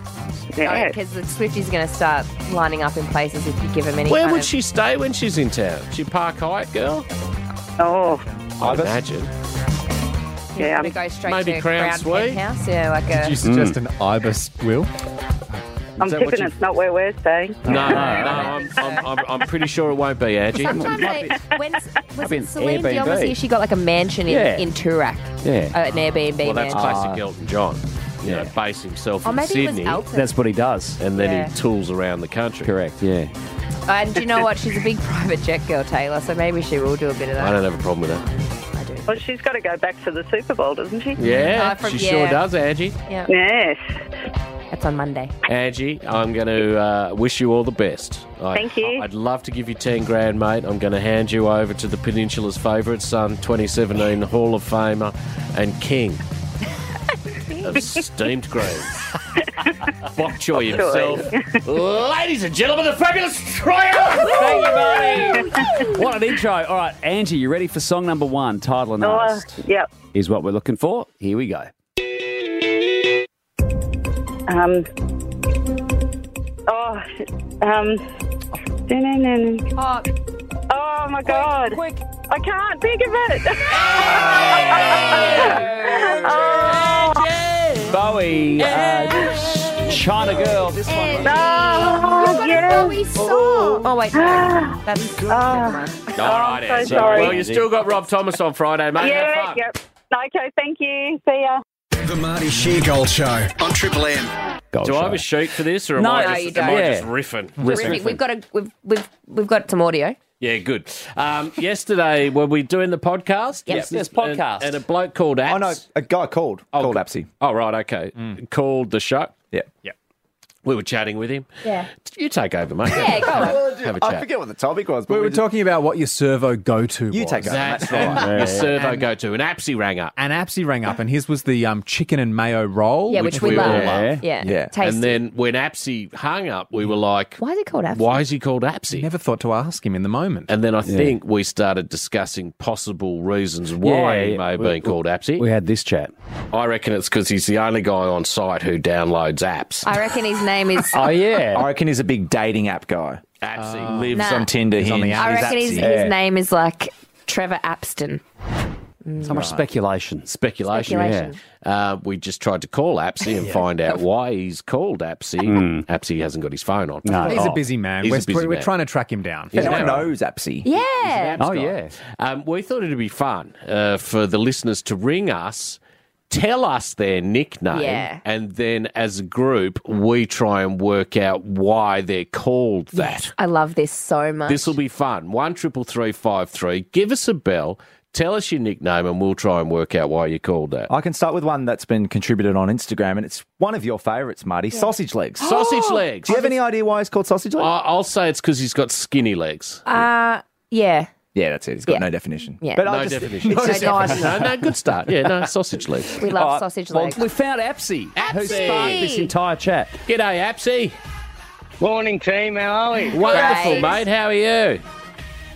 Speaker 10: Yeah.
Speaker 3: Because the Swifties are going to start lining up in places if you give them any.
Speaker 4: Where
Speaker 3: kind
Speaker 4: would
Speaker 3: of-
Speaker 4: she stay when she's in town? She Park Hyatt girl?
Speaker 10: Oh,
Speaker 4: I imagine.
Speaker 3: Yeah, I'm go straight
Speaker 10: Maybe
Speaker 3: to
Speaker 10: Crown
Speaker 3: Crown
Speaker 10: Suite?
Speaker 3: Penthouse. Yeah, like a.
Speaker 6: Did you suggest an ibis, Will?
Speaker 10: I'm
Speaker 4: that what
Speaker 10: tipping
Speaker 4: you-
Speaker 10: it's not where we're staying.
Speaker 4: No, no, I'm, I'm, I'm, I'm pretty sure it won't be, Angie.
Speaker 3: Sometimes they, when was
Speaker 4: be an
Speaker 3: it Celine Dion
Speaker 4: Airbnb.
Speaker 3: was here, she got like a mansion in,
Speaker 4: Yeah.
Speaker 3: in Turak,
Speaker 4: Yeah.
Speaker 3: uh, an Airbnb
Speaker 4: Well, that's
Speaker 3: mansion.
Speaker 4: classic Elton John. You know, base himself
Speaker 3: Or
Speaker 4: in
Speaker 3: maybe it was
Speaker 4: Sydney.
Speaker 3: Elton. That's
Speaker 4: what he does. And then
Speaker 3: Yeah.
Speaker 4: he tools around the country.
Speaker 7: Correct, yeah.
Speaker 3: Oh, And do you know what? She's a big private jet girl, Taylor. So maybe she will do a bit of that.
Speaker 4: I don't have a problem with that.
Speaker 10: Well, she's got to go back to the Super Bowl, doesn't she?
Speaker 3: Uh,
Speaker 4: Yeah, she sure does, Angie.
Speaker 3: Yeah.
Speaker 10: Yes.
Speaker 3: That's on Monday.
Speaker 4: Angie, I'm going to uh, wish you all the best. I,
Speaker 3: Thank you.
Speaker 4: I'd love to give you 10 grand, mate. I'm going to hand you over to the Peninsula's favourite son, 2017 Hall of Famer and King of Steamed Greens. Bok choy himself. Ladies and gentlemen, the fabulous Troy! Thank you, buddy.
Speaker 7: What an intro. All right, Angie, you ready for song number one, title and
Speaker 10: Oh,
Speaker 7: artist?
Speaker 10: yep.
Speaker 7: Is what we're looking for. Here we go.
Speaker 10: Um. Oh. Um. Oh. Oh my God. Quick. I can't think of it. Oh.
Speaker 7: Bowie, uh, China Girl. This one.
Speaker 10: Oh, yes.
Speaker 3: Oh, wait, no. That's
Speaker 15: Ah.
Speaker 4: All right,
Speaker 10: so
Speaker 4: Angie.
Speaker 10: sorry.
Speaker 4: Well, you still got Rob Thomas on Friday, mate. Have fun.
Speaker 10: yeah. Yep. Okay. Thank you. See ya.
Speaker 1: The Marty Sheargold Show on Triple M.
Speaker 4: Do I have a sheet for this, or am
Speaker 3: No,
Speaker 4: I
Speaker 3: no,
Speaker 4: just,
Speaker 3: you
Speaker 4: am I
Speaker 3: don't.
Speaker 4: just riffing?
Speaker 3: Terrific. We've got a we've we've we've got some audio.
Speaker 4: Yeah, good. Um, yesterday, were we doing the podcast?
Speaker 3: Yes, yes,
Speaker 4: And-
Speaker 3: podcast.
Speaker 4: And, a bloke called Apps. Oh, no,
Speaker 5: a guy called. called Apsy.
Speaker 4: Oh, right, okay.
Speaker 3: Mm.
Speaker 4: Called the show.
Speaker 5: Yeah.
Speaker 4: Yeah. We were chatting with him.
Speaker 3: Yeah.
Speaker 4: You take over, mate.
Speaker 3: Yeah, go on.
Speaker 4: Have a
Speaker 5: I
Speaker 4: chat.
Speaker 5: forget what the topic was, but
Speaker 6: We
Speaker 5: we
Speaker 6: were
Speaker 5: just-
Speaker 6: talking about what your servo go to.
Speaker 5: You take over, that's
Speaker 4: That's
Speaker 5: right.
Speaker 4: right.
Speaker 5: Yeah,
Speaker 4: The
Speaker 5: yeah.
Speaker 4: servo go to. And Apsy rang up.
Speaker 6: And Apsy rang up, and his was the um, chicken and mayo roll.
Speaker 3: Yeah, which we
Speaker 4: all
Speaker 3: love. Yeah. Yeah. Tasty.
Speaker 4: And then when Apsy hung up, we were like,
Speaker 3: Why is it called Apsy?
Speaker 4: Why is he called Apsy?
Speaker 6: Never thought to ask him in the moment.
Speaker 4: And then I think we started discussing possible reasons why
Speaker 6: Yeah,
Speaker 4: he
Speaker 6: yeah.
Speaker 4: may have
Speaker 6: We-
Speaker 4: been called Apsy. We
Speaker 7: had this chat.
Speaker 4: I reckon it's because he's the only guy on site who downloads apps.
Speaker 3: I reckon his name is.
Speaker 4: Oh,
Speaker 6: Oh,
Speaker 5: I reckon he's a big dating app guy.
Speaker 4: Apsy
Speaker 5: lives
Speaker 3: Nah.
Speaker 5: on Tinder.
Speaker 3: He's
Speaker 5: Hinge.
Speaker 3: I reckon his, his name is like Trevor Apston.
Speaker 7: So much speculation.
Speaker 4: Speculation.
Speaker 3: Speculation.
Speaker 4: Uh, we just tried to call Apsy and find out why he's called Apsy.
Speaker 7: Hmm.
Speaker 4: Apsy hasn't got his phone on. Oh.
Speaker 6: He's a busy man.
Speaker 4: He's
Speaker 6: We're,
Speaker 4: a busy
Speaker 6: we're- we're
Speaker 4: man.
Speaker 6: trying to track him down.
Speaker 4: He's an app-
Speaker 5: knows Apsy.
Speaker 3: Yeah.
Speaker 7: Oh,
Speaker 4: apps guy. Um, we thought it'd be fun uh, for the listeners to ring us, tell us their nickname,
Speaker 3: Yeah.
Speaker 4: and then as a group, we try and work out why they're called that.
Speaker 3: I love this so much.
Speaker 4: This will be fun. One triple three five three. Give us a bell. Tell us your nickname and we'll try and work out why you called that.
Speaker 5: I can start with one that's been contributed on Instagram, and it's one of your favourites, Marty. Sausage legs.
Speaker 4: Sausage legs.
Speaker 5: Do you have any idea why it's called sausage legs?
Speaker 4: I- I'll say it's because he's got skinny legs.
Speaker 3: Uh, yeah.
Speaker 5: yeah, that's it. It's got
Speaker 3: Yeah.
Speaker 5: no definition.
Speaker 3: Yeah.
Speaker 5: but
Speaker 4: no
Speaker 5: I just,
Speaker 4: definition.
Speaker 5: It's just
Speaker 3: No
Speaker 5: nice.
Speaker 4: no, no, good start. Yeah, no, sausage legs.
Speaker 3: We love
Speaker 4: All right,
Speaker 3: sausage
Speaker 4: well,
Speaker 3: legs.
Speaker 7: We found Apsy, who
Speaker 4: Apsy.
Speaker 7: sparked this entire chat.
Speaker 4: G'day, Apsy.
Speaker 20: Morning, team. How are we?
Speaker 4: Wonderful, mate. How are you?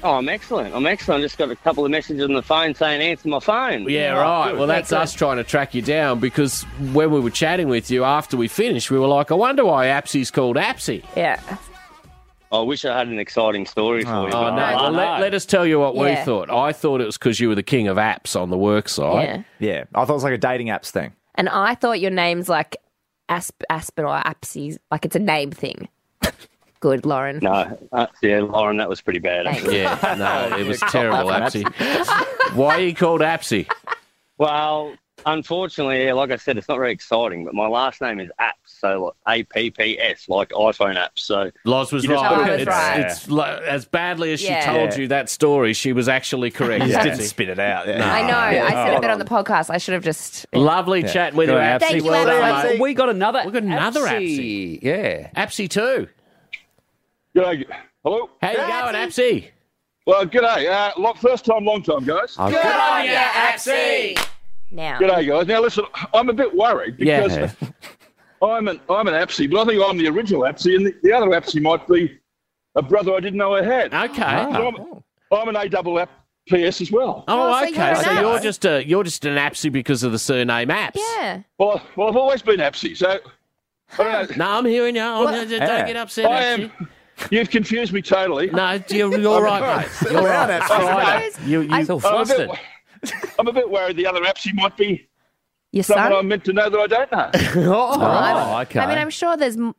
Speaker 20: Oh, I'm excellent. I'm excellent. I just got a couple of messages on the phone saying answer my phone.
Speaker 4: Yeah, right. Well, that's us trying to track Oh, you down because when we were chatting with you after we finished, we were like, I wonder why Apsy's called Apsy.
Speaker 3: Yeah.
Speaker 5: Oh,
Speaker 20: I wish I had an exciting story for you.
Speaker 4: Oh, no. Well, let, let us tell you what we
Speaker 20: Yeah.
Speaker 4: thought. I thought it was because you were the king of apps on the work site.
Speaker 5: Yeah. I thought it was like a dating apps thing.
Speaker 3: And I thought your name's like Asp Aspen or Apsy, like it's a name thing. Good, Lauren.
Speaker 20: No, uh, yeah, Lauren, that was pretty bad. Actually.
Speaker 4: Yeah, no, it was terrible, Apsy. Why are you called Apsy?
Speaker 20: Well, unfortunately, yeah, like I said, it's not very exciting. But my last name is Apps, so like A P P S, like iPhone apps. So
Speaker 4: Loz was
Speaker 20: You just
Speaker 4: Oh, right.
Speaker 20: put it-
Speaker 4: it's,
Speaker 20: Yeah.
Speaker 4: it's like, as badly as
Speaker 3: Yeah.
Speaker 4: she told
Speaker 3: Yeah.
Speaker 4: you that story, she was actually correct.
Speaker 5: You just
Speaker 4: Apsy.
Speaker 5: didn't spit it out. yeah.
Speaker 4: No.
Speaker 3: I know. I said
Speaker 4: Oh.
Speaker 3: a bit on the podcast. I should have just.
Speaker 4: Lovely
Speaker 3: Yeah.
Speaker 4: chatting with
Speaker 3: Go
Speaker 4: you,
Speaker 3: on,
Speaker 4: Apsy.
Speaker 3: Thank you,
Speaker 4: well
Speaker 3: Apsy.
Speaker 4: done, mate.
Speaker 7: We got another.
Speaker 4: We got another
Speaker 7: Apsy.
Speaker 4: Apsy.
Speaker 7: Yeah.
Speaker 4: Apsy too.
Speaker 11: G'day. Hello.
Speaker 4: How you going, Apsy?
Speaker 11: Well, g'day. Uh, lo- first time, long time, guys.
Speaker 4: Oh,
Speaker 3: ya, Apsy. Now.
Speaker 11: G'day, guys. Now, listen, I'm a bit worried because
Speaker 4: Yeah.
Speaker 11: I'm an I'm an Apsy, but I think I'm the original Apsy, and the, the other Apsy might be a brother I didn't know I had.
Speaker 4: Okay. Ah.
Speaker 11: So I'm, I'm an A double PS as well.
Speaker 4: Oh, okay. So, you're just a you're just an Apsy because of the surname Apps.
Speaker 3: Yeah.
Speaker 11: Well, well, I've always been Apsy, so I don't know.
Speaker 4: No, I'm hearing you. Oh, no, don't
Speaker 11: Yeah.
Speaker 4: get upset.
Speaker 11: I
Speaker 4: Apsy.
Speaker 11: am. You've confused me totally.
Speaker 4: No, you're, you're right, mate. You're right. It's Friday. You, you
Speaker 11: I'm a bit-
Speaker 4: flustered.
Speaker 11: I'm a bit worried the other Apsy might be
Speaker 3: Your
Speaker 11: someone
Speaker 3: son?
Speaker 11: I'm meant to know that I don't know.
Speaker 3: Oh, I'm-
Speaker 4: okay.
Speaker 3: I mean, I'm sure there's m-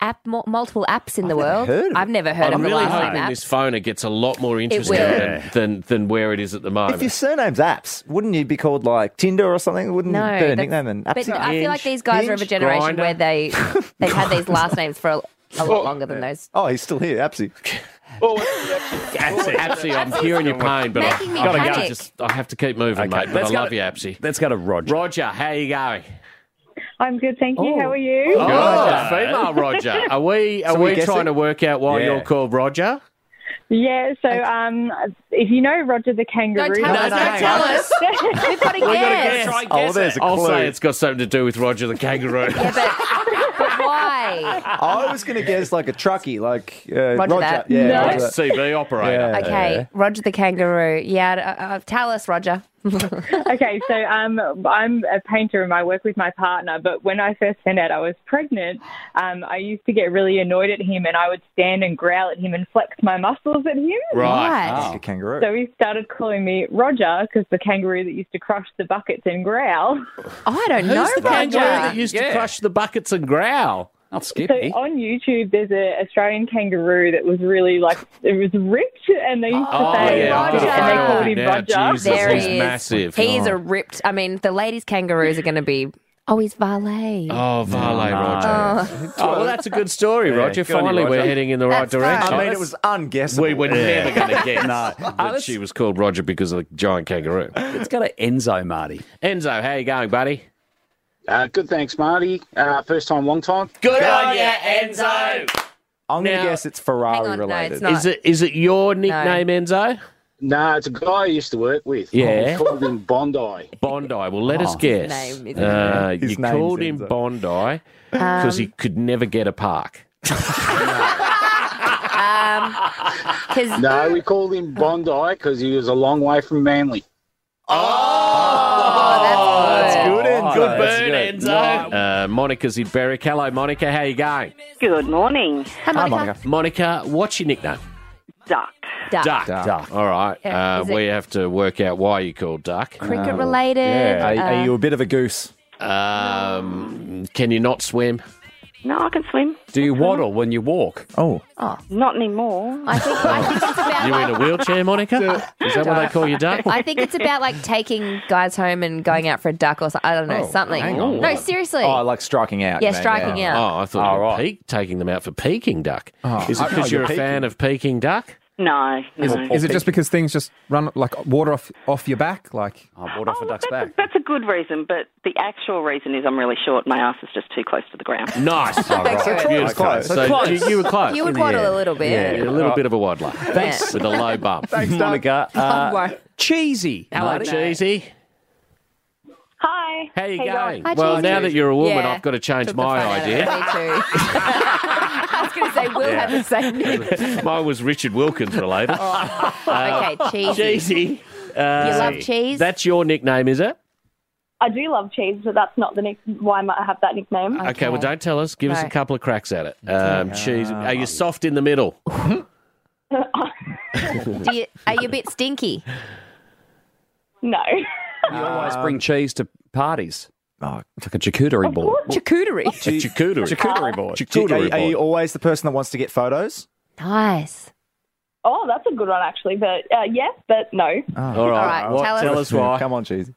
Speaker 3: app, mu- multiple apps in the world. I've never heard
Speaker 4: I'm
Speaker 3: of
Speaker 4: really
Speaker 3: the last
Speaker 4: hoping
Speaker 3: name
Speaker 4: this phoner gets a lot more interesting
Speaker 3: will.
Speaker 4: than, than than where it is at the
Speaker 5: If your
Speaker 4: moment.
Speaker 5: surname's apps, wouldn't you be called like Tinder or something? Wouldn't
Speaker 3: No,
Speaker 5: be a
Speaker 3: that's-
Speaker 5: nickname Mm, and
Speaker 3: app.
Speaker 5: apps?
Speaker 3: But I feel like these guys are of a
Speaker 5: Hinge,
Speaker 3: generation
Speaker 5: Grindr.
Speaker 3: where they they've had these last names for a, a lot longer than those.
Speaker 5: Oh, he's still here, Apsy.
Speaker 4: Oh, Apsy, Apsy, I'm hearing your pain, but I,
Speaker 3: Making me
Speaker 4: I gotta go.
Speaker 3: panic.
Speaker 4: Just, I have to keep moving,
Speaker 7: Okay,
Speaker 4: mate. But
Speaker 7: let's
Speaker 4: I
Speaker 7: go
Speaker 4: love
Speaker 7: to-
Speaker 4: you, Apsy.
Speaker 7: Let's go to Roger.
Speaker 4: Roger, how you going?
Speaker 15: I'm good, thank you. How are you?
Speaker 4: Oh, female Roger. Are we are
Speaker 7: So we're
Speaker 4: we
Speaker 7: guessing?
Speaker 4: trying to work out why
Speaker 7: Yeah.
Speaker 4: you're called Roger?
Speaker 15: Yeah, so um, if you know Roger the kangaroo,
Speaker 3: Don't tell us, don't tell us. We've got to guess.
Speaker 4: Oh,
Speaker 5: there's a
Speaker 4: I'll
Speaker 5: clue.
Speaker 4: say it's got something to do with Roger the kangaroo.
Speaker 3: But why?
Speaker 5: I was going to guess like a truckie, like uh,
Speaker 3: Roger
Speaker 5: Roger.
Speaker 3: that.
Speaker 5: Yeah,
Speaker 3: No.
Speaker 5: Roger that.
Speaker 4: CV operator.
Speaker 5: Yeah.
Speaker 3: Okay, Roger the kangaroo. Yeah, uh, uh, tell us, Roger.
Speaker 15: okay, so um, I'm a painter and I work with my partner. But when I first found out I was pregnant, um, I used to get really annoyed at him, and I would stand and growl at him and flex my muscles at him.
Speaker 5: Like a kangaroo.
Speaker 15: So he started calling me Roger because the kangaroo that used to crush the buckets and growl.
Speaker 3: I don't
Speaker 4: Who's the kangaroo that used to crush the buckets and growl?
Speaker 7: Not
Speaker 15: So on YouTube, there's an Australian kangaroo that was really like it was ripped, and they used to
Speaker 4: Oh,
Speaker 15: say
Speaker 4: yeah, I've got a
Speaker 15: and they
Speaker 4: photo of
Speaker 15: called
Speaker 4: him
Speaker 15: him
Speaker 4: now,
Speaker 15: Roger.
Speaker 4: Jesus, There he he's is. massive.
Speaker 3: He's
Speaker 4: Oh.
Speaker 3: a ripped. I mean, the ladies' kangaroos are going to be. Oh, he's valet.
Speaker 4: Oh, Valet Roger.
Speaker 3: Oh.
Speaker 4: Oh, well, that's a good story,
Speaker 5: Yeah,
Speaker 4: Roger.
Speaker 5: good on you,
Speaker 4: Finally, we're
Speaker 5: Roger.
Speaker 4: heading in the right direction.
Speaker 5: I mean, it was unguessable.
Speaker 4: we were never going to guess
Speaker 7: No.
Speaker 4: that she was called Roger because of the giant kangaroo.
Speaker 7: Let's go to Enzo, Marty.
Speaker 3: Oh.
Speaker 4: Enzo, how you going, buddy?
Speaker 21: Uh, good, thanks, Marty. Uh, first time, long time.
Speaker 4: Good
Speaker 21: on
Speaker 4: ya, Enzo.
Speaker 5: I'm
Speaker 21: gonna
Speaker 5: guess it's Ferrari related.
Speaker 4: Is it is it your nickname, Enzo?
Speaker 21: No, it's a guy I used to work with.
Speaker 4: Yeah.
Speaker 21: We called him Bondi.
Speaker 4: Bondi. Well, let us
Speaker 21: Oh.
Speaker 4: guess.
Speaker 21: His name is-
Speaker 4: uh,
Speaker 21: His
Speaker 4: you
Speaker 21: name's
Speaker 4: called him
Speaker 21: Enzo.
Speaker 4: Bondi because he
Speaker 3: Um,
Speaker 4: could never get a park.
Speaker 3: Um, 'cause-
Speaker 21: No, we called him Bondi because he was a long way from Manly.
Speaker 4: That's
Speaker 5: good, Enzo.
Speaker 4: Good
Speaker 5: That's
Speaker 4: burn,
Speaker 5: good.
Speaker 4: Enzo. Uh, Monica's in Berwick. Hello, Monica. How you going?
Speaker 22: Good morning.
Speaker 4: Monica, what's your nickname?
Speaker 22: Duck.
Speaker 3: Duck.
Speaker 4: Duck. All right.
Speaker 3: Yeah,
Speaker 4: Uh,
Speaker 3: is it-
Speaker 4: we have to work out why you called Duck.
Speaker 3: Cricket related, Yeah.
Speaker 5: Are- are uh, you a bit of a goose?
Speaker 4: Um, can you not swim?
Speaker 22: No, I can swim.
Speaker 7: Do you waddle when you walk?
Speaker 5: Oh.
Speaker 22: Oh. Not anymore.
Speaker 3: I think, I think it's about
Speaker 4: You in a wheelchair, Monica? Is that why they call you Duck?
Speaker 3: I think it's about like taking guys home and going out for a duck or something. I don't know, something.
Speaker 4: Oh, hang on.
Speaker 3: No, seriously.
Speaker 5: Oh, like striking out.
Speaker 3: Yeah,
Speaker 5: you mean,
Speaker 3: striking out.
Speaker 4: Oh, I thought you were peak, taking them out for Peking duck.
Speaker 5: Oh.
Speaker 4: Is it
Speaker 5: Oh,
Speaker 4: because
Speaker 5: you're
Speaker 4: you're a
Speaker 5: peaking.
Speaker 4: fan of Peking duck?
Speaker 23: No,
Speaker 6: Is,
Speaker 23: no.
Speaker 6: is it just because things just run like water off off your back? Like
Speaker 24: Oh, water off a duck's back.
Speaker 23: That's a good reason, but the actual reason is I'm really short. My ass is just too close to the ground.
Speaker 4: Nice. All
Speaker 23: Thanks,
Speaker 4: right.
Speaker 23: you were
Speaker 4: Beautiful.
Speaker 23: close.
Speaker 4: So
Speaker 23: Close.
Speaker 4: You, you were close.
Speaker 3: You were
Speaker 4: in the
Speaker 3: waddle a
Speaker 4: end.
Speaker 3: little bit.
Speaker 4: Yeah, a
Speaker 3: Yeah.
Speaker 4: little bit of a waddler.
Speaker 3: Thanks.
Speaker 4: With a low bump.
Speaker 3: Thanks, Doc.
Speaker 4: Monica.
Speaker 3: Oh,
Speaker 4: Uh,
Speaker 3: right.
Speaker 4: cheesy. Hello,
Speaker 3: Hello,
Speaker 4: Cheesy.
Speaker 15: Hi.
Speaker 4: How you going?
Speaker 3: Hi,
Speaker 4: well,
Speaker 3: Cheesy.
Speaker 4: now that you're a woman,
Speaker 3: Yeah.
Speaker 4: I've got to change
Speaker 3: Took the
Speaker 4: my
Speaker 3: fun out of
Speaker 4: idea.
Speaker 3: it, Me too. I was going to say we'll have the same name.
Speaker 4: uh, Mine was Richard Wilkins related. Uh,
Speaker 3: Oh. okay, cheesy.
Speaker 4: Cheesy. Uh,
Speaker 15: Oh. You love cheese?
Speaker 4: That's your nickname, is it?
Speaker 15: I do love cheese, but that's not the nick- why I have that nickname.
Speaker 4: Okay, well, don't tell us. Give us a
Speaker 15: Right.
Speaker 4: couple of cracks at it. Um, cheese. Are you soft in the middle?
Speaker 3: Do you, are you a bit stinky?
Speaker 15: No.
Speaker 7: You always bring cheese to parties. Oh, like a charcuterie board.
Speaker 3: Charcuterie.
Speaker 4: charcuterie.
Speaker 5: Charcuterie board.
Speaker 7: Charcuterie
Speaker 5: Are Ah. you- Are, you
Speaker 7: board.
Speaker 5: always the person that wants to get photos?
Speaker 3: Nice.
Speaker 15: Oh, that's a good one actually. But uh, yes, but no.
Speaker 5: Oh.
Speaker 4: All right. What- tell, us why.
Speaker 5: Come on, cheesy.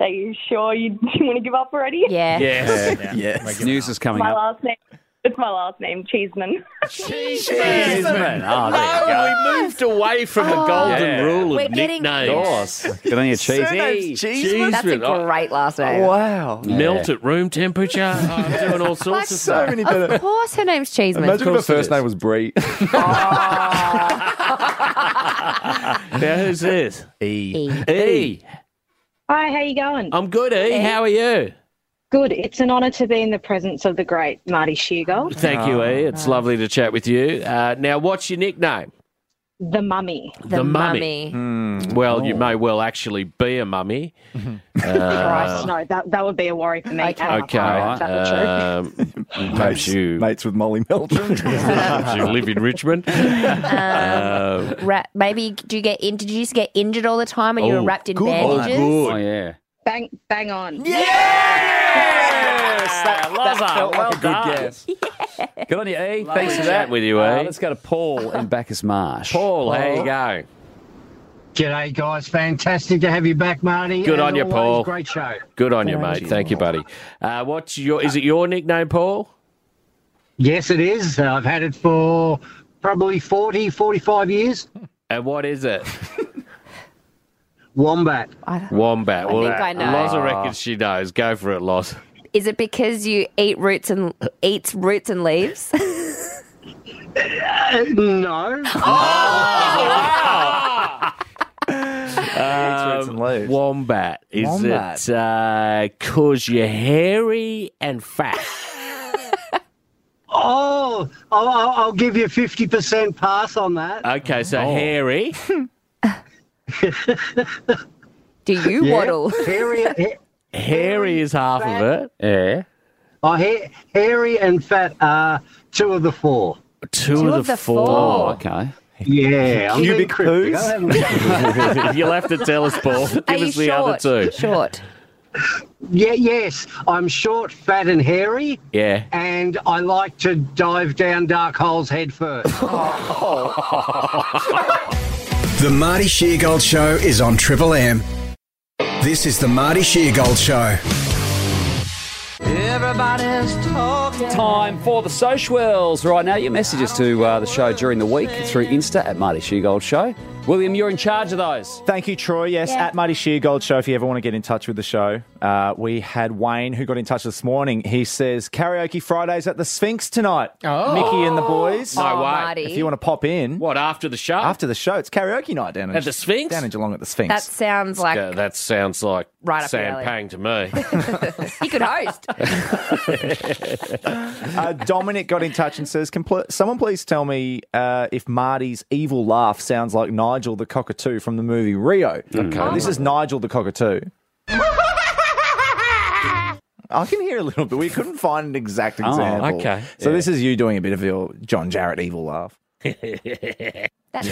Speaker 15: Are you sure you, you want to give up already? Yeah.
Speaker 7: Yes. yes. News is coming
Speaker 15: my
Speaker 7: up.
Speaker 15: last name. It's my last name, Cheeseman.
Speaker 4: Cheeseman. Oh, there you go. we moved away from the golden
Speaker 7: Yeah.
Speaker 4: rule of
Speaker 3: Oh. We're getting-
Speaker 4: nicknames.
Speaker 7: Good on you, cheesy.
Speaker 4: Surname's Cheeseman.
Speaker 3: Cheeseman. That's a
Speaker 4: Oh.
Speaker 3: great last name.
Speaker 5: Wow.
Speaker 4: Melt at room temperature. Oh, I'm doing all sorts
Speaker 3: Like
Speaker 4: of
Speaker 3: so
Speaker 4: stuff.
Speaker 5: many
Speaker 3: Of course, her name's Cheeseman.
Speaker 5: Imagine if her first name was Brie.
Speaker 4: now, who's this? E. E.
Speaker 14: Hi, how you going?
Speaker 4: I'm good, E.
Speaker 14: Hey.
Speaker 4: How are you?
Speaker 14: Good. It's an honour to be in the presence of the great Marty Sheargold.
Speaker 4: Thank you, E. It's lovely to chat with you. Uh, now, what's your nickname?
Speaker 14: The mummy.
Speaker 4: Mm, Well, you may well actually be a mummy.
Speaker 14: Christ,
Speaker 4: Uh,
Speaker 14: no, that, that would be a worry for me. and my
Speaker 4: okay.
Speaker 14: father, if that were true.
Speaker 4: Um, perhaps you
Speaker 5: Mates with Molly Meldrum.
Speaker 4: perhaps you live in Richmond. Um,
Speaker 3: Ra- maybe do you get in, did you just get injured all the time and you
Speaker 4: Oh,
Speaker 3: were wrapped in
Speaker 4: good. Oh,
Speaker 3: bandages?
Speaker 4: good.
Speaker 7: yeah.
Speaker 14: Bang, bang on.
Speaker 4: Yes!
Speaker 14: That,
Speaker 7: Loza, well done.
Speaker 14: guess.
Speaker 7: Ah. Good on you, E.
Speaker 4: Lovely
Speaker 7: Thanks for
Speaker 4: chat
Speaker 7: that.
Speaker 4: with you,
Speaker 7: Uh,
Speaker 4: E.
Speaker 7: let's go to Paul in Bacchus Marsh.
Speaker 4: Paul, how you go?
Speaker 8: G'day, guys. Fantastic to have you back, Marty.
Speaker 4: Good
Speaker 8: As
Speaker 4: on you,
Speaker 8: always,
Speaker 4: Paul.
Speaker 8: Great show.
Speaker 4: Good on you, mate. Thank you, buddy. Uh, what's your? Is it your nickname, Paul?
Speaker 8: Yes, it is. Uh, I've had it for probably 40, 45 years.
Speaker 4: And what is it?
Speaker 8: Wombat.
Speaker 4: Wombat.
Speaker 3: I
Speaker 4: well,
Speaker 3: think I know.
Speaker 4: Loza reckons she knows. Go for it, Loz.
Speaker 3: Is it because you eat roots and eats roots and leaves?
Speaker 8: Uh, no.
Speaker 4: Um, wombat. Is
Speaker 8: Wombat.
Speaker 4: it because you're hairy and fat?
Speaker 8: Oh, I'll, I'll I'll give you a 50% pass on that.
Speaker 4: Okay, so
Speaker 3: Oh.
Speaker 4: hairy.
Speaker 3: Do you
Speaker 8: Yeah.
Speaker 3: waddle?
Speaker 8: Hairy,
Speaker 4: Hairy is half of it. Yeah.
Speaker 8: oh, ha- hairy and fat are two of the four.
Speaker 4: Two, of, the, four.
Speaker 8: four.
Speaker 7: Oh, okay.
Speaker 8: Yeah. I'm being
Speaker 4: Cubic
Speaker 8: cryptic.
Speaker 4: poos?
Speaker 8: I haven't-
Speaker 4: You'll have to tell us, Paul. Give
Speaker 8: Are you
Speaker 4: us the other
Speaker 8: short?
Speaker 4: two.
Speaker 3: Short.
Speaker 8: Yeah, yes. I'm short, fat, and hairy.
Speaker 4: Yeah.
Speaker 8: And I like to dive down dark holes head first.
Speaker 1: The Marty Sheargold Show is on Triple M. This is the Marty Sheargold Show.
Speaker 7: Everybody's talking. Time for the Socials. Right now, your messages to uh, the show during the week through Insta at Marty Sheargold Show. William, you're in charge of those.
Speaker 5: Thank you, Troy. Yes, at Marty Sheargold Show, if you ever want to get in touch with the show. Uh, we had Wayne who got in touch this morning. He says, Karaoke Fridays at the Sphinx tonight.
Speaker 4: Oh.
Speaker 5: Mickey and the boys.
Speaker 4: No Oh, way. Marty.
Speaker 5: If you want to pop in.
Speaker 4: What, after the show?
Speaker 5: After the show. It's karaoke night down in
Speaker 4: At the Sphinx?
Speaker 5: Down in Geelong at the Sphinx.
Speaker 3: That sounds like
Speaker 4: Yeah, that sounds like
Speaker 3: Right up your
Speaker 4: Sam
Speaker 3: alley.
Speaker 4: Pang to me.
Speaker 3: you could host.
Speaker 5: uh, Dominic got in touch and says, Can pl- someone please tell me uh, if Marty's evil laugh sounds like Nigel the cockatoo from the movie Rio? Okay. This is Nigel the cockatoo. I can hear a little bit. We couldn't find an exact
Speaker 7: Oh,
Speaker 5: example.
Speaker 7: okay.
Speaker 5: So
Speaker 7: Yeah.
Speaker 5: this is you doing a bit of your John Jarrett evil laugh.
Speaker 3: That's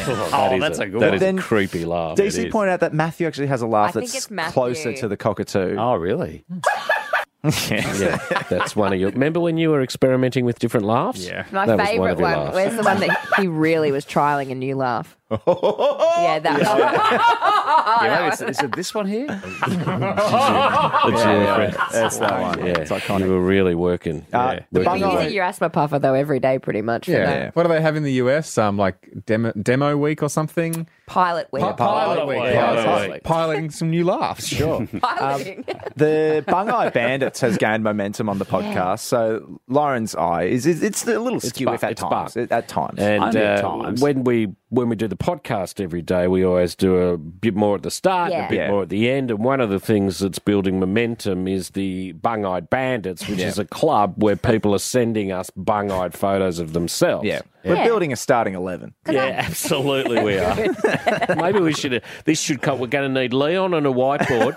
Speaker 5: Oh,
Speaker 4: is
Speaker 5: that's a good
Speaker 4: that
Speaker 5: one.
Speaker 4: is
Speaker 5: Then
Speaker 4: creepy laugh. It
Speaker 5: DC
Speaker 4: is.
Speaker 5: pointed out that Matthew actually has a laugh
Speaker 3: I think
Speaker 5: that's
Speaker 3: it's Matthew.
Speaker 5: closer to the cockatoo.
Speaker 4: Oh, really?
Speaker 5: yeah.
Speaker 4: yeah, that's one of your. Remember when you were experimenting with different laughs? Yeah,
Speaker 3: My favourite one. Where's the one that he really was trialing a new laugh? yeah, that.
Speaker 2: yeah, maybe it's, is it this one here? Yeah,
Speaker 4: It's your
Speaker 2: yeah,
Speaker 4: friend.
Speaker 2: that's that one.
Speaker 4: Yeah.
Speaker 2: It's iconic.
Speaker 4: You were really working.
Speaker 6: Uh,
Speaker 4: yeah.
Speaker 6: the
Speaker 4: working
Speaker 3: You
Speaker 6: bungo-
Speaker 4: hard.
Speaker 3: use your asthma puffer though every day, pretty much. for
Speaker 6: Yeah.
Speaker 3: that.
Speaker 6: What do they have in the US? Um, like demo demo week or something.
Speaker 3: Pilot week.
Speaker 6: Pilot week. Yeah, it's
Speaker 4: uh,
Speaker 6: like Piling some new laughs.
Speaker 5: Sure. Um,
Speaker 3: Piloting.
Speaker 4: Um,
Speaker 5: The Bung Eye Bandits has gained momentum on the podcast. So Lauren's eye is, is it's a little skew
Speaker 4: bark-
Speaker 5: if at
Speaker 4: it's
Speaker 5: times.
Speaker 4: bark.
Speaker 5: At times.
Speaker 4: And uh, when we when we do the podcast every day, we always do a bit more at the start, and
Speaker 5: Yeah.
Speaker 4: a bit
Speaker 5: Yeah.
Speaker 4: more at the end. And one of the things that's building momentum is the Bung Eyed Bandits, which
Speaker 5: Yeah.
Speaker 4: is a club where people are sending us bung eyed photos of themselves. Yeah,
Speaker 5: We're building a starting 11.
Speaker 4: Yeah, absolutely we are. Maybe we should. uh, This should. come- We're going to need Leon on a whiteboard.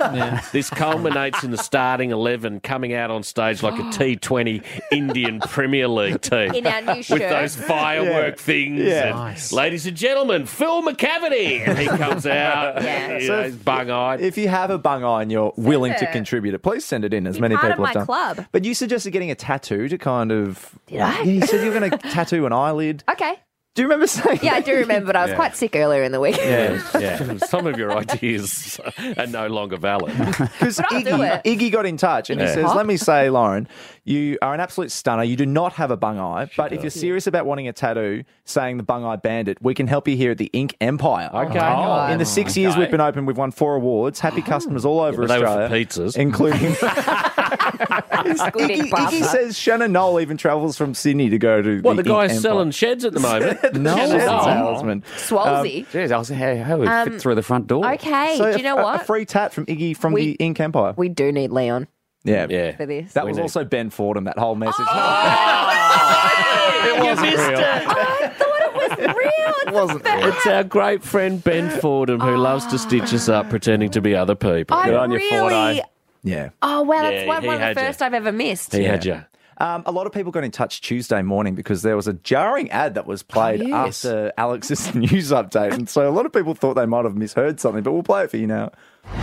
Speaker 4: This culminates in the starting eleven coming out on stage like a T Twenty Indian Premier League team
Speaker 7: In our new
Speaker 4: with
Speaker 7: shirt.
Speaker 4: those firework
Speaker 7: Yeah.
Speaker 4: things.
Speaker 7: Yeah.
Speaker 4: and, Ladies and gentlemen, Phil McCavity, and he comes out. you
Speaker 5: So
Speaker 4: know,
Speaker 5: if-
Speaker 4: he's bung eyed.
Speaker 5: If you have a bung eye and you're willing to
Speaker 4: it.
Speaker 5: contribute it, please send it in, as many
Speaker 4: part of
Speaker 5: people
Speaker 4: my
Speaker 5: have done.
Speaker 4: club.
Speaker 5: But you suggested getting a tattoo to kind of. Did I? Yeah, you said you were going to tattoo an eyelid.
Speaker 3: Okay.
Speaker 5: Do you remember saying?
Speaker 3: Yeah, I do remember. But I was
Speaker 4: Yeah.
Speaker 3: quite sick earlier in the week.
Speaker 4: yeah. Some of your ideas are no longer valid.
Speaker 5: Because Iggy, Iggy got in touch and he
Speaker 4: Yeah.
Speaker 5: says,
Speaker 4: Pop?
Speaker 5: Let me say, Lauren, you are an absolute stunner. You do not have a bung eye, but if you're serious about wanting a tattoo, saying the bung eye bandit, we can help you here at the Ink Empire.
Speaker 4: Okay. Oh.
Speaker 5: In the six years
Speaker 4: Okay.
Speaker 5: we've been open, we've won four awards, happy
Speaker 3: Oh.
Speaker 5: customers all over
Speaker 4: but they were for
Speaker 5: Australia.
Speaker 4: pizzas.
Speaker 5: Including
Speaker 3: Iggy,
Speaker 5: Iggy says Shannon Knoll even travels from Sydney to go to
Speaker 4: What,
Speaker 5: the,
Speaker 4: the guy's
Speaker 5: Ink
Speaker 4: selling sheds at the moment?
Speaker 5: Empire. no,
Speaker 4: Shannon Knoll.
Speaker 5: salesman.
Speaker 3: Swansea.
Speaker 7: Um,
Speaker 5: Jeez, I was how, how
Speaker 3: we fit Um, through
Speaker 5: the front door.
Speaker 3: okay, do you know
Speaker 5: a,
Speaker 3: what?
Speaker 5: A free tat from Iggy from
Speaker 3: We-
Speaker 5: the Ink Empire.
Speaker 3: We do need Leon.
Speaker 5: Yeah,
Speaker 4: yeah.
Speaker 3: For this. Oh!
Speaker 5: That
Speaker 3: We
Speaker 5: was
Speaker 3: need-
Speaker 5: also Ben Fordham. That whole message.
Speaker 4: it wasn't real.
Speaker 5: It wasn't real.
Speaker 4: It's our great friend Ben Fordham who loves to stitch us up pretending to be other people.
Speaker 3: I Good on you, really- Fordo.
Speaker 5: Yeah.
Speaker 3: Oh wow, that's
Speaker 4: Yeah,
Speaker 3: one,
Speaker 4: he
Speaker 3: one of
Speaker 4: had
Speaker 3: the
Speaker 4: ya.
Speaker 3: first I've ever missed.
Speaker 5: Yeah. Um, a lot of people got in touch Tuesday morning because there was a jarring ad that was played
Speaker 3: Oh, yes.
Speaker 5: after Alex's news update. And so a lot of people thought they might have misheard something, but we'll play it for you now.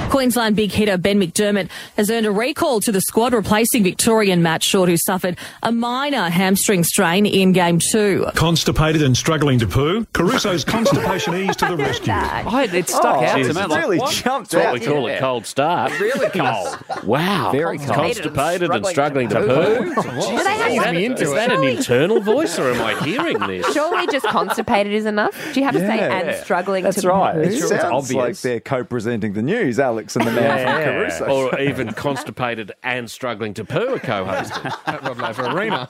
Speaker 16: Queensland big hitter Ben McDermott has earned a recall to the squad, replacing Victorian Matt Short, who suffered a minor hamstring strain in game two.
Speaker 17: Constipated and struggling to poo, Caruso's constipation ease to the rescue.
Speaker 4: it stuck out to me. I'm like,
Speaker 17: really
Speaker 4: what?
Speaker 17: jumped
Speaker 4: Oh, That's what
Speaker 17: out.
Speaker 4: we call
Speaker 17: Yeah.
Speaker 4: a cold start.
Speaker 17: Really
Speaker 4: cold.
Speaker 17: cold.
Speaker 4: Wow.
Speaker 17: Very cold.
Speaker 4: Constipated and struggling to poo.
Speaker 3: Do they have
Speaker 4: Is that-
Speaker 3: one-
Speaker 4: is that an
Speaker 3: Surely-
Speaker 4: internal voice or am I hearing this?
Speaker 3: Surely just constipated is enough. Do you have to say
Speaker 5: Yeah.
Speaker 3: and struggling
Speaker 5: That's
Speaker 3: to
Speaker 5: right.
Speaker 3: poo?
Speaker 5: It sounds like they're co-presenting the news, Alex and the man from Caruso.
Speaker 4: Or even constipated and struggling to poo a co-host. At Rod Laver Arena.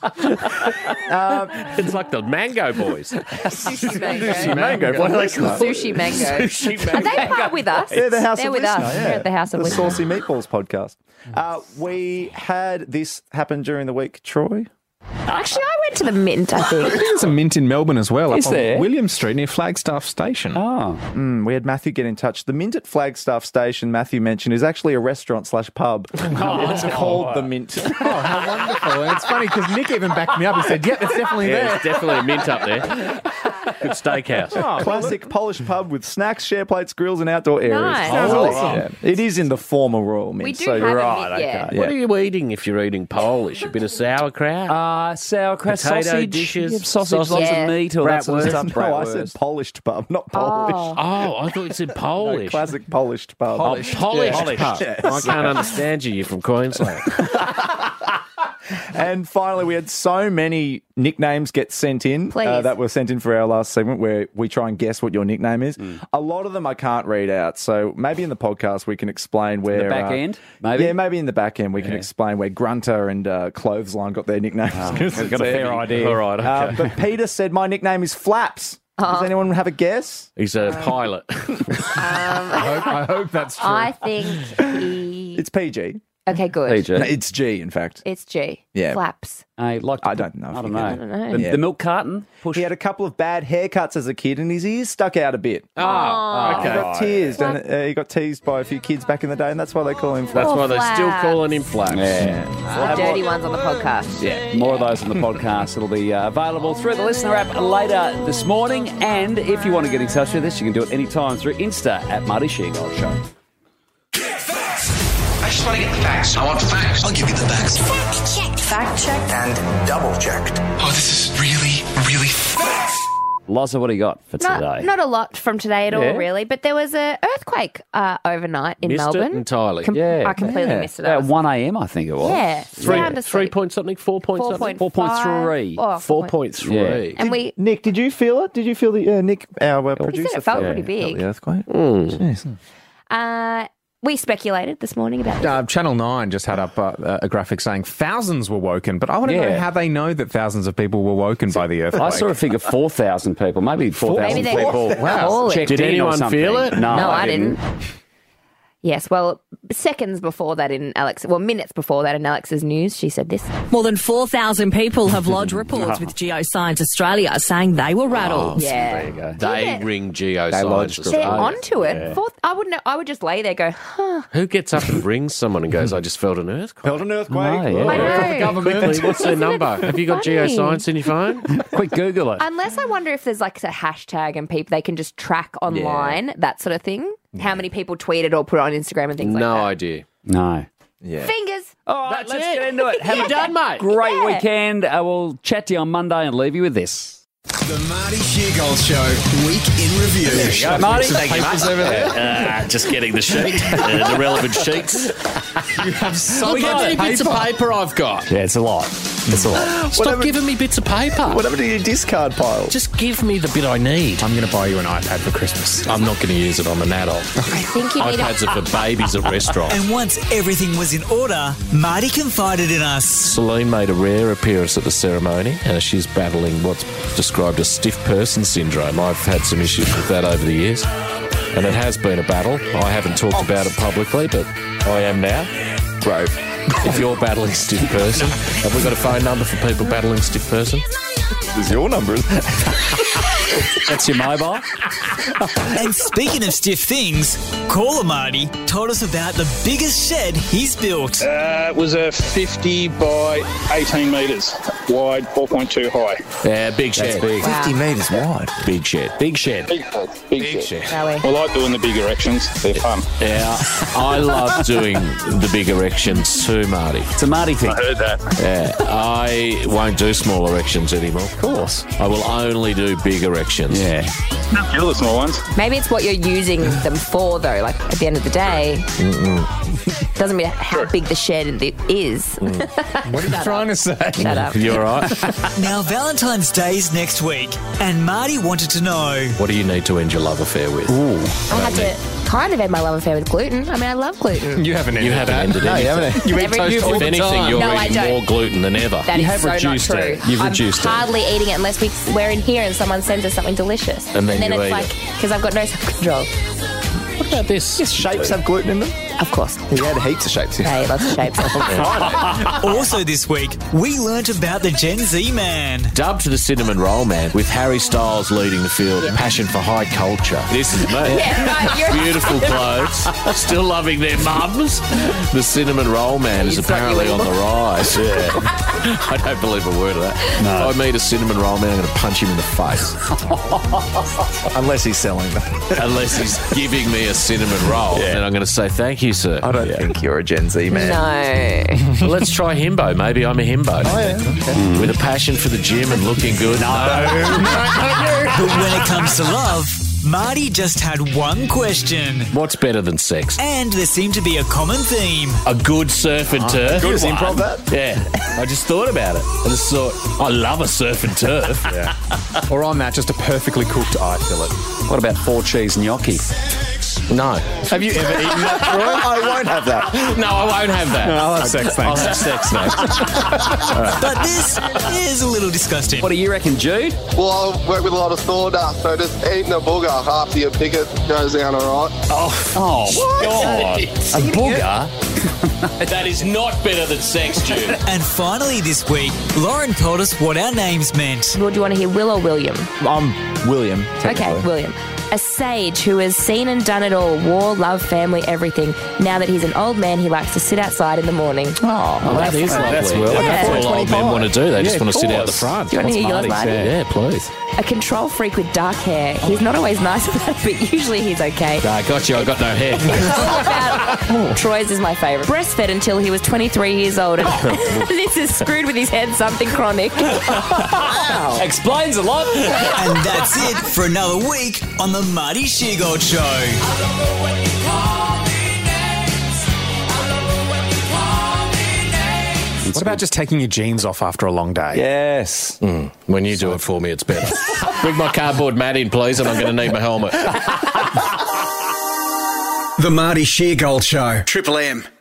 Speaker 4: it's like the Mango Boys.
Speaker 3: Sushi mango.
Speaker 4: Sushi mango. What do they call it?
Speaker 3: Sushi mango.
Speaker 4: Sushi
Speaker 3: Are they
Speaker 4: mango.
Speaker 3: part with us?
Speaker 5: They're the House
Speaker 3: They're
Speaker 5: of
Speaker 3: with
Speaker 5: Listener,
Speaker 3: us.
Speaker 5: yeah.
Speaker 3: They're at the House of
Speaker 5: The
Speaker 3: Listener.
Speaker 5: Saucy Meatballs podcast. Uh, we had this happen during the week, Troy.
Speaker 3: Actually, I went to the Mint. I
Speaker 6: I think
Speaker 3: think.
Speaker 6: there's a mint in Melbourne as well. oh,
Speaker 5: Is
Speaker 6: up
Speaker 5: there?
Speaker 6: On William Street near Flagstaff Station.
Speaker 4: Ah.
Speaker 5: Oh. we had Matthew get in touch. The Mint at Flagstaff Station, Matthew mentioned, is actually a restaurant slash pub. it's called The Mint.
Speaker 6: Oh, how wonderful. And it's funny because Nick even backed me up and said, yep, it's definitely
Speaker 4: Yeah,
Speaker 6: there.
Speaker 4: there's definitely a mint up there. Good steakhouse.
Speaker 6: Oh,
Speaker 5: Classic Polish pub with snacks, share plates, grills, and outdoor areas.
Speaker 4: Nice. Sounds
Speaker 5: Oh,
Speaker 4: awesome.
Speaker 5: yeah. It is in the former Royal Mint.
Speaker 4: We do
Speaker 5: so
Speaker 4: have a
Speaker 5: you're
Speaker 4: Mint,
Speaker 5: right.
Speaker 4: yeah.
Speaker 5: Okay.
Speaker 4: What are you eating if you're eating Polish? A bit of sauerkraut?
Speaker 7: Uh, sauerkraut,
Speaker 4: Potato
Speaker 7: sausage,
Speaker 4: dishes,
Speaker 7: yeah, sausage,
Speaker 4: sausage.
Speaker 7: lots
Speaker 4: Yeah.
Speaker 7: of meat, all that sort of
Speaker 4: Bratwurst.
Speaker 7: stuff.
Speaker 5: No, I said
Speaker 7: Bratwurst.
Speaker 5: Polished pub, not Polish.
Speaker 4: Oh, I thought you said Polish.
Speaker 5: No, classic Polished pub.
Speaker 4: Polish. Oh, Polish
Speaker 5: Yeah.
Speaker 4: pub.
Speaker 5: Yes.
Speaker 4: I can't understand you. You're from Queensland.
Speaker 5: And finally, we had so many nicknames get sent in uh,
Speaker 4: Please.
Speaker 5: that were sent in for our last segment where we try and guess what your nickname is.
Speaker 4: Hmm.
Speaker 5: A lot of them I can't read out. So maybe in the podcast we can explain where.
Speaker 7: back end,
Speaker 5: maybe? Yeah, maybe in the back end we can explain where Grunter and uh, Clothesline got their nicknames.
Speaker 4: Oh,
Speaker 7: we've got a fair idea.
Speaker 4: All right,
Speaker 5: Uh,
Speaker 4: okay.
Speaker 5: but Peter said, My nickname is Flaps. Does anyone have a guess?
Speaker 4: He's a pilot.
Speaker 5: I, hope, I hope that's
Speaker 3: Um, I think he.
Speaker 5: It's PG.
Speaker 3: Okay, good.
Speaker 5: No, it's G, in fact.
Speaker 3: It's G.
Speaker 5: Yeah.
Speaker 3: Flaps.
Speaker 7: I like.
Speaker 5: I don't know. I
Speaker 7: don't know. I don't know. The-
Speaker 5: Yeah.
Speaker 7: the milk carton.
Speaker 5: He had a couple of bad haircuts as a kid, and his ears stuck out a bit.
Speaker 3: Oh.
Speaker 4: Ah,
Speaker 5: He
Speaker 4: okay.
Speaker 5: got teased, and uh, he got teased by a few kids back in the day, and that's why they call him.
Speaker 4: That's why they're still calling him Flaps.
Speaker 3: The dirty ones on the podcast.
Speaker 7: Yeah, more of those on the podcast. It'll be uh, available through the listener app later this morning. And if you want to get in touch with us, you can do it anytime through Insta at Marty Sheargold Show.
Speaker 13: I just want to get the facts. I want facts. I'll give you the facts. Fact checked. Fact checked. And double checked. Oh, this is really, really
Speaker 7: Loza, what do you got for
Speaker 3: not,
Speaker 7: today?
Speaker 3: not a lot from today at
Speaker 7: Yeah.
Speaker 3: all, really. But there was a earthquake uh, overnight in
Speaker 7: Missed it
Speaker 3: Melbourne.
Speaker 7: entirely.
Speaker 3: Com-
Speaker 7: yeah.
Speaker 3: I completely missed it. I
Speaker 7: At
Speaker 3: was-
Speaker 7: 1 a.m., I think it was.
Speaker 3: Yeah,
Speaker 7: Three,
Speaker 3: sound asleep.
Speaker 25: three point something, four point
Speaker 3: Four
Speaker 25: something,
Speaker 3: point five. Oh, four
Speaker 25: four
Speaker 3: point-
Speaker 25: point three.
Speaker 3: And we
Speaker 5: Nick, did you feel it? Did you feel the uh, Nick, our uh, producer?
Speaker 3: it felt
Speaker 5: felt-
Speaker 3: pretty big.
Speaker 5: The earthquake. Jeez.
Speaker 3: uh, we speculated this morning about
Speaker 6: Uh, Channel 9 just had up uh, a graphic saying thousands were woken, but I want to know
Speaker 7: Yeah.
Speaker 6: how they know that thousands of people were woken by the earthquake.
Speaker 7: I saw a figure 4,000 people, maybe 4,000
Speaker 3: Maybe they
Speaker 7: people.
Speaker 3: call it.
Speaker 7: checked
Speaker 25: Did
Speaker 7: in or
Speaker 25: anyone
Speaker 7: something.
Speaker 25: feel it?
Speaker 7: No,
Speaker 3: No,
Speaker 7: I,
Speaker 3: I
Speaker 7: didn't.
Speaker 3: didn't. Yes, well, seconds before that in Alex, well, minutes before that in Alex's news, she said this.
Speaker 26: More than 4,000 people have lodged reports with Geoscience Australia saying they were
Speaker 3: Oh,
Speaker 26: rattled.
Speaker 3: yeah.
Speaker 25: They ring geoscience.
Speaker 7: They lodged
Speaker 3: They're
Speaker 25: Australia.
Speaker 3: onto it.
Speaker 25: Yeah.
Speaker 3: Fourth, I would not I would just lay there, go, huh?
Speaker 25: Who gets up and rings someone and goes, "I just felt an earthquake"?
Speaker 6: Felt an earthquake.
Speaker 25: Oh,
Speaker 3: I know.
Speaker 25: the government.
Speaker 3: Quickly,
Speaker 25: What's their
Speaker 3: isn't it
Speaker 25: number? Have you got
Speaker 3: funny?
Speaker 25: geoscience in your phone?
Speaker 7: Quick Google it.
Speaker 3: Unless I wonder if there's like a hashtag and people they can just track online that sort of thing. How many people tweeted or put it on Instagram and things like
Speaker 25: no
Speaker 3: that.
Speaker 25: idea.
Speaker 7: No.
Speaker 5: Yeah.
Speaker 3: Fingers.
Speaker 4: Oh.
Speaker 7: All right, let's get into it. Have
Speaker 25: You
Speaker 7: a
Speaker 25: done, mate?
Speaker 7: Great
Speaker 3: Yeah.
Speaker 7: weekend. Uh, we'll chat to you on Monday and leave you with this.
Speaker 1: The Marty Sheargold Show Week in Review.
Speaker 7: There you go, Marty.
Speaker 1: Thank you, mate.
Speaker 4: Uh, just getting the sheet, uh, the relevant sheets.
Speaker 25: You have so
Speaker 4: Look how many bits of paper I've got.
Speaker 7: Yeah, it's a lot. It's a lot.
Speaker 4: Stop giving me bits of paper.
Speaker 5: What happened to your discard pile?
Speaker 4: Just give me the bit I need.
Speaker 6: I'm going to buy you an iPad for Christmas.
Speaker 4: I'm not going to use it. I'm an adult.
Speaker 3: I think you need
Speaker 4: iPads are for babies at restaurants.
Speaker 8: And once everything was in order, Marty confided in us.
Speaker 4: Celine made a rare appearance at the ceremony, and she's battling what's described as stiff person syndrome. I've had some issues with that over the years, and it has been a battle. I haven't talked about it publicly, but I am now. Bro, if you're battling stiff person, have we got a phone number for people battling stiff person?
Speaker 5: This is your number.
Speaker 7: That's your mobile.
Speaker 8: and speaking of stiff things, caller Marty told us about the biggest shed he's built.
Speaker 11: Uh, it was a 50 by 18 metres wide, 4.2 high.
Speaker 4: Yeah, big
Speaker 11: That's
Speaker 4: shed.
Speaker 11: big. Wow. 50
Speaker 5: metres wide.
Speaker 4: Big shed. Big shed.
Speaker 11: Big shed. Big, shed.
Speaker 3: Really?
Speaker 11: I like doing the big erections. They're fun.
Speaker 4: Yeah, I love doing the big erections too, Marty. It's
Speaker 7: a Marty thing.
Speaker 11: I heard that.
Speaker 4: Yeah, I won't do small erections anymore. Of
Speaker 7: course.
Speaker 4: I will only do big erections.
Speaker 7: Yeah.
Speaker 11: Kill the small ones.
Speaker 3: Maybe it's what you're using them for, though. Like at the end of the day, doesn't matter how big the shed it is.
Speaker 4: Mm.
Speaker 6: What are you trying to say?
Speaker 3: Shut up.
Speaker 4: You all right?
Speaker 8: now, Valentine's Day is next week, and Marty wanted to know
Speaker 4: What do you need to end your love affair with? Ooh.
Speaker 3: I had to kind of end my love affair with gluten. I mean, I love gluten.
Speaker 6: You haven't ended
Speaker 4: You haven't
Speaker 6: that.
Speaker 4: ended
Speaker 6: No, you
Speaker 4: anything.
Speaker 6: haven't. You eat
Speaker 3: Every-
Speaker 6: toast
Speaker 3: You've-
Speaker 4: If
Speaker 6: all the
Speaker 4: anything,
Speaker 6: time.
Speaker 4: you're
Speaker 3: No, I
Speaker 4: eating
Speaker 3: don't.
Speaker 4: more gluten than ever.
Speaker 3: That is so not true.
Speaker 4: You've
Speaker 3: I'm
Speaker 4: reduced it.
Speaker 3: hardly eating it unless we, we're in here and someone sends us something delicious.
Speaker 4: And then you
Speaker 3: it's
Speaker 4: eat
Speaker 3: like, because I've got no self-control.
Speaker 4: What about this?
Speaker 5: Yes, shapes have gluten in them.
Speaker 3: Of course.
Speaker 5: He had heaps of shapes.
Speaker 3: Hey, lots of shapes.
Speaker 8: also this week, we learnt about the Gen Z man.
Speaker 4: Dubbed the cinnamon roll man with Harry Styles leading the field. Passion for high culture. This is me.
Speaker 3: Yeah, right,
Speaker 4: Beautiful clothes. Still loving their mums. The cinnamon roll man is
Speaker 3: He's not
Speaker 4: apparently
Speaker 3: you
Speaker 4: on the
Speaker 3: anymore.
Speaker 4: rise. Yeah. I don't believe a word of that. No. If I meet a cinnamon roll man, I'm going to punch him in the face.
Speaker 5: Unless he's selling them.
Speaker 4: Unless he's giving me a cinnamon roll. And I'm going to say, thank you, sir.
Speaker 5: I don't think you're a Gen Z man.
Speaker 3: no.
Speaker 4: Well, let's try himbo. Maybe I'm a himbo. Mm. With a passion for the gym and looking good.
Speaker 8: But when it comes to love, Marty just had one question,
Speaker 4: What's better than sex?
Speaker 8: and there seemed to be a common theme.
Speaker 4: A good surf and turf.
Speaker 5: Good one. improv that.
Speaker 4: Yeah. I just thought about it. I just thought, I love a surf and turf.
Speaker 6: Or on that, just a perfectly cooked eye fillet.
Speaker 7: What about four cheese gnocchi?
Speaker 4: No.
Speaker 6: Have you ever eaten that, Roy?
Speaker 5: I won't have that.
Speaker 4: No, I won't have that.
Speaker 6: No, I'll have sex,
Speaker 4: I'll
Speaker 6: thanks.
Speaker 4: have sex next.
Speaker 8: But this is a little disgusting.
Speaker 7: What do you reckon, Jude?
Speaker 27: Well, I work with a lot of sawdust, so just eating a booger after your picket goes down all right.
Speaker 7: Oh,
Speaker 4: God. A booger? that is not better than sex, Jude.
Speaker 8: And finally this week, Lauren told us what our names meant.
Speaker 3: Well, do you want to hear Will or William?
Speaker 5: I'm William.
Speaker 3: Okay, William. A sage who has seen and done it all war, love, family, everything. Now that he's an old man, he likes to sit outside in the morning. Oh,
Speaker 4: Well, that is lovely.
Speaker 3: That's
Speaker 4: That's,
Speaker 3: well-
Speaker 4: that's
Speaker 3: Yeah.
Speaker 4: all old men want to do. They
Speaker 3: Yeah,
Speaker 4: just want to
Speaker 3: of
Speaker 4: sit out the
Speaker 3: course.
Speaker 4: front.
Speaker 3: Do you wanna
Speaker 4: What's
Speaker 3: hear yours,
Speaker 4: Marty's?
Speaker 3: Marty?
Speaker 4: Yeah, please.
Speaker 3: A control freak with dark hair. He's not always nice about it, but usually he's okay.
Speaker 4: I got you. Uh, I got no hair.
Speaker 3: Troy's is my favourite. Breastfed until he was 23 years old. And this is screwed with his head something chronic.
Speaker 7: Explains a lot.
Speaker 8: Oh. and that's it for another week on the Marty Sheargold Show.
Speaker 6: What about just taking your jeans off after a long day?
Speaker 4: Yes. Hmm. When you do it for me, it's better. Bring my cardboard mat in, please, and I'm going to need my helmet.
Speaker 1: The Marty Sheargold Show. Triple M.